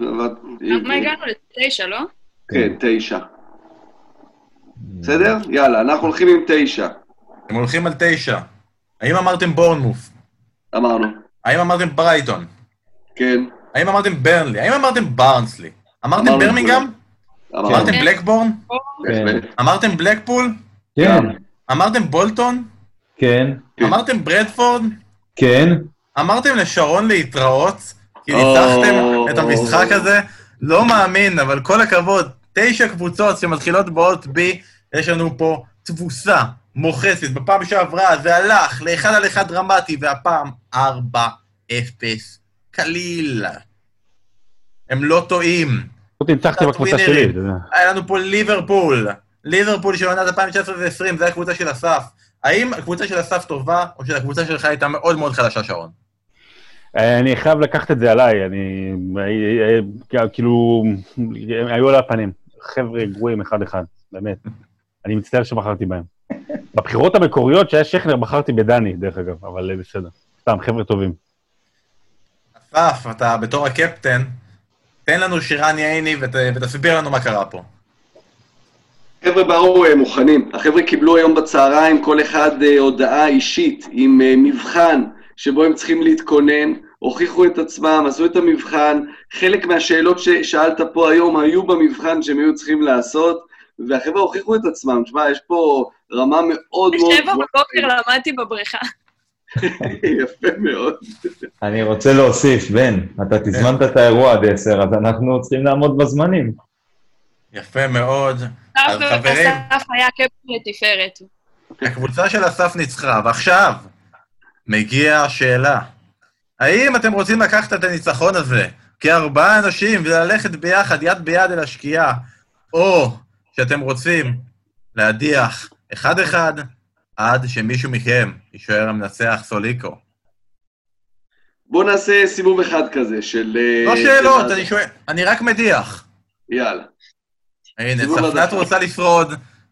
S4: כמה הגענו? לתשע, לא?
S2: כן, תשע. Mm. בסדר? יאללה, אנחנו הולכים עם תשע.
S1: אתם הולכים על תשע. האם אמרתם בורנמוף?
S2: אמרנו.
S1: האם אמרתם ברייטון?
S2: כן.
S1: האם אמרתם ברנלי? האם אמרתם ברנסלי? אמרתם
S2: אמרנו
S1: ברמינגהם?
S2: אמרנו.
S1: אמרתם
S2: כן.
S1: בלקבורן?
S6: כן.
S1: אמרתם בלקפול?
S6: כן.
S1: אמרתם בולטון?
S6: כן.
S1: אמרתם ברדפורד?
S6: כן.
S1: אמרתם לשרון להתראות? כי ניצחתם
S6: או.
S1: את המשחק הזה? לא מאמין, אבל כל הכבוד. תשע קבוצות שמתחילות באות B, יש לנו פה תבוסה מוחצת. בפעם שעברה זה הלך לאחד על אחד דרמטי, והפעם 4-0 קליל. הם לא טועים.
S3: פשוט ניצחתי בקבוצה שלי. אתה יודע.
S1: היה לנו פה ליברפול. ליברפול של עונת 2019 ו-2020, זו הקבוצה של אסף. האם הקבוצה של אסף טובה, או שהקבוצה שלך הייתה מאוד מאוד חלשה, שרון?
S3: אני חייב לקחת את זה עליי, אני... כאילו, היו על הפנים. חבר'ה גרועים אחד-אחד, באמת. אני מצטער שבחרתי בהם. בבחירות המקוריות שהיה שכנר בחרתי בדני, דרך אגב, אבל אה, בסדר. סתם, חבר'ה טובים.
S1: אסף, אתה בתור הקפטן, תן לנו שירן ייני ות- ותסביר לנו מה קרה פה.
S2: החבר'ה באו אה, מוכנים. החבר'ה קיבלו היום בצהריים כל אחד אה, הודעה אישית עם אה, מבחן שבו הם צריכים להתכונן, הוכיחו את עצמם, עשו את המבחן. חלק מהשאלות ששאלת פה היום היו במבחן שהם היו צריכים לעשות, והחבר'ה הוכיחו את עצמם. תשמע, יש פה רמה מאוד מאוד...
S4: בשבע
S2: גבוהה.
S4: בבוקר למדתי בבריכה.
S2: יפה מאוד.
S6: אני רוצה להוסיף, בן, אתה תזמנת את האירוע עד עשר, אז אנחנו צריכים לעמוד בזמנים.
S1: יפה מאוד. אז חברים,
S4: אסף היה קפטן לתפארת.
S1: הקבוצה של אסף ניצחה, ועכשיו מגיעה השאלה. האם אתם רוצים לקחת את הניצחון הזה כארבעה אנשים וללכת ביחד, יד ביד אל השקיעה, או שאתם רוצים להדיח אחד-אחד עד שמישהו מכם יישאר המנצח סוליקו?
S2: בואו נעשה סיבוב אחד כזה של... אה,
S1: לא
S2: של
S1: שאלות,
S2: הזה.
S1: אני שואל, אני רק מדיח.
S2: יאללה.
S1: הנה,
S2: סיבוב
S1: ספנת
S2: הדחה.
S1: רוצה לשרוד,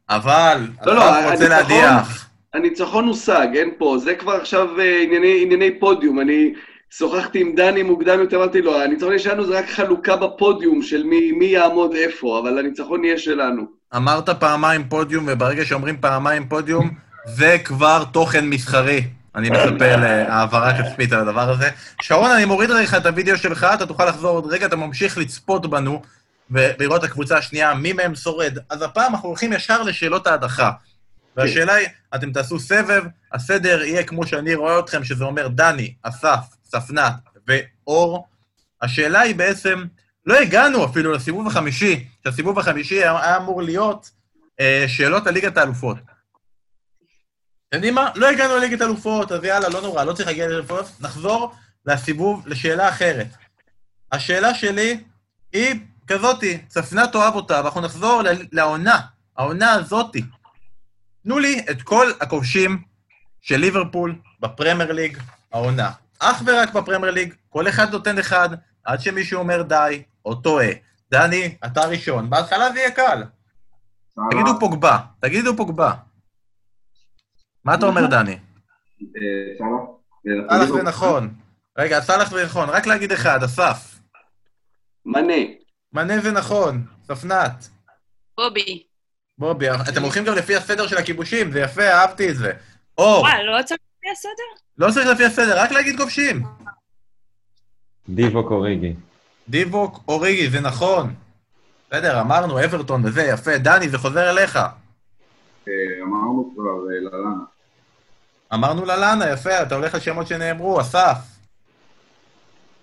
S1: אבל
S2: לא, לא,
S1: אסף רוצה
S2: הניצחון-
S1: להדיח.
S2: הניצחון הושג, אין פה. זה כבר עכשיו אה, ענייני, ענייני פודיום. אני שוחחתי עם דני מוקדם יותר, אמרתי לו, הניצחון שלנו זה רק חלוקה בפודיום של מי, מי יעמוד איפה, אבל הניצחון יהיה שלנו.
S1: אמרת פעמיים פודיום, וברגע שאומרים פעמיים פודיום, זה כבר תוכן מסחרי. אני מצפה להעברה כספית על הדבר הזה. שרון, אני מוריד לך את הוידאו שלך, אתה תוכל לחזור עוד רגע, אתה ממשיך לצפות בנו ולראות את הקבוצה השנייה, מי מהם שורד. אז הפעם אנחנו הולכים ישר לשאלות ההדחה. והשאלה היא, אתם תעשו סבב, הסדר יהיה כמו שאני רואה אתכם, שזה אומר דני, אסף, ספנת ואור. השאלה היא בעצם, לא הגענו אפילו לסיבוב החמישי, שהסיבוב החמישי היה היה אמור להיות אה, שאלות על ליגת האלופות. אתם יודעים מה? לא הגענו לליגת האלופות, אז יאללה, לא נורא, לא צריך להגיע לליגת האלופות. נחזור לסיבוב, לשאלה אחרת. השאלה שלי היא כזאתי, צפנה תאהב אותה, ואנחנו נחזור ל- לעונה, העונה הזאתי. תנו לי את כל הכובשים של ליברפול בפרמייר ליג העונה. אך ורק בפרמייר ליג, כל אחד נותן אחד, עד שמישהו אומר די, או טועה. דני, אתה ראשון. בהתחלה זה יהיה קל. תגידו פוגבה, תגידו פוגבה. מה אתה אומר, דני?
S8: אה, סבא?
S1: סאלח זה נכון. רגע, סאלח זה נכון, רק להגיד אחד, אסף.
S2: מנה.
S1: מנה זה נכון, ספנת.
S4: בובי.
S1: בובי, אתם הולכים גם לפי הסדר של הכיבושים, זה יפה, אהבתי את זה. אור,
S4: וואי, לא צריך לפי הסדר?
S1: לא צריך לפי הסדר, רק להגיד כובשים.
S6: דיבו קוריגי.
S4: אה,
S1: דיבוק אוריגי, זה נכון. בסדר, אמרנו, אברטון וזה, יפה. דני, זה חוזר אליך.
S8: אה, אמרנו כבר, אה, ללנה.
S1: אמרנו ללאנה, יפה, אתה הולך לשמות שנאמרו, אסף.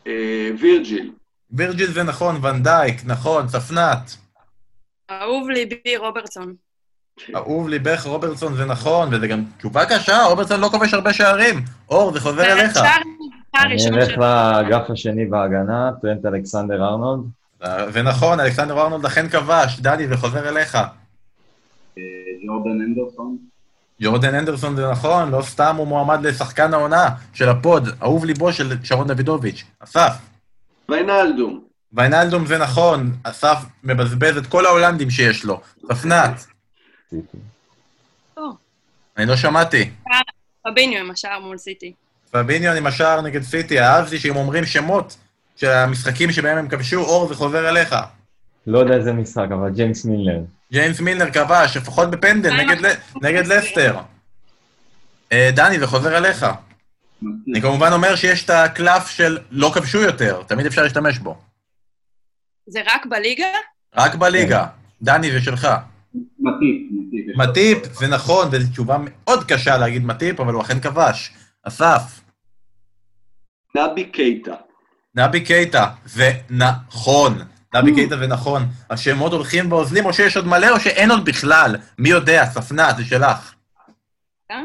S2: אה, וירג'יל.
S1: וירג'יל זה נכון, ונדייק, נכון, צפנת.
S4: אהוב ליבי רוברטסון.
S8: כן.
S1: אהוב ליבך רוברטסון זה נכון, וזה גם תשובה קשה, רוברטסון לא כובש הרבה שערים. אור, זה חוזר אליך.
S4: והשאר נבחר
S6: אני
S4: ראשון
S6: אלך
S4: של-
S6: לאגף השני בהגנה, טרנט אלכסנדר ארנולד.
S1: אה, זה נכון, אלכסנדר ארנולד אכן כבש. דני, זה חוזר אליך.
S8: אה, ג'ורדן אנדרסון.
S1: יורדן אנדרסון זה נכון, לא סתם הוא מועמד לשחקן העונה של הפוד, אהוב ליבו של שרון דוידוביץ'. אסף.
S2: ויינלדום.
S1: ויינלדום זה נכון, אסף מבזבז את כל ההולנדים שיש לו. צפנת.
S4: או.
S1: אני לא שמעתי.
S4: פביניו עם השער מול סיטי.
S1: פביניו עם השער נגד סיטי, אהבתי שאם אומרים שמות של המשחקים שבהם הם כבשו, אור, זה חוזר אליך.
S6: לא יודע איזה משחק, אבל ג'יימס מילנר.
S1: ג'יימס מילנר כבש, לפחות בפנדל, נגד, ל- נגד לסטר. אה, דני, זה חוזר אליך. אני כמובן אומר שיש את הקלף של לא כבשו יותר, תמיד אפשר להשתמש בו.
S4: זה רק בליגה?
S1: רק בליגה. דני, זה שלך.
S8: מטיפ, מטיפ.
S1: מטיפ, זה נכון, וזו תשובה מאוד קשה להגיד מטיפ, אבל הוא אכן כבש. אסף,
S2: נבי קייטה.
S1: נבי קייטה, זה נכון. נבי קייטה זה נכון. השמות הולכים ואוזלים, או שיש עוד מלא, או שאין עוד בכלל. מי יודע, ספנה, זה שלך.
S4: אה?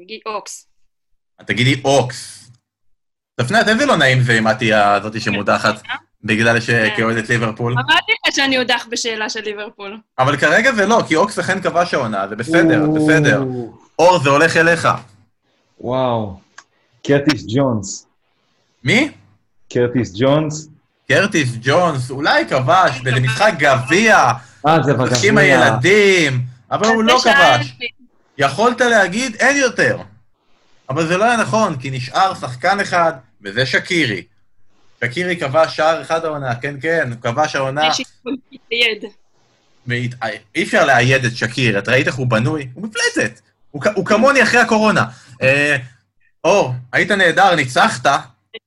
S4: נגיד אוקס.
S1: את תגידי אוקס. ספנת, איזה לא נעים זה אם את תהיה הזאתי שמודחת, בגלל שכאוהדת ליברפול.
S4: אמרתי לך שאני יודח בשאלה של ליברפול.
S1: אבל כרגע זה לא, כי אוקס אכן כבש העונה, זה בסדר, בסדר. אור, זה הולך אליך.
S6: וואו. קרטיס ג'ונס.
S1: מי?
S6: קרטיס ג'ונס.
S1: קרטיס ג'ונס, אולי כבש באיזה משחק גביע,
S6: אה, זה
S1: משחקים הילדים, אבל הוא לא
S4: זה
S1: כבש.
S4: שאלתי.
S1: יכולת להגיד אין יותר. אבל זה לא היה נכון, כי נשאר שחקן אחד, וזה שקירי. שקירי כבש שער אחד העונה, כן, כן, הוא כבש העונה,
S4: יש התפלגות ליד.
S1: והת- אי אפשר לאייד את שקירי, את ראית איך הוא בנוי? הוא מפלצת. הוא, כ- הוא כמוני אחרי הקורונה. אה, אור, היית נהדר, ניצחת.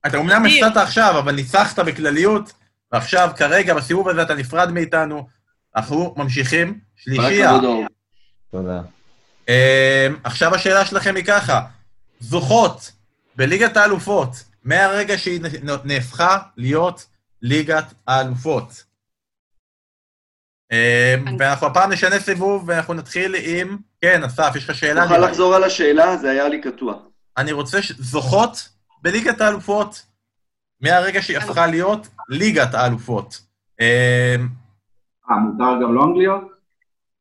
S1: אתה אומנם הפסדת עכשיו, אבל ניצחת בכלליות, ועכשיו, כרגע, בסיבוב הזה אתה נפרד מאיתנו. אנחנו ממשיכים. שלישייה.
S2: כל הכבוד, אור.
S6: תודה.
S1: אמ, עכשיו השאלה שלכם היא ככה, זוכות בליגת האלופות, מהרגע שהיא נ- נהפכה להיות ליגת האלופות. אמ, ואנחנו הפעם נשנה סיבוב, ואנחנו נתחיל עם... כן, אסף, יש לך שאלה?
S2: תוכל
S1: נראה לי.
S2: לחזור על השאלה? זה היה לי קטוע.
S1: אני רוצה ש... זוכות בליגת האלופות, מהרגע שהיא הפכה להיות ליגת האלופות. אמ,
S8: אה, מותר גם לא אנגליות?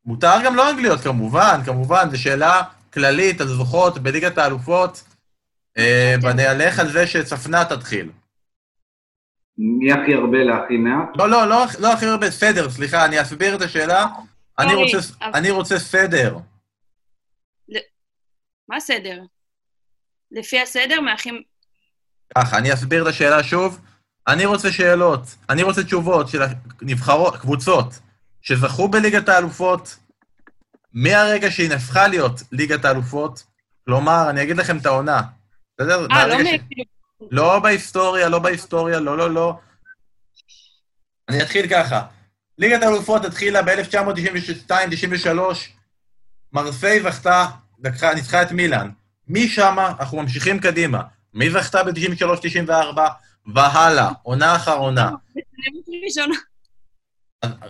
S1: מותר גם לא אנגליות, כמובן, כמובן, זו שאלה כללית על זוכות בליגת האלופות, אה,
S4: כן.
S1: ואני אלך על זה שצפנה תתחיל.
S8: מי הכי הרבה להכי מעט?
S1: לא, לא, לא, לא הכי הרבה סדר, סליחה, אני אסביר את השאלה.
S4: לא,
S1: אני
S4: אורי,
S1: רוצה,
S4: אבל-
S1: אני רוצה סדר.
S4: מה הסדר? לפי הסדר, מהאחים...
S1: ככה, אני אסביר את השאלה שוב. אני רוצה שאלות, אני רוצה תשובות של נבחרות, קבוצות, שזכו בליגת האלופות מהרגע שהיא נהפכה להיות ליגת האלופות. כלומר, אני אגיד לכם את העונה. בסדר?
S4: אה, לא
S1: מהרגע ש-
S4: מ...
S1: לא בהיסטוריה, לא בהיסטוריה, לא, לא, לא. אני אתחיל ככה. ליגת האלופות התחילה ב-1992-93, מרסיי זכתה, לקחה, ניצחה את מילאן. משם אנחנו ממשיכים קדימה. מי זכתה ב-93-94 והלאה, עונה אחר עונה.
S4: נאמנות ראשונה.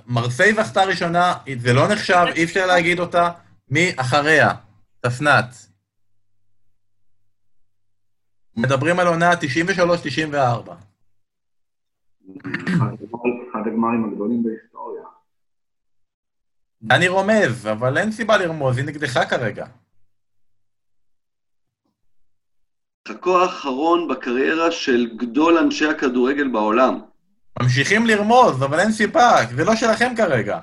S1: מרסיי זכתה ראשונה, זה לא נחשב, אי אפשר להגיד אותה. מי אחריה? תפנת. מדברים על עונה 93-94.
S8: אחד הגמרים הגדולים בהיסטוריה.
S1: אני רומז, אבל אין סיבה לרמוז, היא נגדך כרגע.
S2: חכו האחרון בקריירה של גדול אנשי הכדורגל בעולם.
S1: ממשיכים לרמוז, אבל אין סיבה, זה לא שלכם כרגע.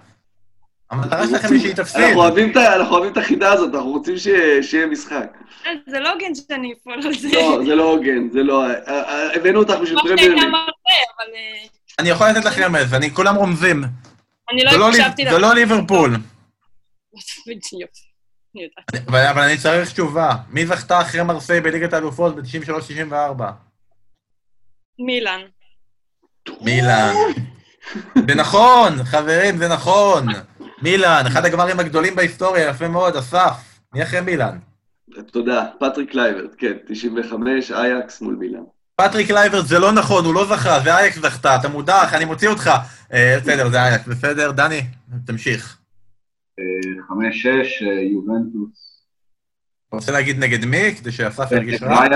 S1: המטרה שלכם היא שהיא תפסיד.
S2: אנחנו אוהבים את ה- אנחנו אוהבים את החידה הזאת, אנחנו רוצים ש- שיהיה משחק.
S4: אה, זה לא הוגן שאני אפול על זה.
S2: לא, זה לא הוגן, זה לא... אה, אה, הבאנו אותך בשביל
S4: כמו
S2: פרמייר ליג.
S4: שהייתה מרבה, אבל אה,
S1: אני יכול לתת לך רמז, אני כולם רומזים.
S4: אני
S1: זה
S4: לא
S1: לא לי-
S4: הקשבתי
S1: זה לא ליברפול,
S4: בדיוק. אני יודעת.
S1: אבל אבל אני צריך תשובה. מי זכתה אחרי מרסיי בליגת האלופות ב-93-94?
S4: מילאן.
S1: מילאן. זה נכון, חברים, זה נכון. מילאן, אחד הגמרים הגדולים בהיסטוריה, יפה מאוד, אסף. מי אחרי מילאן?
S2: תודה, פטריק קלייברט, כן, 95, אייקס מול מילאן.
S1: פטריק לייברט זה לא נכון, הוא לא זכה, זה אייקס זכתה, אתה מודח, אני מוציא אותך. אה, בסדר, זה אייקס, בסדר, דני, תמשיך.
S8: אה, חמש, שש, אה, יובנטוס. אה,
S1: אתה רוצה להגיד נגד מי, כדי שאסף ירגיש רע?
S8: רייק,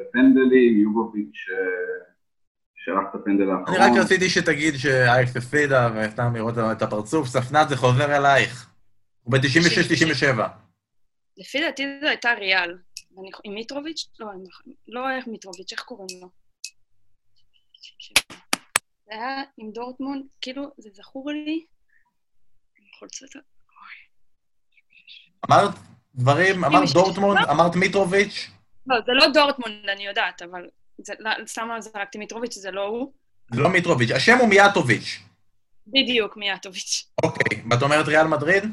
S8: בפנדלים, אה, יובוביץ' אה, שלח את הפנדל
S1: אני רק
S8: האחרון.
S1: רציתי שתגיד שאייקס הפסידה, וסתם לראות את הפרצוף. ספנת, זה חוזר אלייך. הוא ב-96-97.
S4: לפי דעתי זו הייתה ריאל. אני- עם מיטרוביץ'? לא, אני לא- לא איך מיטרוביץ', איך קוראים לו? זה היה עם דורטמונד, כאילו, זה זכור לי. אני יכול לצאת...
S1: אמרת דברים, אמרת דורטמונד, אמרת מיטרוביץ',
S4: לא, זה לא דורטמונד, אני יודעת, אבל... זה- לא- סתם לא זרקתי מיטרוביץ', זה לא הוא.
S1: זה לא מיטרוביץ', השם הוא מיאטוביץ'.
S4: בדיוק, מיאטוביץ'.
S1: אוקיי, ואת אומרת ריאל מדריד?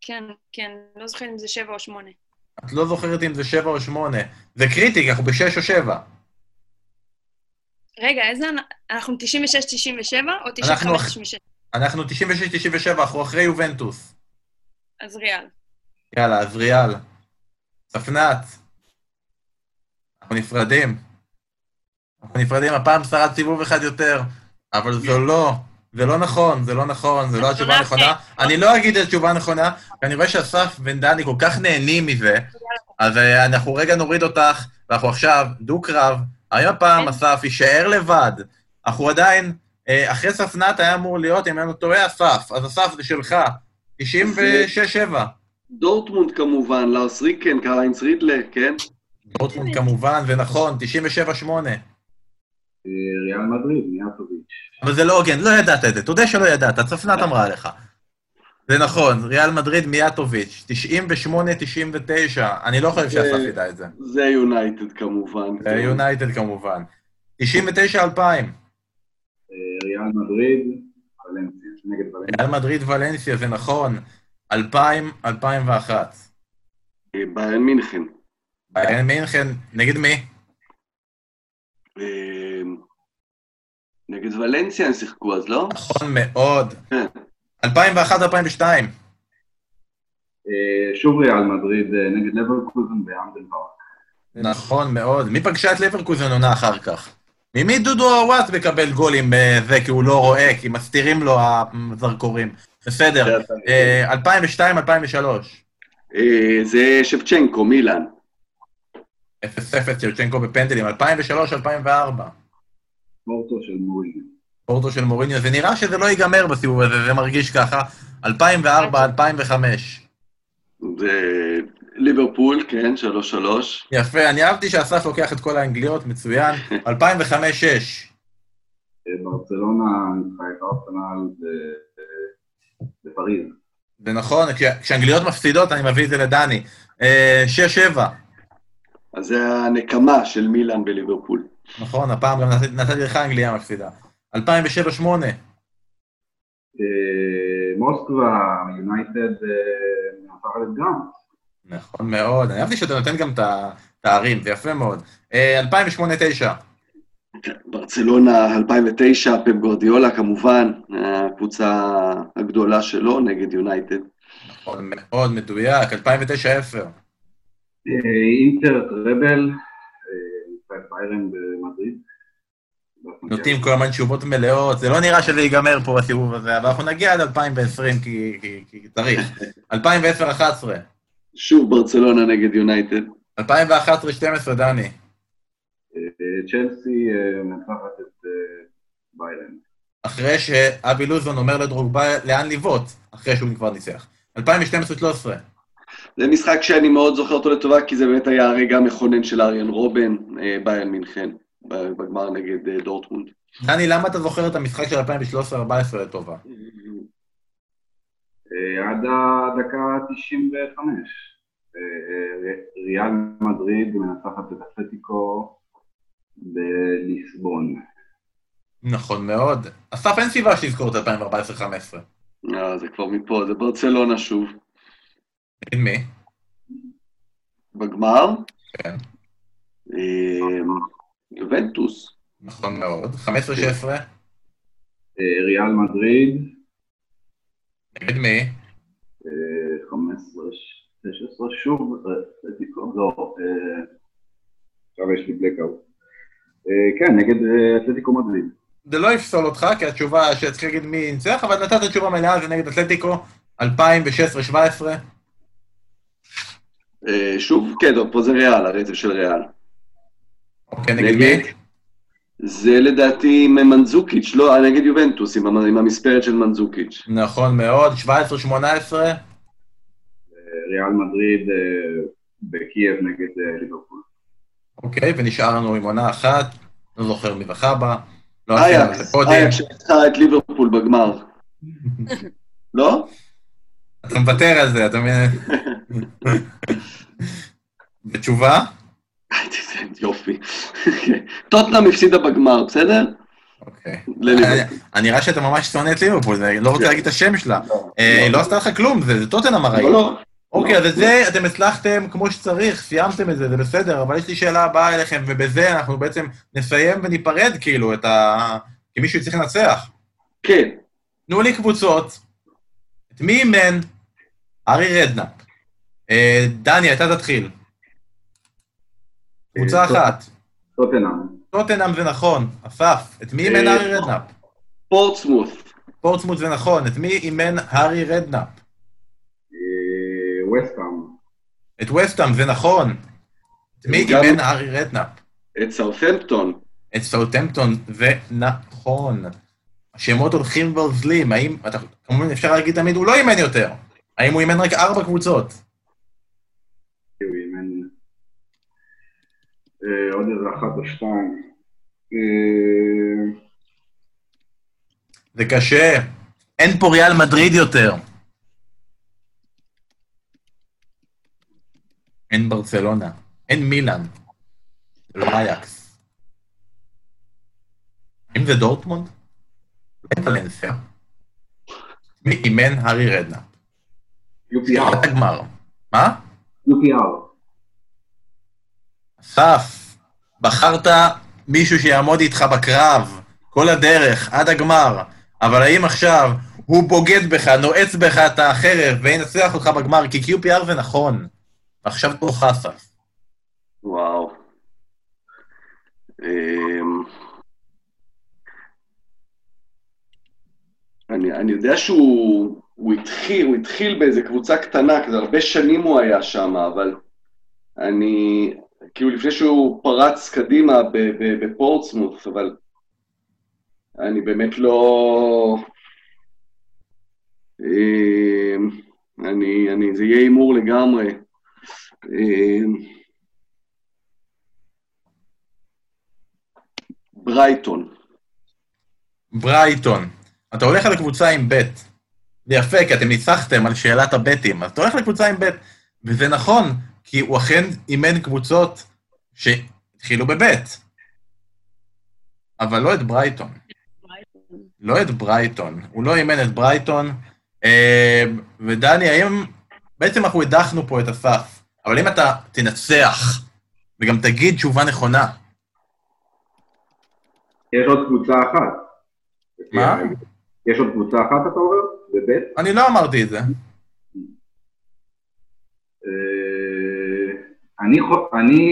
S4: כן, כן, לא זוכרת אם זה שבע או שמונה.
S1: את לא זוכרת אם זה 7 או 8. זה קריטי, כי אנחנו ב-6 או 7.
S4: רגע, איזה... אנ- אנחנו 96-97 או
S1: אנחנו
S4: 95-96?
S1: אנחנו 96-97, אנחנו אחרי יובנטוס.
S4: אז ריאל.
S1: יאללה, אז ריאל. צפנת. אנחנו נפרדים. אנחנו נפרדים, הפעם שרד סיבוב אחד יותר, אבל זו לא, זה לא נכון, זה לא נכון, זה לא התשובה הנכונה. אני לא אגיד את התשובה הנכונה, כי אני רואה שאסף בן דני כל כך נהנים מזה, אז אה, אנחנו רגע נוריד אותך, ואנחנו עכשיו דו-קרב. האם הפעם אסף יישאר לבד? אנחנו עדיין, אה, אחרי ספנת היה אמור להיות, אם אני לא טועה, אסף. אז אסף, זה שלך. 96-7.
S2: דורטמונד כמובן, לאוס ריקן, קרליינס רידלה, כן?
S1: דורטמונד כמובן, ונכון, 97-8.
S8: אה, ריאל מדריד, מיאטוביץ'.
S1: אבל זה לא הוגן, לא ידעת את זה, תודה שלא ידעת, צפנת אמרה לך. זה נכון, ריאל מדריד מיאטוביץ', 98-99, אני לא חושב שאסף ידע את זה.
S2: זה יונייטד כמובן.
S1: זה
S2: כן.
S1: יונייטד כמובן. 99-2000.
S8: ריאל מדריד, ולנסיה, נגד ולנסיה.
S1: ריאל מדריד ולנסיה, זה נכון. 2000, 2001.
S2: אה, ביירן מינכן.
S1: ביירן מינכן, נגד מי?
S2: אה, נגד ולנסיה הם שיחקו אז, לא?
S1: נכון מאוד. 2001-2002.
S8: אה, שוב ריאל מדריד אה, נגד לברקוזן באמדן פארק.
S1: נכון מאוד. מי פגשה את לברקוזן עונה אחר כך? ממי דודו הוואט מקבל גולים בזה, כי הוא לא רואה, כי מסתירים לו הזרקורים. בסדר. אה, 2002-2003.
S2: אה, זה שבצ'נקו, מילאן.
S1: 0-0 צ'רצ'נקו בפנדלים. 2003-2004.
S8: פורטו של מוריניו.
S1: פורטו של מוריניו, זה נראה שזה לא ייגמר בסיבוב הזה, זה מרגיש ככה. 2004, 2005.
S2: זה ליברפול, כן, 3-3.
S1: יפה, אני אהבתי שאסף לוקח את כל האנגליות, מצוין. 2005-2006.
S8: אה, ברצלונה ניצחה את ארסנל ב- אה, בפריז.
S1: זה נכון, כש- כשאנגליות מפסידות, אני מביא את זה לדני. אה, 6-7,
S2: אז זה הנקמה של מילאן בליברפול.
S1: נכון, הפעם גם נתתי- נתתי לך אנגליה מפסידה. 2007-2008,
S8: אה, מוסקבה, יונייטד, אה, מנצחת את גראם.
S1: נכון מאוד. אני אהבתי שאתה נותן גם את התארים, זה יפה מאוד. אה, 2008-2009,
S2: ברצלונה 2009, פפ גורדיולה כמובן, הקבוצה הגדולה שלו נגד יונייטד.
S1: נכון, מאוד מדויק. 2009-10,
S8: אה, אינטר טראבל, אה, ניצחה את ביירן במדריד.
S1: נותנים כל הזמן תשובות מלאות, זה לא נראה שזה ייגמר פה בסיבוב הזה, אבל אנחנו נגיע עד 2020 כי, כי, כי צריך. 2010-2011,
S2: שוב ברצלונה נגד יונייטד.
S1: 2011-2012, דני.
S8: אה, צ'לסי אה, מנצחת את אה, ביירן.
S1: אחרי שאבי לוזון אומר לדרוגבה לאן לבעוט, אחרי שהוא כבר ניצח. 2012-2013,
S2: זה משחק שאני מאוד זוכר אותו לטובה, כי זה באמת היה הרגע המכונן של אריאן רובן, אה, ביירן מינכן, ב- בגמר נגד אה, דורטמונד.
S1: דני, למה אתה זוכר את המשחק של 2013-2014 לטובה?
S8: אה, עד הדקה 95. אה, אה, ריאל מדריד מנצחת את אתלטיקו בליסבון.
S1: נכון מאוד. אסף, אין סיבה שתזכור את 2014-2015.
S2: אה, זה כבר מפה, זה ברצלונה שוב.
S1: נגד מי?
S2: בגמר?
S1: כן.
S2: אה, יובנטוס.
S1: נכון מאוד. 15-16,
S8: אה, ריאל מדריד,
S1: נגד מי?
S8: אה, 15, 16, שוב, אה, אתלטיקו, לא, אה, עכשיו יש לי בלקאוט. אה, כן, נגד אה, אתלטיקו מדריד.
S1: זה לא יפסול אותך, כי התשובה שצריך להגיד מי ניצח, אבל נתת תשובה מלאה, זה נגד אתלטיקו, 2016-2017.
S2: אה, שוב, כן, טוב, פה זה ריאל, הרצף של ריאל.
S1: אוקיי, נגד מי?
S2: זה לדעתי עם מנזוקיץ', לא, אה, נגד יובנטוס, עם המ- עם המספרת של מנזוקיץ'.
S1: נכון מאוד, 17-18,
S8: אה, ריאל מדריד אה, בקייב נגד אה, ליברפול.
S1: אוקיי, ונשארנו עם עונה אחת, לא זוכר מי זכה בה. לא עשינו את זה
S2: אייקס,
S1: קודם.
S2: אייקס שניצחה את ליברפול בגמר. לא?
S1: אתה מוותר על זה, אתה מבין? ותשובה?
S2: יופי. טוטנאם הפסידה בגמר, בסדר?
S1: אוקיי.
S2: לליברפול.
S1: אני- אני רואה שאתה ממש שונא את ליברפול, אני לא רוצה להגיד את השם שלה. אה, היא לא עשתה לך כלום, זה זה טוטנאם הרי.
S2: לא, לא.
S1: אוקיי, אז את זה אתם הצלחתם כמו שצריך, סיימתם את זה, זה בסדר, אבל יש לי שאלה הבאה אליכם, ובזה אנחנו בעצם נסיים וניפרד כאילו את ה... כי מישהו צריך לנצח.
S2: כן.
S1: תנו לי קבוצות, את מי אימן? ארי רדנאפ. אה, דני, אתה תתחיל. קבוצה
S8: אה, טוב.
S1: אחת.
S8: טוטנאם.
S1: טוטנאם זה נכון, אסף. את מי אימן
S2: אה,
S1: הארי רדנאפ?
S2: פורטסמוס.
S1: פורטסמוט זה נכון, את מי אימן הארי רדנאפ?
S8: אה, ווסטהאם.
S1: את וסטאם זה נכון. את מי
S2: גם-
S1: אימן הארי רדנאפ?
S2: את סאות'מפטון.
S1: את סאוטהמפטון זה נכון. השמות הולכים ואוזלים, האם... אתה, כמובן אפשר להגיד תמיד, הוא לא אימן יותר. האם הוא אימן רק ארבע קבוצות?
S8: כאילו, אם אין... אה, עוד איזה אחת או שתיים. אה,
S1: זה קשה. אין פה ריאל מדריד יותר. אין ברצלונה, אין מילאן, זה לא אייקס. אם זה דורטמונד? אין ולנסיה. מי אימן הארי רדנה?
S8: UPR.
S1: עד הגמר. מה?
S8: UPR.
S1: אסף, בחרת מישהו שיעמוד איתך בקרב כל הדרך, עד הגמר, אבל האם עכשיו הוא בוגד בך, נועץ בך את החרב וינצח אותך בגמר, כי QPR זה נכון. ועכשיו תורך אסף.
S2: וואו. אמ, אני, אני יודע שהוא הוא התחיל, הוא התחיל באיזה קבוצה קטנה, כזה הרבה שנים הוא היה שם, אבל אני, כאילו לפני שהוא פרץ קדימה ב- ב- בפורטסמוט, אבל אני באמת לא... אמ, אני, אני, זה יהיה הימור לגמרי. אמ, ברייטון.
S1: ברייטון, אתה הולך על קבוצה עם ב', זה יפה, כי אתם ניצחתם על שאלת הבטים, אז אתה הולך לקבוצה עם ב', וזה נכון, כי הוא אכן אימן קבוצות שהתחילו בב', אבל לא את ברייטון. לא את ברייטון, הוא לא אימן את ברייטון. אה, ודני, האם... בעצם אנחנו הדחנו פה את הסף, אבל אם אתה תנצח וגם תגיד תשובה נכונה,
S8: יש עוד קבוצה אחת.
S1: מה?
S8: יש עוד קבוצה אחת, אתה אומר? בבית?
S1: אני לא אמרתי את זה.
S8: אה, אני, חו- אני,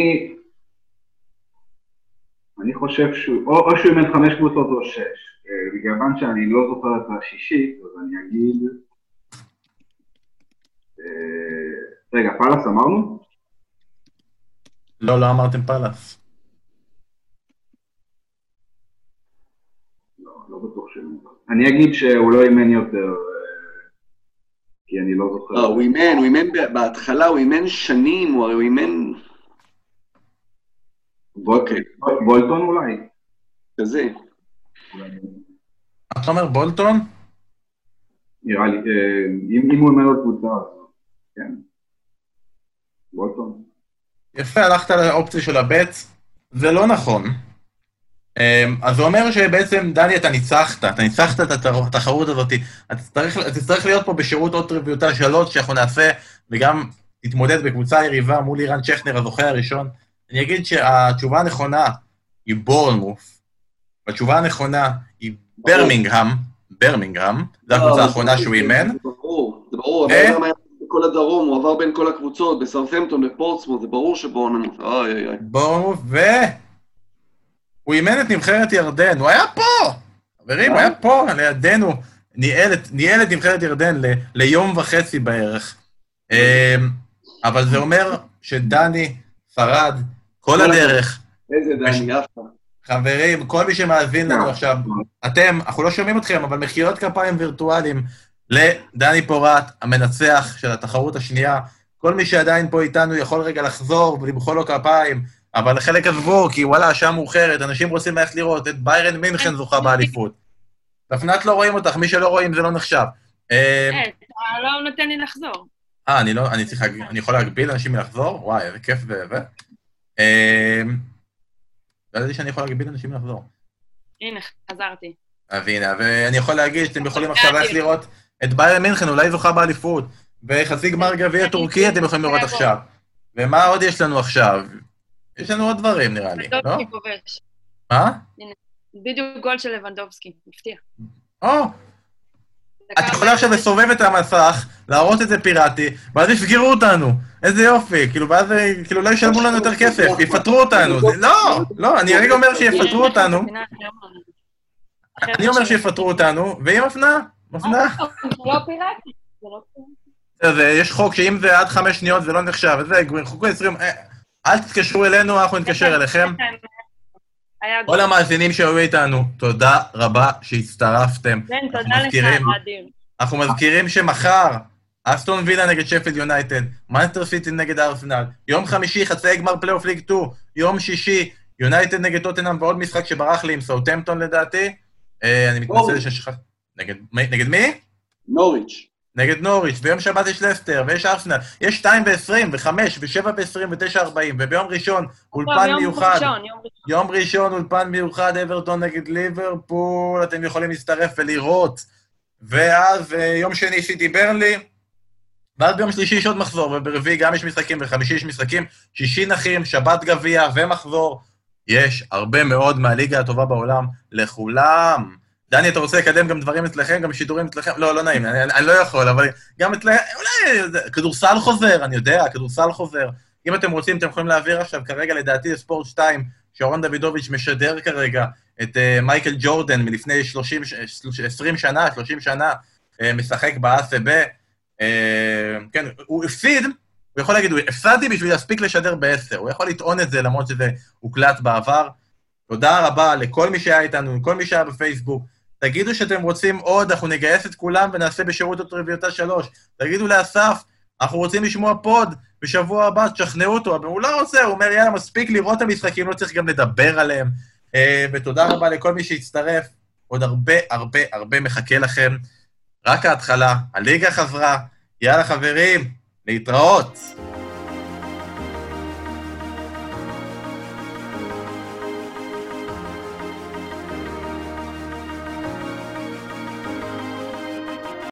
S8: אני חושב שהוא, או, או שהוא אימן חמש קבוצות או שש. אה, מכיוון שאני לא זוכר את השישית, אז אני אגיד... אה, רגע, פאלאס אמרנו?
S1: לא, לא אמרתם פאלאס.
S8: לא בטוח שהוא... אני אגיד שהוא לא אימן יותר, אה, כי אני לא זוכר.
S2: לא, הוא אימן, הוא אימן ב- בהתחלה, הוא אימן שנים, הוא הרי הוא אימן...
S8: אוקיי. בולטון אולי?
S2: כזה.
S1: אתה אומר בולטון?
S8: נראה לי, אה, אם אם הוא אימן עוד קבוצה, אז כן. בולטון.
S1: יפה, הלכת לאופציה של הבט, זה לא נכון. אמ, אז זה אומר שבעצם, דני, אתה ניצחת, אתה ניצחת את התר- התחרות הזאת. אתה תצטרך- אתה תצטרך להיות פה בשירות עוד טריוויוטה שלוש, שאנחנו נעשה, וגם תתמודד בקבוצה יריבה מול אירן צ'כנר, הזוכה הראשון. אני אגיד שהתשובה הנכונה היא בורנמוף, והתשובה הנכונה היא ברמינגהם, ברמינגהם, זו הקבוצה האחרונה שהוא אימן.
S2: זה ברור, זה ברור,
S1: אה?
S2: הבן אדם היה בכל הדרום, הוא עבר בין כל הקבוצות, בסרפמפטון, בפורטסמוט, זה ברור שבורנמוט, אוי אוי אוי.
S1: בורנמוף, ו... הוא אימן את נבחרת ירדן, הוא היה פה! חברים, הוא היה פה, לידינו. ניהל את- ניהל את נבחרת ירדן ל- ליום וחצי בערך. אמ, אבל זה אומר שדני שרד כל הדרך.
S2: איזה דני, יפה.
S1: חברים, כל מי שמאזין לנו עכשיו, אתם, אנחנו לא שומעים אתכם, אבל מחיאות כפיים וירטואליים לדני פורט, המנצח של התחרות השנייה. כל מי שעדיין פה איתנו יכול רגע לחזור ולמחוא לו כפיים, אבל חלק עזבו, כי וואלה, השעה מאוחרת, אנשים רוצים ללכת לראות את ביירן מינכן זוכה באליפות. דפנת לא רואים אותך, מי שלא רואים זה לא נחשב. אה,
S4: אה, אתה לא נותן לי לחזור.
S1: אה, אני לא, אני צריך, להג- אני יכול להגביל אנשים מלחזור? וואי, איזה כיף זה, זה. אה, לא ידעתי שאני יכול להגביל אנשים מלחזור.
S4: הנה, חזרתי.
S1: אז הנה, ואני יכול להגיד שאתם יכולים עכשיו ללכת לראות את ביירן מינכן, אולי זוכה באליפות. בחצי גמר גביע טורקי אתם יכולים לראות עכשיו. ומה עוד יש לנו עכשיו? יש לנו עוד דברים, נראה לי, לא?
S4: לבנדובסקי כובש.
S1: מה?
S4: בדיוק גול של לבנדובסקי, מפתיע.
S1: או! את יכולה עכשיו לסובב את המסך, להראות את זה פיראטי, ואז יסגרו אותנו. איזה יופי, כאילו, ואז אה, כאילו לא ישלמו לנו יותר כסף, יפטרו אותנו. זה- לא, לא, אני רק אומר שיפטרו אותנו.
S4: לא
S1: אני אומר שיפטרו אותנו, והיא מפנה, מפנה.
S4: זה לא פיראטי. זה לא פיראטי.
S1: אז, אה, יש חוק שאם זה עד חמש שניות זה לא נחשב, אז זה חוק עשרים... אה, אל תתקשרו אלינו, אנחנו נתקשר אליכם.
S4: כן, היה גול.
S1: כל המאזינים שהיו איתנו, תודה רבה שהצטרפתם.
S4: בן,
S1: אנחנו
S4: תודה לך,
S1: מזכירים-
S4: אדיר.
S1: אנחנו מזכירים שמחר, אסטון וילה נגד שפלד יונייטד, מאנסטר סיטי נגד ארסנל, יום חמישי, חצי גמר פלייאוף ליג 2, יום שישי, יונייטד נגד טוטנאם ועוד משחק שברח לי עם סאוטמפטון לדעתי. אה, אני מתנצל ששכחתי... נגד מי? נגד מי?
S2: נוריץ'.
S1: נגד נוריץ', ביום שבת יש לסטר, ויש ארסנל, יש 2 ו-20, ו-5, ו-7 ו-20, ו-9 ו-40, וביום ראשון אולפן
S4: יום
S1: מיוחד.
S4: לא, ראשון, יום ראשון.
S1: יום ראשון אולפן מיוחד, אברטון נגד ליברפול, אתם יכולים להצטרף ולראות. ואז אה, יום שני סיטי ברנלי, ואז ביום שלישי יש עוד מחזור, וברביעי גם יש משחקים, וחמישי יש משחקים, שישי נחים, שבת גביע ומחזור. יש הרבה מאוד מהליגה הטובה בעולם לכולם. דני, אתה רוצה לקדם גם דברים אצלכם, גם שידורים אצלכם? לא, לא נעים, אני, אני לא יכול, אבל גם אצלכם, אולי זה- כדורסל חוזר, אני יודע, כדורסל חוזר. אם אתם רוצים, אתם יכולים להעביר עכשיו, כרגע לדעתי ספורט 2, שרון דוידוביץ' משדר כרגע את uh, מייקל ג'ורדן מלפני 30, ש- 20 שנה, 30 שנה, uh, משחק באסב. Uh, כן, הוא הפסיד, הוא יכול להגיד, "הוא- הפסדתי בשביל להספיק לשדר ב-10, הוא יכול לטעון את זה למרות שזה הוקלט בעבר. תודה רבה לכל מי שהיה איתנו, לכל מי שהיה בפייסבוק. תגידו שאתם רוצים עוד, אנחנו נגייס את כולם ונעשה בשירות הטריוויותה שלוש. תגידו לאסף, אנחנו רוצים לשמוע פוד בשבוע הבא, תשכנעו אותו, אבל הוא לא רוצה, הוא אומר, יאללה, מספיק לראות את המשחקים, לא צריך גם לדבר עליהם. אה, ותודה רבה לכל מי שהצטרף, עוד הרבה הרבה הרבה מחכה לכם. רק ההתחלה, הליגה חזרה, יאללה חברים, להתראות.